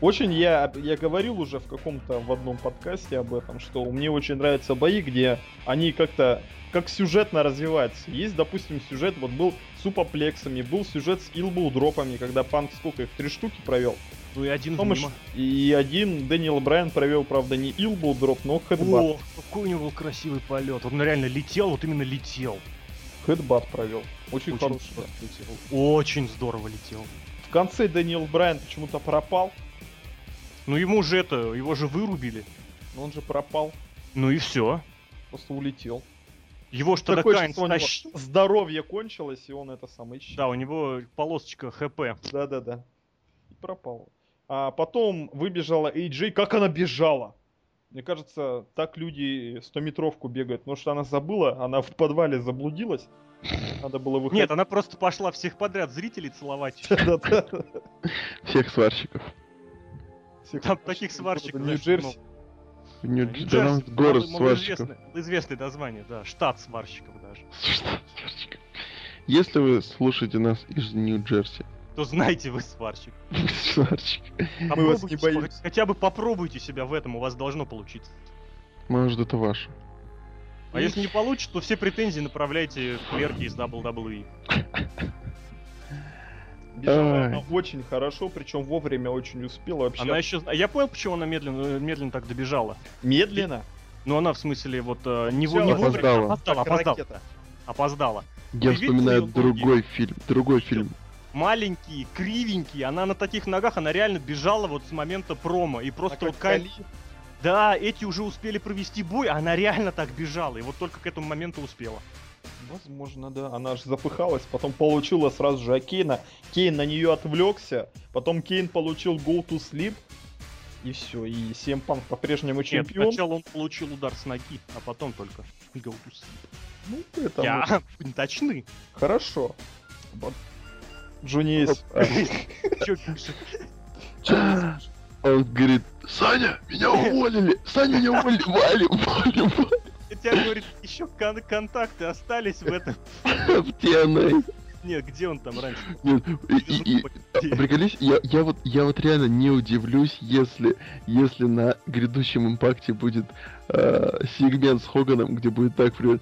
[SPEAKER 1] Очень я, я говорил уже в каком-то в одном подкасте об этом, что мне очень нравятся бои, где они как-то как сюжетно развиваются. Есть, допустим, сюжет, вот был с супоплексами, был сюжет с илбу дропами, когда панк сколько их, три штуки провел.
[SPEAKER 2] Ну и один
[SPEAKER 1] Потом
[SPEAKER 2] внима-
[SPEAKER 1] ещё- и один Дэниел Брайан провел, правда, не илбу дроп, но хедбат.
[SPEAKER 2] О, какой у него был красивый полет. Он реально летел, вот именно летел.
[SPEAKER 1] Хедбат провел. Очень,
[SPEAKER 2] Очень
[SPEAKER 1] хороший. да.
[SPEAKER 2] Очень здорово летел.
[SPEAKER 1] В конце Дэниел Брайан почему-то пропал,
[SPEAKER 2] Ну ему же это, его же вырубили.
[SPEAKER 1] но он же пропал,
[SPEAKER 2] Ну и все.
[SPEAKER 1] просто улетел.
[SPEAKER 2] Его ж тогда
[SPEAKER 1] Такое
[SPEAKER 2] Кайн
[SPEAKER 1] чувство у него
[SPEAKER 2] стащ-
[SPEAKER 1] здоровье кончилось, и он это самое ищет.
[SPEAKER 2] Да, у него полосочка ХП.
[SPEAKER 1] Да, да, да. пропала. А потом выбежала Эйджей, как она бежала. Мне кажется, так люди 100-метровку бегают, потому что она забыла, она в подвале заблудилась. Надо было выходить. *laughs*
[SPEAKER 2] Нет, она просто пошла всех подряд зрителей целовать.
[SPEAKER 1] Да-да-да.
[SPEAKER 3] Всех сварщиков.
[SPEAKER 1] Всех
[SPEAKER 2] Там
[SPEAKER 1] сварщиков
[SPEAKER 2] таких
[SPEAKER 1] города
[SPEAKER 2] сварщиков, знаешь,
[SPEAKER 1] Нью-Джерси.
[SPEAKER 3] В
[SPEAKER 1] Ну,
[SPEAKER 3] Нью-Джерси. Да нам
[SPEAKER 2] Нью-Джерси,
[SPEAKER 3] город
[SPEAKER 2] по-моему,
[SPEAKER 3] сварщиков.
[SPEAKER 2] известное- Известное название, да, штат сварщиков даже.
[SPEAKER 3] *laughs* Сварщиков. Если вы слушаете нас из Нью-Джерси,
[SPEAKER 2] То знаете вы сварщик.
[SPEAKER 3] сварщик,
[SPEAKER 1] *laughs* Мы вас
[SPEAKER 2] Попробуйте
[SPEAKER 1] не
[SPEAKER 2] себя-
[SPEAKER 1] боимся.
[SPEAKER 2] Хотя бы попробуйте себя в этом, у вас должно получиться.
[SPEAKER 3] мы ждут это ваше.
[SPEAKER 2] А если не получится, то все претензии направляйте в клерки из E. WWE.
[SPEAKER 1] Бежала
[SPEAKER 3] Ай.
[SPEAKER 1] она очень хорошо, причем вовремя очень успела вообще.
[SPEAKER 2] Она еще... А я понял, почему она медленно, э, медленно так добежала.
[SPEAKER 1] медленно,
[SPEAKER 2] Но Ну, она, в смысле, вот э, не, во-
[SPEAKER 1] Сначала
[SPEAKER 2] не вовремя...
[SPEAKER 3] Опоздала.
[SPEAKER 2] Опоздала,
[SPEAKER 1] как
[SPEAKER 2] опоздала,
[SPEAKER 1] ракета.
[SPEAKER 2] опоздала.
[SPEAKER 3] Я
[SPEAKER 2] Ты видел
[SPEAKER 3] вспоминаю
[SPEAKER 2] её
[SPEAKER 3] другой фильм. Другой
[SPEAKER 2] Видел.
[SPEAKER 3] фильм.
[SPEAKER 2] Маленькие, кривенькие, она на таких ногах, она реально бежала вот с момента промо. И
[SPEAKER 1] Она
[SPEAKER 2] просто
[SPEAKER 1] как
[SPEAKER 2] вот Кайли...
[SPEAKER 1] Кали.
[SPEAKER 2] Да, эти уже успели провести бой, а она реально так бежала. И вот только к этому моменту успела.
[SPEAKER 1] Возможно, да. Она же запыхалась, потом получила сразу же Кейна. Кейн на нее отвлекся, потом Кейн получил Go to Sleep. И все, и Сем Панк по-прежнему
[SPEAKER 2] Нет,
[SPEAKER 1] чемпион.
[SPEAKER 2] сначала он получил удар с ноги, а потом только... Go to sleep.
[SPEAKER 1] Ну, это ну,
[SPEAKER 2] *laughs* Я... Точны.
[SPEAKER 1] хорошо. Вот. Джонни
[SPEAKER 3] Ну,
[SPEAKER 1] Эйс.
[SPEAKER 2] *laughs* Чё пишет?
[SPEAKER 1] Джонни Эйс.
[SPEAKER 3] Он говорит, Саня, меня уволили! Саня, меня уволили! Валим, валим,
[SPEAKER 2] Хотя, говорит, еще кон- контакты остались в этом.
[SPEAKER 3] валим! В TNA.
[SPEAKER 2] Нет, где он там раньше? был?
[SPEAKER 3] Нет, и- и- и-
[SPEAKER 2] Физрук, где?
[SPEAKER 3] Приколись, я, я вот я вот реально не удивлюсь, если если на грядущем импакте будет э, сегмент с Хоганом, где будет так привет.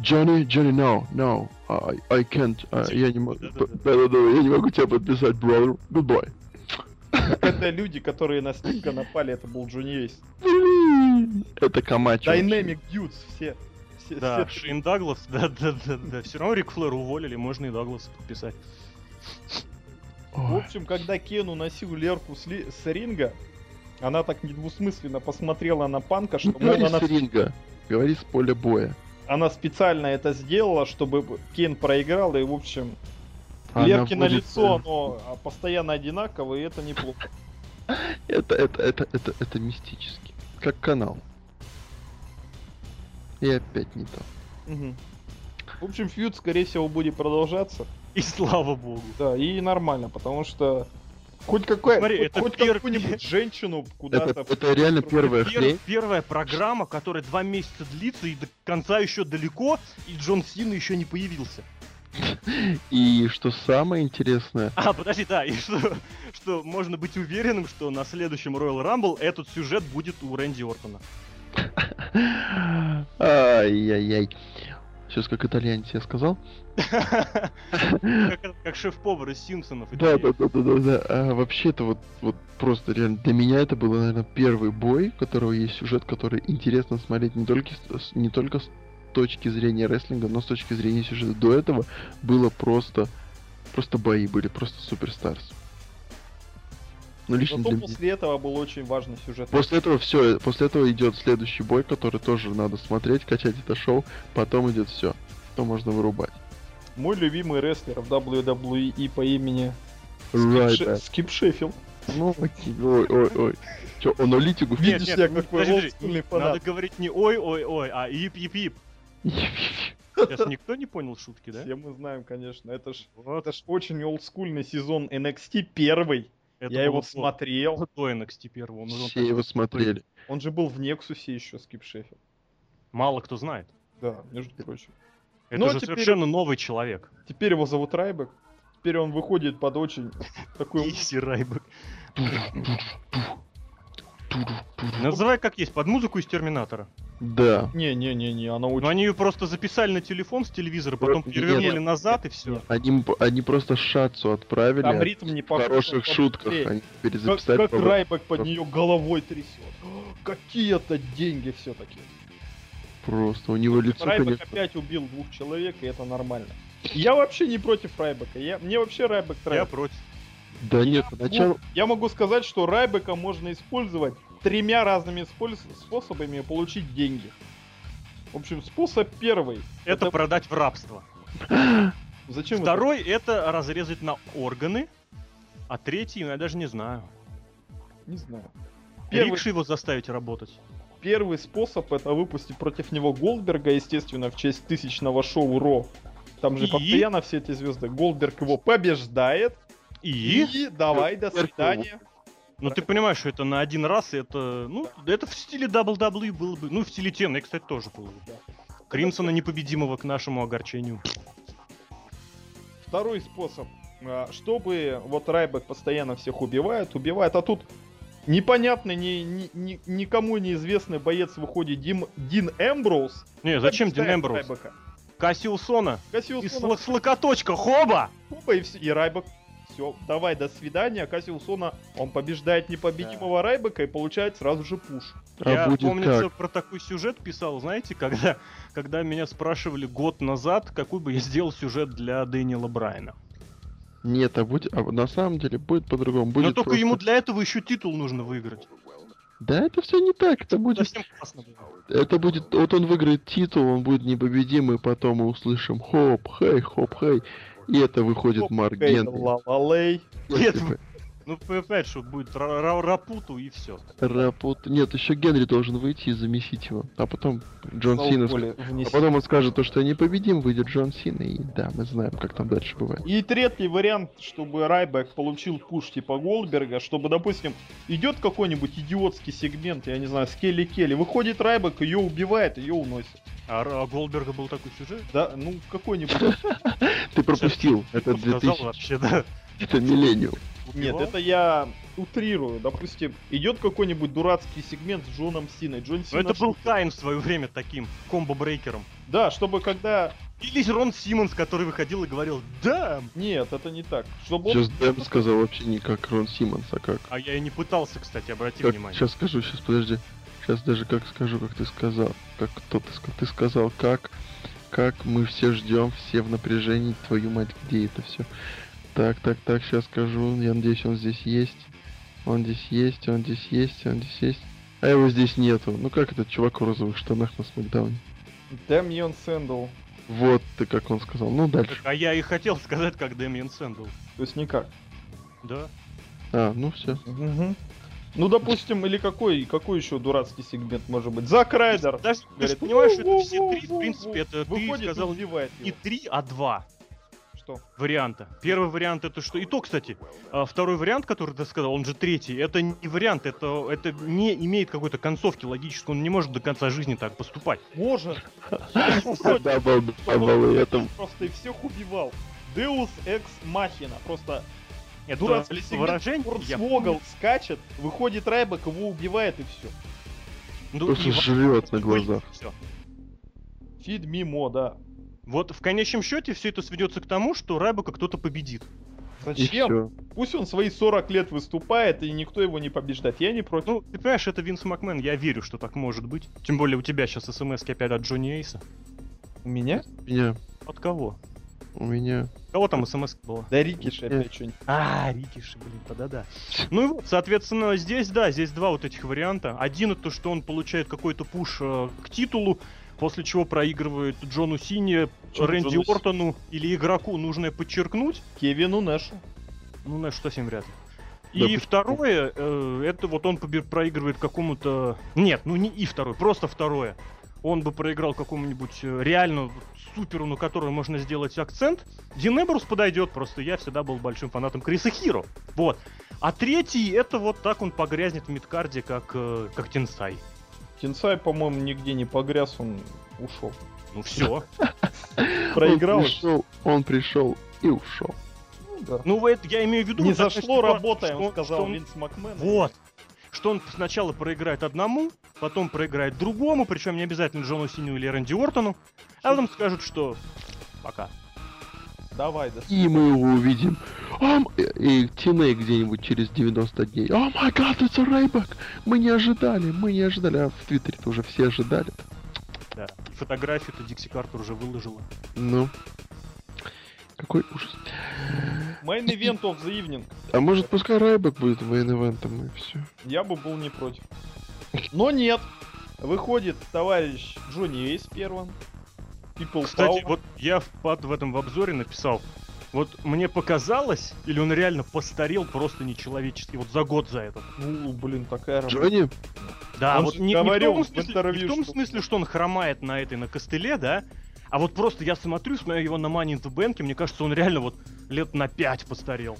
[SPEAKER 3] Джонни, Джонни, no, no, I, I can't, э, я не могу, да, да, да, я не могу тебя подписать, brother, goodbye.
[SPEAKER 1] Это э, *laughs* люди, которые на Стинга напали, это был Джонни Эйс.
[SPEAKER 3] Блин, Это Камачо.
[SPEAKER 1] Дайнамик Дьюдс, все. Все,
[SPEAKER 2] *laughs* Да,
[SPEAKER 1] все три.
[SPEAKER 2] Шейн Даглас, да, да, да, да. Все равно Рик Флэр уволили, можно и Дагласа подписать.
[SPEAKER 1] В
[SPEAKER 3] Ой,
[SPEAKER 1] общем, когда Кен уносил Лерку с, ли- с ринга, она так недвусмысленно посмотрела на Панка,
[SPEAKER 3] Не
[SPEAKER 1] что мол,
[SPEAKER 3] говори
[SPEAKER 1] она,
[SPEAKER 3] Ну, с ринга, говори с поля боя.
[SPEAKER 1] она специально это сделала, чтобы Кен проиграл, и в общем,
[SPEAKER 3] Она
[SPEAKER 1] Леркино
[SPEAKER 3] будет,
[SPEAKER 1] лицо,
[SPEAKER 3] э,
[SPEAKER 1] оно а, постоянно одинаковое, и это
[SPEAKER 3] *laughs*
[SPEAKER 1] неплохо.
[SPEAKER 3] Это, это, это, это, это мистически. Как канал. И опять не то.
[SPEAKER 1] Мгм. В общем, фьюд, скорее всего, будет продолжаться.
[SPEAKER 2] И слава богу.
[SPEAKER 1] Да, и нормально, потому что хоть какая
[SPEAKER 2] Смотри,
[SPEAKER 1] хоть,
[SPEAKER 2] это
[SPEAKER 1] хоть
[SPEAKER 2] пер-
[SPEAKER 1] какую-нибудь женщину
[SPEAKER 3] Это,
[SPEAKER 1] куда-то...
[SPEAKER 3] это реально первая
[SPEAKER 2] Пер-
[SPEAKER 1] ну.
[SPEAKER 3] хрень.
[SPEAKER 2] первая программа, которая два месяца длится и до конца еще далеко, и Джон Сина еще не появился.
[SPEAKER 3] И что самое интересное, *laughs*
[SPEAKER 2] А, подожди, да, и что, что можно быть уверенным, что на следующем Royal Rumble этот сюжет будет у Рэнди Ортона. *laughs*
[SPEAKER 3] ай-яй-яй. Сейчас как итальянец я сказал. *laughs*
[SPEAKER 2] Как, этот- как шеф-повар из Симпсонов. и
[SPEAKER 3] Да,
[SPEAKER 2] Деревьев.
[SPEAKER 3] да, да, да, да, да. А, вообще-то вот, вот просто реально для меня это был, наверное, первый бой, у которого есть сюжет, который интересно смотреть не только с, с- не только с точки зрения рестлинга, но с точки зрения сюжета. До этого было просто просто бои были, просто суперстарс. Ну лично
[SPEAKER 1] Зато
[SPEAKER 3] для меня.
[SPEAKER 1] после этого был очень важный сюжет.
[SPEAKER 3] После этого все, после этого идет следующий бой, который тоже надо смотреть, качать это шоу, потом идет все, что можно вырубать.
[SPEAKER 1] Мой любимый рестлер в WWE по имени
[SPEAKER 3] Right
[SPEAKER 1] Ше-
[SPEAKER 3] back.
[SPEAKER 1] Скип Шеффилд.
[SPEAKER 3] Ну, окей, ой, ой, ой. Че, он улитику
[SPEAKER 2] Нет,
[SPEAKER 1] Видишь,
[SPEAKER 2] нет,
[SPEAKER 1] я
[SPEAKER 2] ну,
[SPEAKER 1] какой
[SPEAKER 2] подожди, подожди,
[SPEAKER 1] олдскульный
[SPEAKER 2] Надо
[SPEAKER 1] фанат.
[SPEAKER 2] говорить не ой-ой-ой, а ип-ип-ип. Сейчас никто не понял шутки, да?
[SPEAKER 1] Все мы знаем, конечно. Это ж,
[SPEAKER 2] Вот,
[SPEAKER 1] это ж очень олдскульный сезон NXT первый.
[SPEAKER 2] это
[SPEAKER 1] я его
[SPEAKER 2] было до-
[SPEAKER 1] смотрел.
[SPEAKER 2] До NXT первого. ну, он
[SPEAKER 3] Все
[SPEAKER 2] так-
[SPEAKER 3] его смотрели.
[SPEAKER 1] Он же был в Нексусе еще, Скип Шеффилд.
[SPEAKER 2] Мало кто знает.
[SPEAKER 1] Да, между прочим.
[SPEAKER 2] Это
[SPEAKER 1] Ну, а
[SPEAKER 2] же
[SPEAKER 1] теперь-
[SPEAKER 2] совершенно новый человек.
[SPEAKER 1] Теперь его зовут Райбек. Теперь он выходит под очень такой...
[SPEAKER 2] Изи Райбек. Называй как есть, под музыку из Терминатора.
[SPEAKER 3] Да.
[SPEAKER 1] Не-не-не-не, она
[SPEAKER 2] Но
[SPEAKER 1] очень...
[SPEAKER 2] Ну, они ее просто записали на телефон с телевизора, потом
[SPEAKER 3] Нет,
[SPEAKER 2] перевернули
[SPEAKER 1] нет,
[SPEAKER 2] назад и все.
[SPEAKER 3] Они, м- они просто шатцу отправили
[SPEAKER 1] Там
[SPEAKER 3] а
[SPEAKER 1] ритм не
[SPEAKER 3] в
[SPEAKER 1] похож,
[SPEAKER 3] хороших
[SPEAKER 1] там
[SPEAKER 3] шутках.
[SPEAKER 1] быстрее.
[SPEAKER 3] Они
[SPEAKER 1] Как,
[SPEAKER 3] перезаписали.
[SPEAKER 1] как
[SPEAKER 3] по-моему.
[SPEAKER 1] Райбек под нее головой трясет. О, *gasps* Какие-то деньги все-таки.
[SPEAKER 3] Просто у него лицо,
[SPEAKER 1] Райбек
[SPEAKER 3] конечно.
[SPEAKER 1] опять убил двух человек, и это нормально. Я вообще не против Райбека. Я, мне вообще Райбек
[SPEAKER 2] Я
[SPEAKER 1] нравится.
[SPEAKER 2] против.
[SPEAKER 3] Да нет, поначалу.
[SPEAKER 1] Ну, я могу сказать, что Райбека можно использовать тремя разными спольз- способами получить деньги. В общем, способ первый.
[SPEAKER 2] Это продать в рабство.
[SPEAKER 1] Зачем это?
[SPEAKER 2] Второй это разрезать на органы. А третий, ну, я даже не знаю.
[SPEAKER 1] Не знаю.
[SPEAKER 2] Первый...
[SPEAKER 1] Первый-
[SPEAKER 2] Рикши его заставить работать.
[SPEAKER 1] Первый способ это выпустить против него Голдберга, естественно, в честь тысячного шоу Ро. Там же
[SPEAKER 2] И?
[SPEAKER 1] постоянно все эти звезды. Голдберг его побеждает.
[SPEAKER 2] И?
[SPEAKER 1] И, давай, до свидания.
[SPEAKER 2] Ну ты понимаешь, что это на один раз, и это, ну, это в стиле WWE было бы, ну, в стиле TNA, кстати, тоже было бы. Кримсона непобедимого к нашему огорчению.
[SPEAKER 1] Второй способ. а, Чтобы вот Райбек постоянно всех убивает, убивает, а тут непонятный, ни, ни- ни- никому неизвестный боец выходит Дим, Дин Эмброуз.
[SPEAKER 2] Не, зачем Дин
[SPEAKER 1] Побеждает
[SPEAKER 2] Эмброуз?
[SPEAKER 1] Райбека.
[SPEAKER 2] Кассиусона и с,
[SPEAKER 1] Кассиусона
[SPEAKER 2] ло- с локоточка, хоба!
[SPEAKER 1] Куба и, все, и Райбек. Все, давай, до свидания. Кассиусона, он побеждает непобедимого Райбека и получает сразу же пуш.
[SPEAKER 3] А
[SPEAKER 2] Я,
[SPEAKER 3] будет
[SPEAKER 2] помнится,
[SPEAKER 3] как?
[SPEAKER 2] про такой сюжет писал, знаете, когда, когда меня спрашивали год назад, какой бы я сделал сюжет для Дэниела Брайна.
[SPEAKER 3] Нет, а будет. а на самом деле будет по-другому. Будет
[SPEAKER 2] Но только
[SPEAKER 3] просто-
[SPEAKER 2] ему для этого еще титул нужно выиграть.
[SPEAKER 3] Да это все не так. Это будет.
[SPEAKER 2] Совсем классно было.
[SPEAKER 3] Это будет. Вот он выиграет титул, он будет непобедимый, потом мы услышим хоп, хей, хоп, хей. И это выходит
[SPEAKER 1] Хоп,
[SPEAKER 3] Марк
[SPEAKER 1] Эй,
[SPEAKER 3] Генри.
[SPEAKER 1] ла-ла-лей.
[SPEAKER 2] Нет,
[SPEAKER 3] Типа,
[SPEAKER 2] Ну, понимаешь, что будет ра- ра- Рапуту и все.
[SPEAKER 3] Рапут. Нет, еще Генри должен выйти и замесить его. А потом Джон Сина. ск-
[SPEAKER 1] Сноуболе
[SPEAKER 3] А
[SPEAKER 1] внеси.
[SPEAKER 3] потом он скажет то, что я непобедим, выйдет Джон Сина, и да, мы знаем, как там дальше бывает.
[SPEAKER 1] И третий вариант, чтобы Райбек получил пуш типа Голдберга, чтобы, допустим, идет какой-нибудь идиотский сегмент, я не знаю, с Келли Келли, выходит Райбек, ее убивает, ее уносит.
[SPEAKER 2] А, Ра- а Голдберга был такой сюжет?
[SPEAKER 1] Да, ну
[SPEAKER 2] *laughs*
[SPEAKER 1] какой-нибудь.
[SPEAKER 3] Ты пропустил этот
[SPEAKER 2] Кто сказал
[SPEAKER 3] 2000,
[SPEAKER 2] вообще, да.
[SPEAKER 3] это миллениум.
[SPEAKER 1] Нет,
[SPEAKER 2] Убивал?
[SPEAKER 1] это я утрирую. Допустим, идет какой-нибудь дурацкий сегмент с Джоном Синой. Джон
[SPEAKER 2] Ну,
[SPEAKER 1] Сина
[SPEAKER 2] это был
[SPEAKER 1] шутер.
[SPEAKER 2] Кайн в свое время таким комбо-брейкером.
[SPEAKER 1] Да, чтобы когда
[SPEAKER 2] Или Рон Симмонс, который выходил и говорил «Да!»
[SPEAKER 1] Нет, это не так. Чтобы он...
[SPEAKER 3] Сейчас Дэм сказал вообще не как Рон Симмонс, а как...
[SPEAKER 2] А я и не пытался, кстати, обрати внимание.
[SPEAKER 3] сейчас скажу, сейчас подожди. Сейчас даже как скажу, как ты сказал. Как кто ты сказал. Ты сказал, как... Как мы все ждем, все в напряжении, твою мать, где это все? Так, так, так, сейчас скажу. Я надеюсь, он здесь есть. Он здесь есть, он здесь есть, он здесь есть. А его здесь нету. Ну как этот чувак в розовых штанах на Смакдауне?
[SPEAKER 1] Дэмьен Сэндл.
[SPEAKER 3] Вот ты как он сказал. Ну дальше.
[SPEAKER 2] Так, а я и хотел сказать, как Дэмиен Сэндл.
[SPEAKER 1] То есть никак.
[SPEAKER 2] Да.
[SPEAKER 3] А, ну все.
[SPEAKER 1] Ну, допустим, или какой, какой еще дурацкий сегмент может быть? Зак Райдер.
[SPEAKER 2] Даже, ты же
[SPEAKER 1] Говорит,
[SPEAKER 2] понимаешь, что это все
[SPEAKER 1] «Воу-воу-воу-воу».
[SPEAKER 2] три, в принципе, это ты
[SPEAKER 1] Выходит и
[SPEAKER 2] сказал
[SPEAKER 1] убивает
[SPEAKER 2] не
[SPEAKER 1] его.
[SPEAKER 2] три, а два
[SPEAKER 1] Что?
[SPEAKER 2] варианта. Первый вариант это что? И то, кстати, а, второй вариант, который ты сказал, он же третий, это не вариант, это, это не имеет какой-то концовки логической, он не может до конца жизни так поступать.
[SPEAKER 1] Может.
[SPEAKER 3] Да, был, этом.
[SPEAKER 1] Просто и всех убивал. Деус Экс Махина. Просто
[SPEAKER 2] Это
[SPEAKER 1] дурацкий
[SPEAKER 2] выражение.
[SPEAKER 1] сегмент.
[SPEAKER 2] я
[SPEAKER 1] Форсвогл скачет, выходит Райбек, его убивает и все.
[SPEAKER 2] Ну,
[SPEAKER 3] Просто
[SPEAKER 2] и вот-
[SPEAKER 3] жрет на глазах.
[SPEAKER 2] Всё.
[SPEAKER 1] Фид Мимо, да.
[SPEAKER 2] Вот в конечном счете все это сведется к тому, что Райбека кто-то победит.
[SPEAKER 3] И
[SPEAKER 1] Зачем?
[SPEAKER 3] все.
[SPEAKER 1] Пусть он свои 40 лет выступает, и никто его не побеждает. Я не против.
[SPEAKER 2] Ну, ты понимаешь, это Винс Макмен, я верю, что так может быть. Тем более у тебя сейчас смс опять от Джонни Эйса.
[SPEAKER 1] У меня?
[SPEAKER 3] У меня,
[SPEAKER 2] От кого?
[SPEAKER 3] у меня.
[SPEAKER 2] Кого там смс было?
[SPEAKER 1] Да Рикиш
[SPEAKER 3] Нет.
[SPEAKER 1] опять что-нибудь.
[SPEAKER 2] А, Рикиши, блин, да-да-да. Ну и вот, соответственно, здесь, да, здесь два вот этих варианта. Один это, что он получает какой-то пуш э, к титулу, после чего проигрывает Джону Сине,
[SPEAKER 1] Чё,
[SPEAKER 2] Рэнди
[SPEAKER 1] Джону Си-
[SPEAKER 2] Ортону или игроку, нужное подчеркнуть.
[SPEAKER 1] Кевину Нэшу.
[SPEAKER 2] Ну, на что семь вряд ли. И
[SPEAKER 3] Допустим.
[SPEAKER 2] второе, э, это вот он побе- проигрывает какому-то... Нет, ну не и второе, просто второе. Он бы проиграл какому-нибудь э, реально суперу, на которого можно сделать акцент. Дин Эмбрус подойдет, просто я всегда был большим фанатом Криса Хиро. Вот. А третий, это вот так он погрязнет в мидкарде, как, э, как Тинсай.
[SPEAKER 1] Тинсай, по-моему, нигде не погряз, он ушел. *laughs*
[SPEAKER 2] Ну все.
[SPEAKER 1] Проиграл.
[SPEAKER 3] Он пришел, он пришел и ушел.
[SPEAKER 1] Ну да.
[SPEAKER 2] Ну это я имею в виду...
[SPEAKER 1] Не
[SPEAKER 2] вот такая
[SPEAKER 1] зашло,
[SPEAKER 2] ситуация,
[SPEAKER 1] работаем,
[SPEAKER 2] что он-
[SPEAKER 1] сказал
[SPEAKER 2] что он
[SPEAKER 1] Винс Макмен.
[SPEAKER 2] Вот. Что он сначала проиграет одному, потом проиграет другому, причем не обязательно Джону Синю или Рэнди Уортону, а потом скажут, что пока.
[SPEAKER 1] Давай, да.
[SPEAKER 3] И мы его увидим. Ам- и и TNA где-нибудь через 90 дней. О май гад, это Рейбак! Мы не ожидали, мы не ожидали. А в Твиттере-то уже все ожидали.
[SPEAKER 2] Да. И фотографию-то Дикси Картер уже выложила.
[SPEAKER 3] Ну. Какой ужас.
[SPEAKER 1] Main Event of the Evening.
[SPEAKER 3] А может пускай Райбак будет мейн-эвентом и все.
[SPEAKER 1] Я бы был не против. Но нет. Выходит товарищ Джонни Эйс первым. People
[SPEAKER 2] Кстати,
[SPEAKER 1] Power.
[SPEAKER 2] вот я в, под, в этом в обзоре написал, Вот мне показалось, или он реально постарел просто нечеловечески, вот за год за этот.
[SPEAKER 1] Ну, блин, такая работа.
[SPEAKER 3] Джонни?
[SPEAKER 2] Да,
[SPEAKER 1] Он
[SPEAKER 2] вот
[SPEAKER 1] же
[SPEAKER 2] не, не
[SPEAKER 1] говорил
[SPEAKER 2] в том,
[SPEAKER 1] в
[SPEAKER 2] смысле,
[SPEAKER 1] интервью,
[SPEAKER 2] не в том
[SPEAKER 1] что-
[SPEAKER 2] смысле, что он хромает на этой, на костыле, да, а вот просто я смотрю, смотрю его на Money in the Bank, и мне кажется, он реально вот лет на пять постарел.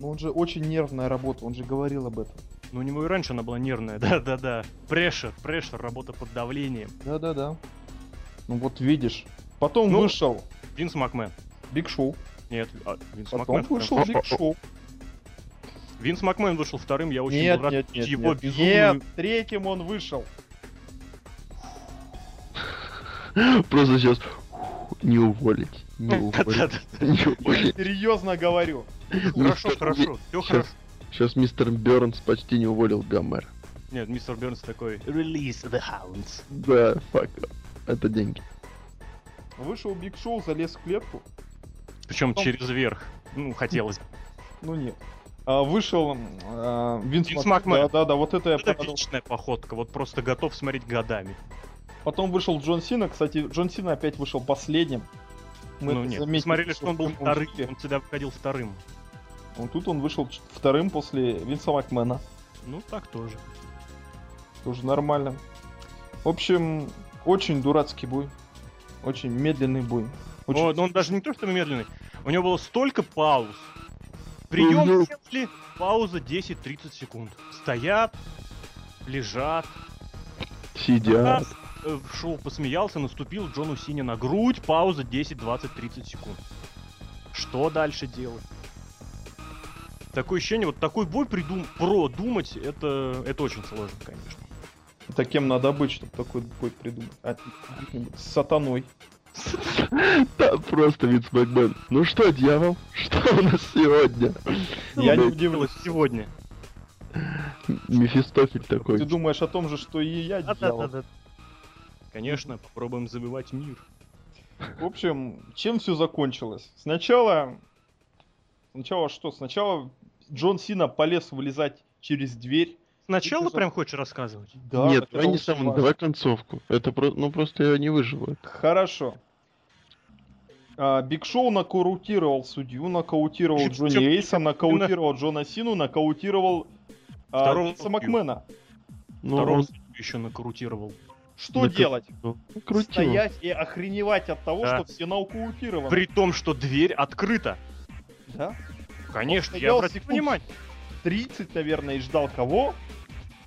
[SPEAKER 1] Ну, он же очень нервная работа, он же говорил об этом.
[SPEAKER 2] Но Ну, у него и раньше она была нервная, *laughs* да-да-да. Прешер, прешер, работа под давлением.
[SPEAKER 1] Да-да-да. Ну вот видишь. Потом
[SPEAKER 2] Ну.
[SPEAKER 1] вышел
[SPEAKER 2] Винс Макмен.
[SPEAKER 1] Биг Шоу.
[SPEAKER 2] Нет, а, Винс
[SPEAKER 1] Потом
[SPEAKER 2] Макмен. вторым.
[SPEAKER 1] вышел Биг Шоу.
[SPEAKER 2] Винс Макмен вышел вторым, я очень
[SPEAKER 1] Нет,
[SPEAKER 2] был рад
[SPEAKER 1] нет, нет,
[SPEAKER 2] видеть его
[SPEAKER 1] нет,
[SPEAKER 2] безумную- *laughs*
[SPEAKER 1] нет, третьим он вышел.
[SPEAKER 3] Просто сейчас не уволить.
[SPEAKER 2] *laughs*
[SPEAKER 3] Не уволить.
[SPEAKER 2] Да-да-да.
[SPEAKER 3] Не
[SPEAKER 1] Я
[SPEAKER 3] уволить.
[SPEAKER 1] серьезно говорю.
[SPEAKER 2] Хорошо, хорошо, все
[SPEAKER 3] Сейчас,
[SPEAKER 2] хорошо.
[SPEAKER 3] сейчас мистер Бернс почти не уволил Гомер.
[SPEAKER 2] Нет, мистер Бернс такой. Release the hounds.
[SPEAKER 3] Да, фак. Это деньги.
[SPEAKER 1] Вышел Биг Шоу, залез в клетку.
[SPEAKER 2] Причем
[SPEAKER 1] Потом-
[SPEAKER 2] через верх. Ну, хотелось. бы.
[SPEAKER 1] Ну нет. А, вышел м, а, Винс,
[SPEAKER 2] Винс
[SPEAKER 1] Мак-
[SPEAKER 2] Макмен.
[SPEAKER 1] Да-да-да, вот это я
[SPEAKER 2] Это
[SPEAKER 1] подумал.
[SPEAKER 2] вечная походка, вот просто готов смотреть годами.
[SPEAKER 1] Потом вышел Джон Сина. Кстати, Джон Сина опять вышел последним.
[SPEAKER 2] ну
[SPEAKER 1] это
[SPEAKER 2] нет,
[SPEAKER 1] заметили,
[SPEAKER 2] смотрели, что он был
[SPEAKER 1] в прямом
[SPEAKER 2] вторым,
[SPEAKER 1] эфире.
[SPEAKER 2] он всегда выходил вторым.
[SPEAKER 1] Ну, тут он вышел ч- вторым после Винса Макмена.
[SPEAKER 2] Ну, так тоже.
[SPEAKER 1] Тоже нормально. В общем, очень дурацкий бой. Очень медленный бой. Очень-
[SPEAKER 2] О, но он даже не то, что медленный. У него было столько пауз. Прием
[SPEAKER 3] Мгм.
[SPEAKER 2] если пауза 10-30 секунд. Стоят, лежат.
[SPEAKER 3] Сидя.
[SPEAKER 2] Раз, э, в шоу посмеялся, наступил Джону Сине на грудь, пауза 10, 20, 30 секунд. Что дальше делать? Такое ощущение, вот такой бой придум... продумать, это, это очень сложно, конечно.
[SPEAKER 1] Таким надо быть, чтобы такой бой придумать.
[SPEAKER 2] *laughs*
[SPEAKER 1] А, с сатаной.
[SPEAKER 3] Да, просто Винс Макмен. Ну что, дьявол, *laughs* что у нас сегодня?
[SPEAKER 1] Я не
[SPEAKER 3] Ну,
[SPEAKER 1] удивлюсь.
[SPEAKER 2] Сегодня.
[SPEAKER 3] Мефистофель
[SPEAKER 1] Ты
[SPEAKER 3] такой.
[SPEAKER 1] думаешь о том же, что и я делал.
[SPEAKER 2] Конечно, попробуем забивать мир.
[SPEAKER 1] В общем, чем все закончилось? Сначала... Сначала что? Сначала Джон Сина полез вылезать через дверь.
[SPEAKER 2] Сначала
[SPEAKER 1] Ты же-
[SPEAKER 2] прям хочешь рассказывать?
[SPEAKER 1] Да,
[SPEAKER 3] Нет,
[SPEAKER 1] так
[SPEAKER 3] давай
[SPEAKER 1] это
[SPEAKER 3] не
[SPEAKER 1] очень
[SPEAKER 3] сам,
[SPEAKER 1] важно.
[SPEAKER 3] давай концовку. Это про- ну просто я не выживу.
[SPEAKER 1] Хорошо. А, Биг Шоу нокаутировал судью, нокаутировал
[SPEAKER 2] Чё-
[SPEAKER 1] Джонни
[SPEAKER 2] чё-
[SPEAKER 1] Эйса, нокаутировал Джона Сину, нокаутировал а,
[SPEAKER 2] Второго
[SPEAKER 1] Винса
[SPEAKER 2] судью.
[SPEAKER 1] Макмена.
[SPEAKER 3] Ну,
[SPEAKER 2] Второго
[SPEAKER 3] он
[SPEAKER 2] еще накрутировал.
[SPEAKER 1] Что
[SPEAKER 2] Ну,
[SPEAKER 3] Нокау-
[SPEAKER 1] делать?
[SPEAKER 3] крутил.
[SPEAKER 1] Стоять и охреневать от того,
[SPEAKER 2] Да.
[SPEAKER 1] что все нокаутированы.
[SPEAKER 2] При том, что дверь открыта.
[SPEAKER 1] Да?
[SPEAKER 2] Конечно, я
[SPEAKER 1] стоял
[SPEAKER 2] обратил
[SPEAKER 1] секунд.
[SPEAKER 2] внимание.
[SPEAKER 1] 30, наверное, и ждал кого?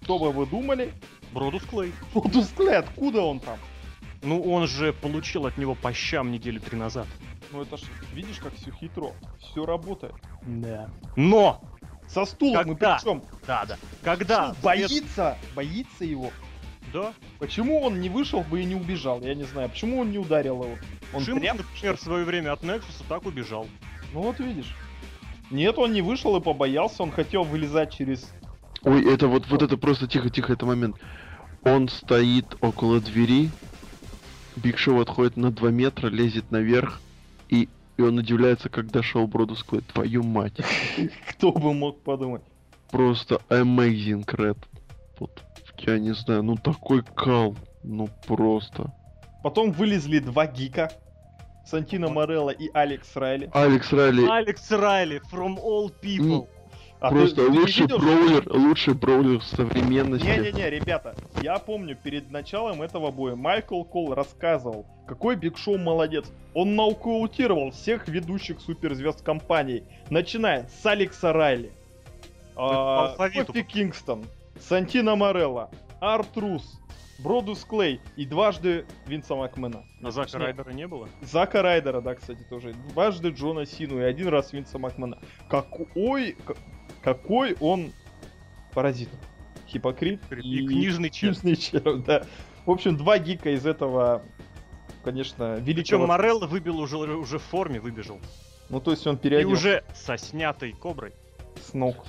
[SPEAKER 1] Кто бы вы думали?
[SPEAKER 2] Бродус Клей.
[SPEAKER 1] Бродус Клей, откуда он там?
[SPEAKER 2] Ну, он же получил от него по щам неделю три назад.
[SPEAKER 1] Ну это ж, видишь, как все хитро. Все работает.
[SPEAKER 2] Да. Но!
[SPEAKER 1] Со стулом мы
[SPEAKER 2] Когда?
[SPEAKER 1] причем.
[SPEAKER 2] Да, да. Когда?
[SPEAKER 1] Боится, боится его.
[SPEAKER 2] Да.
[SPEAKER 1] Почему он не вышел бы и не убежал? Я не знаю. Почему он не ударил его? Он
[SPEAKER 2] Джим,
[SPEAKER 1] прям...
[SPEAKER 2] например, в свое время от Нексуса так убежал.
[SPEAKER 1] Ну вот видишь. Нет, он не вышел и побоялся. Он хотел вылезать через... *laughs*
[SPEAKER 3] Ой, это вот, вот это просто тихо-тихо, это момент. Он стоит около двери, Биг Шоу отходит на 2 метра, лезет наверх, и, и он удивляется, как дошел Бродус Клэй. Твою мать.
[SPEAKER 1] Кто бы мог подумать.
[SPEAKER 3] Просто amazing, Red. Вот, я не знаю, ну такой кал. Ну просто.
[SPEAKER 1] Потом вылезли два гика. Сантино Морелло и Алекс Райли.
[SPEAKER 3] Алекс Райли
[SPEAKER 2] Алекс Райли, from all people.
[SPEAKER 1] А ты-
[SPEAKER 3] просто
[SPEAKER 1] ты не
[SPEAKER 3] лучший
[SPEAKER 1] видел,
[SPEAKER 3] броулер, лучший броулер современности.
[SPEAKER 1] Не-не-не, ребята, я помню, перед началом этого боя Майкл Кол рассказывал, какой Биг Шоу молодец. Он наукаутировал всех ведущих суперзвезд компании, начиная с Алекса Райли,
[SPEAKER 2] по
[SPEAKER 1] а,
[SPEAKER 2] алфавиту.
[SPEAKER 1] Кофи Кингстон, Сантина Морелло, Артрус, Бродус Клей и дважды Винса Макмена.
[SPEAKER 2] А Зака
[SPEAKER 1] Нет.
[SPEAKER 2] Райдера не было?
[SPEAKER 1] Зака Райдера, да, кстати, тоже. Дважды Джона Сину и один раз Винса Макмена. Какой, к- какой он паразит. Хипокрит
[SPEAKER 2] И книжный чел.
[SPEAKER 1] Книжный чел, да. В общем, два гика из этого, конечно, великого...
[SPEAKER 2] Причем Морелло выбил уже, уже в форме, выбежал.
[SPEAKER 1] Ну, то есть он
[SPEAKER 2] И
[SPEAKER 1] переодел
[SPEAKER 2] уже со снятой коброй.
[SPEAKER 1] с ног.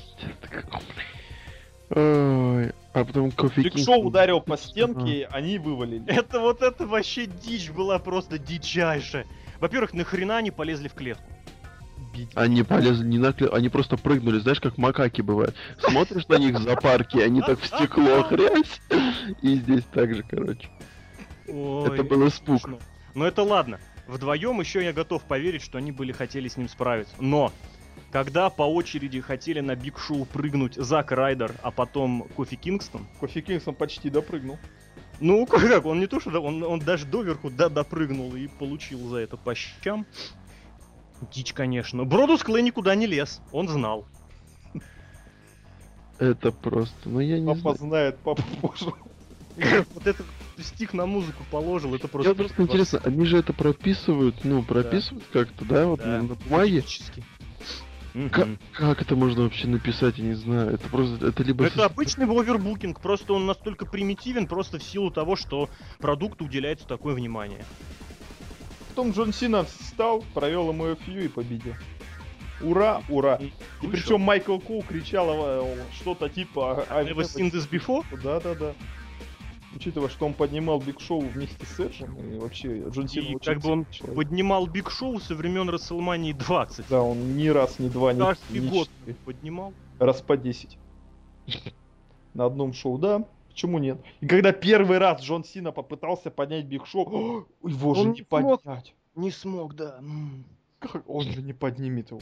[SPEAKER 3] Ой, а потом кофе
[SPEAKER 1] Биг
[SPEAKER 3] Кингстон.
[SPEAKER 1] Шоу ударил по стенке, они вывалили.
[SPEAKER 2] Это вот это вообще дичь была просто дичайшая. Во-первых, нахрена они полезли в клетку?
[SPEAKER 3] Они полезли А не на кле- они просто прыгнули, знаешь, как макаки бывают. Смотришь на них в зоопарке, они так
[SPEAKER 1] *laughs*
[SPEAKER 3] в стекло хрясь. И здесь так же, короче.
[SPEAKER 2] Ой,
[SPEAKER 3] Это был испуг.
[SPEAKER 2] страшно. Но это ладно. Вдвоем еще я готов поверить, что они были хотели с ним справиться. Но когда по очереди хотели на Биг Шоу прыгнуть Зак Райдер, а потом Кофи Кингстон,
[SPEAKER 1] Кофи Кингстон почти допрыгнул.
[SPEAKER 2] ну *laughs* как, он не то что, до- он, он даже доверху да, допрыгнул и получил за это по щам. Дичь, конечно. Бродус Клей никуда не лез, он знал. *laughs*
[SPEAKER 3] Это просто, ну я не
[SPEAKER 1] Папа
[SPEAKER 3] знаю.
[SPEAKER 1] знает, папа позже.
[SPEAKER 2] Вот это стих на музыку положил, это просто...
[SPEAKER 3] Мне просто интересно, они же это прописывают, ну, прописывают как-то, да, вот
[SPEAKER 2] Да.
[SPEAKER 3] на- на бумаге.
[SPEAKER 2] Фактически.
[SPEAKER 3] Как,
[SPEAKER 2] Мгм.
[SPEAKER 3] как это можно вообще написать, я не знаю. Это просто, это либо...
[SPEAKER 2] Ну, Это
[SPEAKER 3] со-
[SPEAKER 2] обычный овербукинг, просто он настолько примитивен, просто в силу того, что продукту уделяется такое внимание.
[SPEAKER 1] Потом Джон Сина встал, провел ему FU и победил. Ура, ура. И причем Майкл Коу кричал э, что-то типа... «I'm
[SPEAKER 2] Never
[SPEAKER 1] never
[SPEAKER 2] seen this before?
[SPEAKER 1] Да, да, да. Учитывая, что он поднимал Биг Шоу вместе с Эджем, и вообще Джон Сина
[SPEAKER 2] И
[SPEAKER 1] очень
[SPEAKER 2] как бы он
[SPEAKER 1] сильный человек.
[SPEAKER 2] поднимал Биг Шоу со времен Расселмании 20.
[SPEAKER 1] Да, он ни раз, ни два, ни,
[SPEAKER 2] Каждый
[SPEAKER 1] ни
[SPEAKER 2] год
[SPEAKER 1] четыре.
[SPEAKER 2] поднимал.
[SPEAKER 1] Раз по 10. На одном шоу, да. Почему нет? И когда первый раз Джон Сина попытался поднять Биг Шоу, *gasps* «О, его же
[SPEAKER 2] Он
[SPEAKER 1] не
[SPEAKER 2] не смог.
[SPEAKER 1] поднять.
[SPEAKER 2] Не смог, да. М.
[SPEAKER 1] Как? Он же не поднимет его.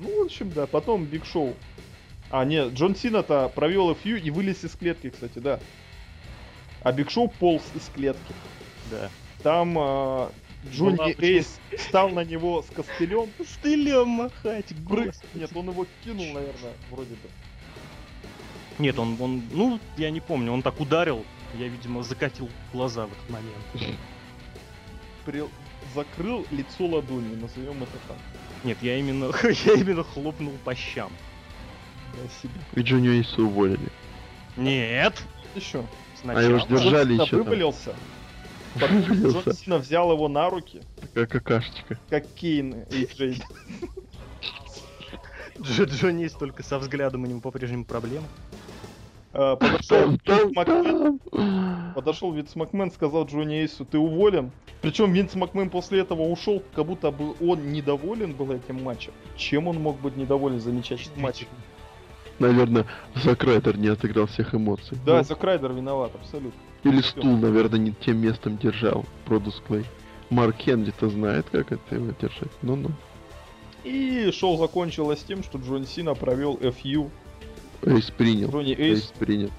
[SPEAKER 1] Ну, в общем, да. Потом Биг Шоу. А, нет, Джон Сина-то провел FU и вылез из клетки, кстати, да. А Биг Шоу полз из клетки.
[SPEAKER 2] Да.
[SPEAKER 1] Там а, Джонни
[SPEAKER 2] Была Ну почему-
[SPEAKER 1] Эйс встал на него с
[SPEAKER 2] *laughs*
[SPEAKER 1] костылем.
[SPEAKER 2] Стылем махать,
[SPEAKER 1] Брык.
[SPEAKER 2] господи.
[SPEAKER 1] Нет, он его кинул, наверное, вроде бы.
[SPEAKER 2] Нет, он, он, ну, я не помню, он так ударил, я, видимо, закатил глаза в этот момент.
[SPEAKER 1] При- Закрыл лицо ладонью, назовем это так.
[SPEAKER 2] Нет, я именно, *laughs* я именно хлопнул по щам.
[SPEAKER 1] Для себя.
[SPEAKER 3] И Джонни Уэйса уволили.
[SPEAKER 2] Нет!
[SPEAKER 1] Еще.
[SPEAKER 2] Сначала.
[SPEAKER 3] А его ж держа- Держали еще там.
[SPEAKER 1] вывалился. Джон
[SPEAKER 3] Вылился,
[SPEAKER 1] Сина взял его на руки,
[SPEAKER 3] такая какашечка.
[SPEAKER 1] как Кейн и Джейд.
[SPEAKER 2] Дж- Джонни есть только со взглядом у него по-прежнему проблема.
[SPEAKER 1] А, Подошел
[SPEAKER 3] Там, там,
[SPEAKER 1] Винс Макмен,
[SPEAKER 3] там.
[SPEAKER 1] подошел Винс Макмен, сказал Джонни Эйсу, ты уволен. Причем Винс Макмен после этого ушел, как будто бы он недоволен был этим матчем. Чем он мог быть недоволен замечательным матчем?
[SPEAKER 3] Наверное, Зак Райдер не отыграл всех эмоций.
[SPEAKER 1] Да, Зак Райдер виноват, абсолютно.
[SPEAKER 3] Ну, Или стул, наверное, не тем местом держал. Продус Клей. Марк Хенри-то знает, как это его держать. Ну, Ну-ну.
[SPEAKER 1] И шоу закончилось тем, что Джон Сина провел FU
[SPEAKER 3] Эйс принял.
[SPEAKER 1] Джонни
[SPEAKER 3] Эйс
[SPEAKER 1] Эйс
[SPEAKER 3] принял.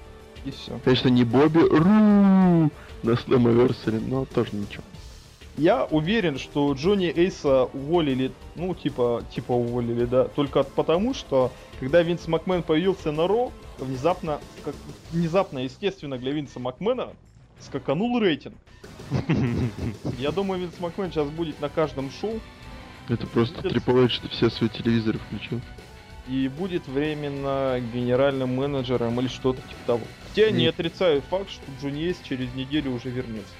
[SPEAKER 1] и все.
[SPEAKER 3] Конечно, не Бобби Ру на Слэмоверселе, но тоже ничего.
[SPEAKER 1] Я уверен, что Джонни Эйса уволили, ну, типа, типа уволили, да, только от- потому, что когда Винс Макмен появился на Ро, внезапно, как, внезапно, естественно, для Винса Макмена скаканул рейтинг. Я думаю, Винс Макмен сейчас будет на каждом шоу
[SPEAKER 3] Это просто
[SPEAKER 1] Будет.
[SPEAKER 3] Трипл Эйдж, что все свои телевизоры включил.
[SPEAKER 1] и будет временно генеральным менеджером или что-то типа того. Хотя я не
[SPEAKER 3] Мгм.
[SPEAKER 1] отрицаю факт, что Джонни Эйс через неделю уже вернется.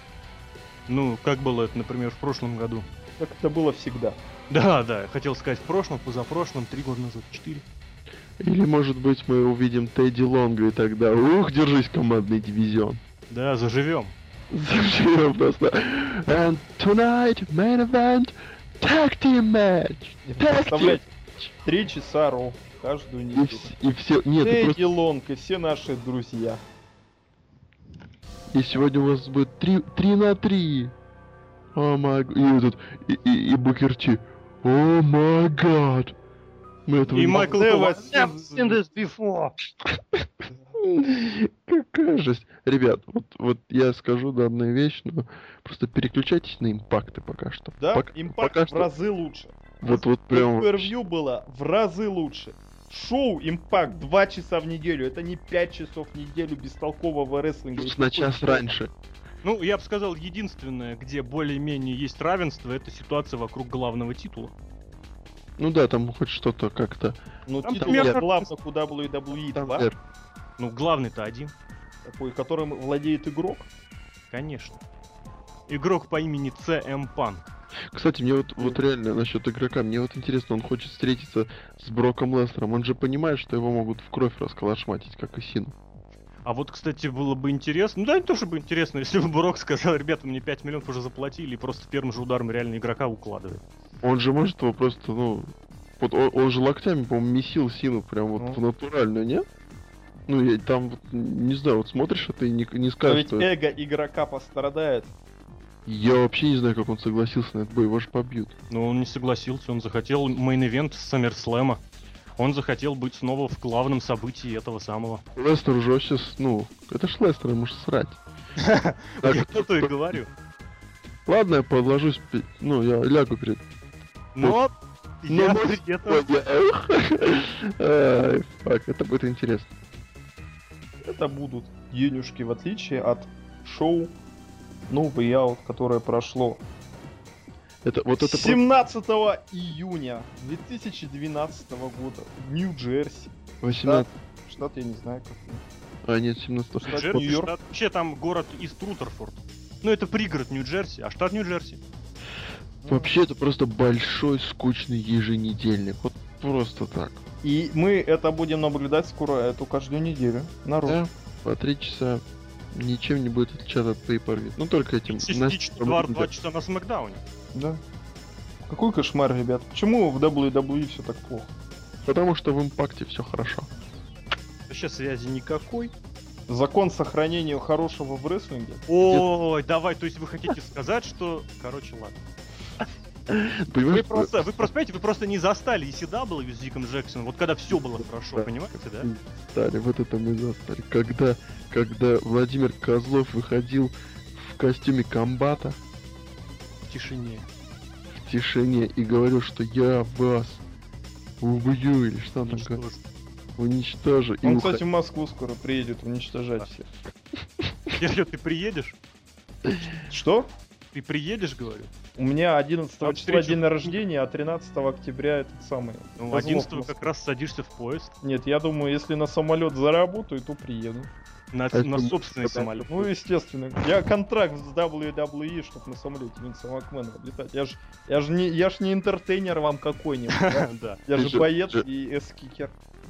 [SPEAKER 2] Ну, как было это, например, в прошлом году?
[SPEAKER 1] Как это было всегда.
[SPEAKER 3] *laughs*
[SPEAKER 2] Да, да, я хотел сказать в прошлом, позапрошлом, три года назад, четыре.
[SPEAKER 3] Или, может быть, мы увидим Тедди Лонга и тогда, ух, держись, командный дивизион.
[SPEAKER 2] Да, заживем.
[SPEAKER 3] Зачем просто? And tonight, main event, tag team match.
[SPEAKER 1] Не ну,
[SPEAKER 3] Tag team.
[SPEAKER 1] представляете, три часа Ро каждую
[SPEAKER 3] И,
[SPEAKER 1] неделю.
[SPEAKER 3] вс- и все, нет, и,
[SPEAKER 1] Тедди
[SPEAKER 3] просто-
[SPEAKER 1] Лонг и все наши друзья.
[SPEAKER 3] и сегодня у вас будет 3, на 3. О май г- и этот, и, и, и Букерти. О май гад. Мы этого
[SPEAKER 2] И
[SPEAKER 3] не-
[SPEAKER 2] Майкл
[SPEAKER 1] Never
[SPEAKER 2] Кова.
[SPEAKER 1] seen
[SPEAKER 2] Never seen this before.
[SPEAKER 3] *laughs* Какая жесть. Ребят, вот, вот я скажу данную вещь, но просто переключайтесь на импакты пока что.
[SPEAKER 1] Да,
[SPEAKER 3] Пока-
[SPEAKER 1] импакт
[SPEAKER 3] пока
[SPEAKER 1] в
[SPEAKER 3] что-
[SPEAKER 1] разы лучше.
[SPEAKER 3] Вот, вот прям...
[SPEAKER 1] Интервью было в разы лучше. Шоу Импакт 2 часа в неделю. Это не 5 часов в неделю бестолкового рестлинга.
[SPEAKER 3] Плюс на час раньше.
[SPEAKER 2] Ну, я бы сказал, единственное, где более-менее есть равенство, это ситуация вокруг главного титула.
[SPEAKER 3] Ну да, там хоть что-то как-то.
[SPEAKER 1] Но
[SPEAKER 2] Там
[SPEAKER 1] ну, титул
[SPEAKER 2] примерно-
[SPEAKER 1] главных у WWE
[SPEAKER 3] Там,
[SPEAKER 1] 2,
[SPEAKER 3] Эр,
[SPEAKER 2] Ну, главный-то один,
[SPEAKER 1] E такой, которым владеет игрок.
[SPEAKER 2] конечно. Игрок по имени CM Punk.
[SPEAKER 3] Кстати, мне вот, вот реально насчет игрока, мне вот интересно, он хочет встретиться с Броком Лестером. Он же понимает, что его могут в кровь расколошматить, как и Сину.
[SPEAKER 2] А вот, кстати, было бы интересно, ну да, не то чтобы интересно, *laughs* если бы Брок сказал, ребята, мне 5 миллионов уже заплатили, и просто первым же ударом реально игрока укладывает.
[SPEAKER 3] Он же может его просто, ну... Вот он, он же локтями, по-моему, месил Сину прям вот
[SPEAKER 1] Ну.
[SPEAKER 3] в натуральную, нет? Ну, я там, вот, не знаю, вот смотришь, а ты не, не
[SPEAKER 1] Но
[SPEAKER 3] скажешь,
[SPEAKER 1] ведь
[SPEAKER 3] что...
[SPEAKER 1] эго игрока пострадает.
[SPEAKER 3] Я вообще не знаю, как он согласился на этот бой, его же побьют.
[SPEAKER 2] Но он не согласился, он захотел мейн-ивент Саммерслэма. Он захотел быть снова в главном событии этого самого.
[SPEAKER 3] Лестер уже вообще, с- ну, это ж Лестер, ему ж срать.
[SPEAKER 2] Я *laughs* про то и говорю.
[SPEAKER 3] Ладно, я подложусь, пи- ну, я лягу перед...
[SPEAKER 2] Но
[SPEAKER 3] Ну,
[SPEAKER 2] я *laughs*
[SPEAKER 3] может,
[SPEAKER 2] при этом-
[SPEAKER 3] Ой, я- эх. *laughs* Ай, Фак, это будет интересно.
[SPEAKER 1] Это будут денежки, в отличие от шоу No Way Out, которое прошло
[SPEAKER 3] Это, вот это... просто-
[SPEAKER 1] 17 июня 2012 года в Нью-Джерси.
[SPEAKER 3] 18...
[SPEAKER 1] Штат я не знаю как.
[SPEAKER 3] А, нет, 17...
[SPEAKER 1] Штат
[SPEAKER 2] Джерси,
[SPEAKER 1] Нью-Йорк.
[SPEAKER 2] штат- Вообще там город Ист Рутерфорд. Ну это пригород Нью-Джерси, а штат Нью-Джерси.
[SPEAKER 3] Вообще, это просто большой, скучный еженедельник. Вот просто так.
[SPEAKER 1] И мы это будем наблюдать скоро, эту каждую неделю. Народ.
[SPEAKER 3] Да, по три часа ничем не будет отличаться от pay per Ну, только этим...
[SPEAKER 2] Частично
[SPEAKER 3] Настя-
[SPEAKER 2] два, два часа на Смакдауне.
[SPEAKER 1] Да. Какой кошмар, ребят. Почему в WWE все так плохо?
[SPEAKER 3] Потому что в импакте все хорошо.
[SPEAKER 2] Вообще связи никакой.
[SPEAKER 1] Закон сохранения хорошего в рестлинге.
[SPEAKER 2] Ой, давай, то есть вы хотите сказать, что... Короче, ладно. Вы
[SPEAKER 3] Понимаешь,
[SPEAKER 2] просто, вы просто, понимаете, вы просто не застали ECW с Диком Джексоном, вот когда все было хорошо,
[SPEAKER 3] Да.
[SPEAKER 2] понимаете, да?
[SPEAKER 3] Стали, вот это мы застали. Когда, когда Владимир Козлов выходил в костюме комбата
[SPEAKER 2] В тишине.
[SPEAKER 3] в тишине и говорил, что я вас убью или что он там говорит,
[SPEAKER 2] Ничтожно.
[SPEAKER 3] уничтожу. И
[SPEAKER 1] Он,
[SPEAKER 3] уходил.
[SPEAKER 1] кстати, в Москву скоро приедет уничтожать всех.
[SPEAKER 2] Серьё, ты приедешь?
[SPEAKER 1] Что?
[SPEAKER 2] Ты приедешь, говорю?
[SPEAKER 1] У меня 11
[SPEAKER 2] Там
[SPEAKER 1] числа
[SPEAKER 2] встреча.
[SPEAKER 1] день рождения, а 13 октября этот самый.
[SPEAKER 2] Ну,
[SPEAKER 1] Козлов
[SPEAKER 2] 11
[SPEAKER 1] Москва.
[SPEAKER 2] как раз садишься в поезд
[SPEAKER 1] Нет, я думаю, если на самолет заработаю, то приеду.
[SPEAKER 2] на,
[SPEAKER 3] Это
[SPEAKER 2] на
[SPEAKER 3] мы-
[SPEAKER 2] собственный
[SPEAKER 3] это-
[SPEAKER 2] самолет.
[SPEAKER 1] Ну, естественно. Я контракт с WWE, чтобы на самолете Винса Макмена летать. Я ж, я ж не, я ж не интертейнер вам какой-нибудь. да?
[SPEAKER 2] *laughs* Да.
[SPEAKER 1] Я
[SPEAKER 3] Ты
[SPEAKER 1] же
[SPEAKER 3] же-
[SPEAKER 1] боец
[SPEAKER 3] же-
[SPEAKER 1] и эс-кикер.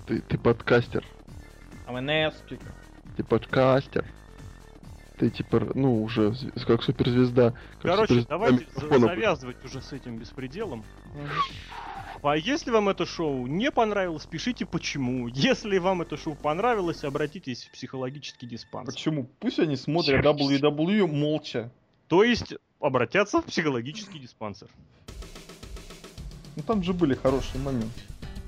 [SPEAKER 3] Ты, ты подкастер.
[SPEAKER 1] I'm an ass-kicker.
[SPEAKER 3] Ты подкастер. Ты типа, ну, уже зв- как суперзвезда. Как
[SPEAKER 2] Короче,
[SPEAKER 3] суперзвезда
[SPEAKER 2] давайте за-
[SPEAKER 3] микрофона.
[SPEAKER 2] завязывать уже с этим беспределом. А если вам это шоу не понравилось, пишите почему. Если вам это шоу понравилось, обратитесь в психологический диспансер.
[SPEAKER 1] А Почему? Пусть они смотрят WWE молча.
[SPEAKER 2] То есть обратятся в психологический диспансер.
[SPEAKER 1] Ну там же были хорошие моменты.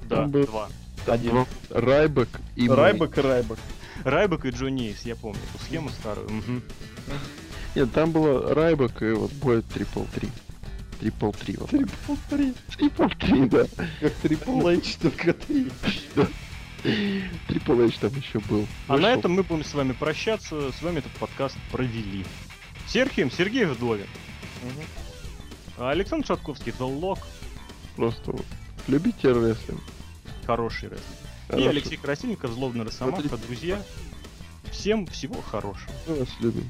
[SPEAKER 2] Да,
[SPEAKER 3] был-
[SPEAKER 2] два.
[SPEAKER 1] Один.
[SPEAKER 3] Два- Ну, Райбек и Мэй.
[SPEAKER 1] Райбек и Райбек.
[SPEAKER 2] Райбек и Джонни Эйс, я помню. эту Схему старую. мгм.
[SPEAKER 3] Нет, там было Райбек и вот будет трипл три. Трипл три. вот так.
[SPEAKER 1] Трипл три.
[SPEAKER 3] Трипл три, да.
[SPEAKER 1] Как трипл Эйч, только три.
[SPEAKER 3] Трипл H там еще был.
[SPEAKER 2] А на
[SPEAKER 3] Вышел.
[SPEAKER 2] этом мы будем с вами прощаться. С вами этот подкаст провели. Серхием Сергеев Вдовин. Александр Шатковский, The Lock,
[SPEAKER 3] просто вот. Любите рестлинг.
[SPEAKER 2] хороший рестлер. И
[SPEAKER 3] Хорошо.
[SPEAKER 2] Алексей Красильников, Злобный Росомаха,
[SPEAKER 3] Смотрите.
[SPEAKER 2] друзья. Всем всего хорошего.
[SPEAKER 3] Мы вас любим.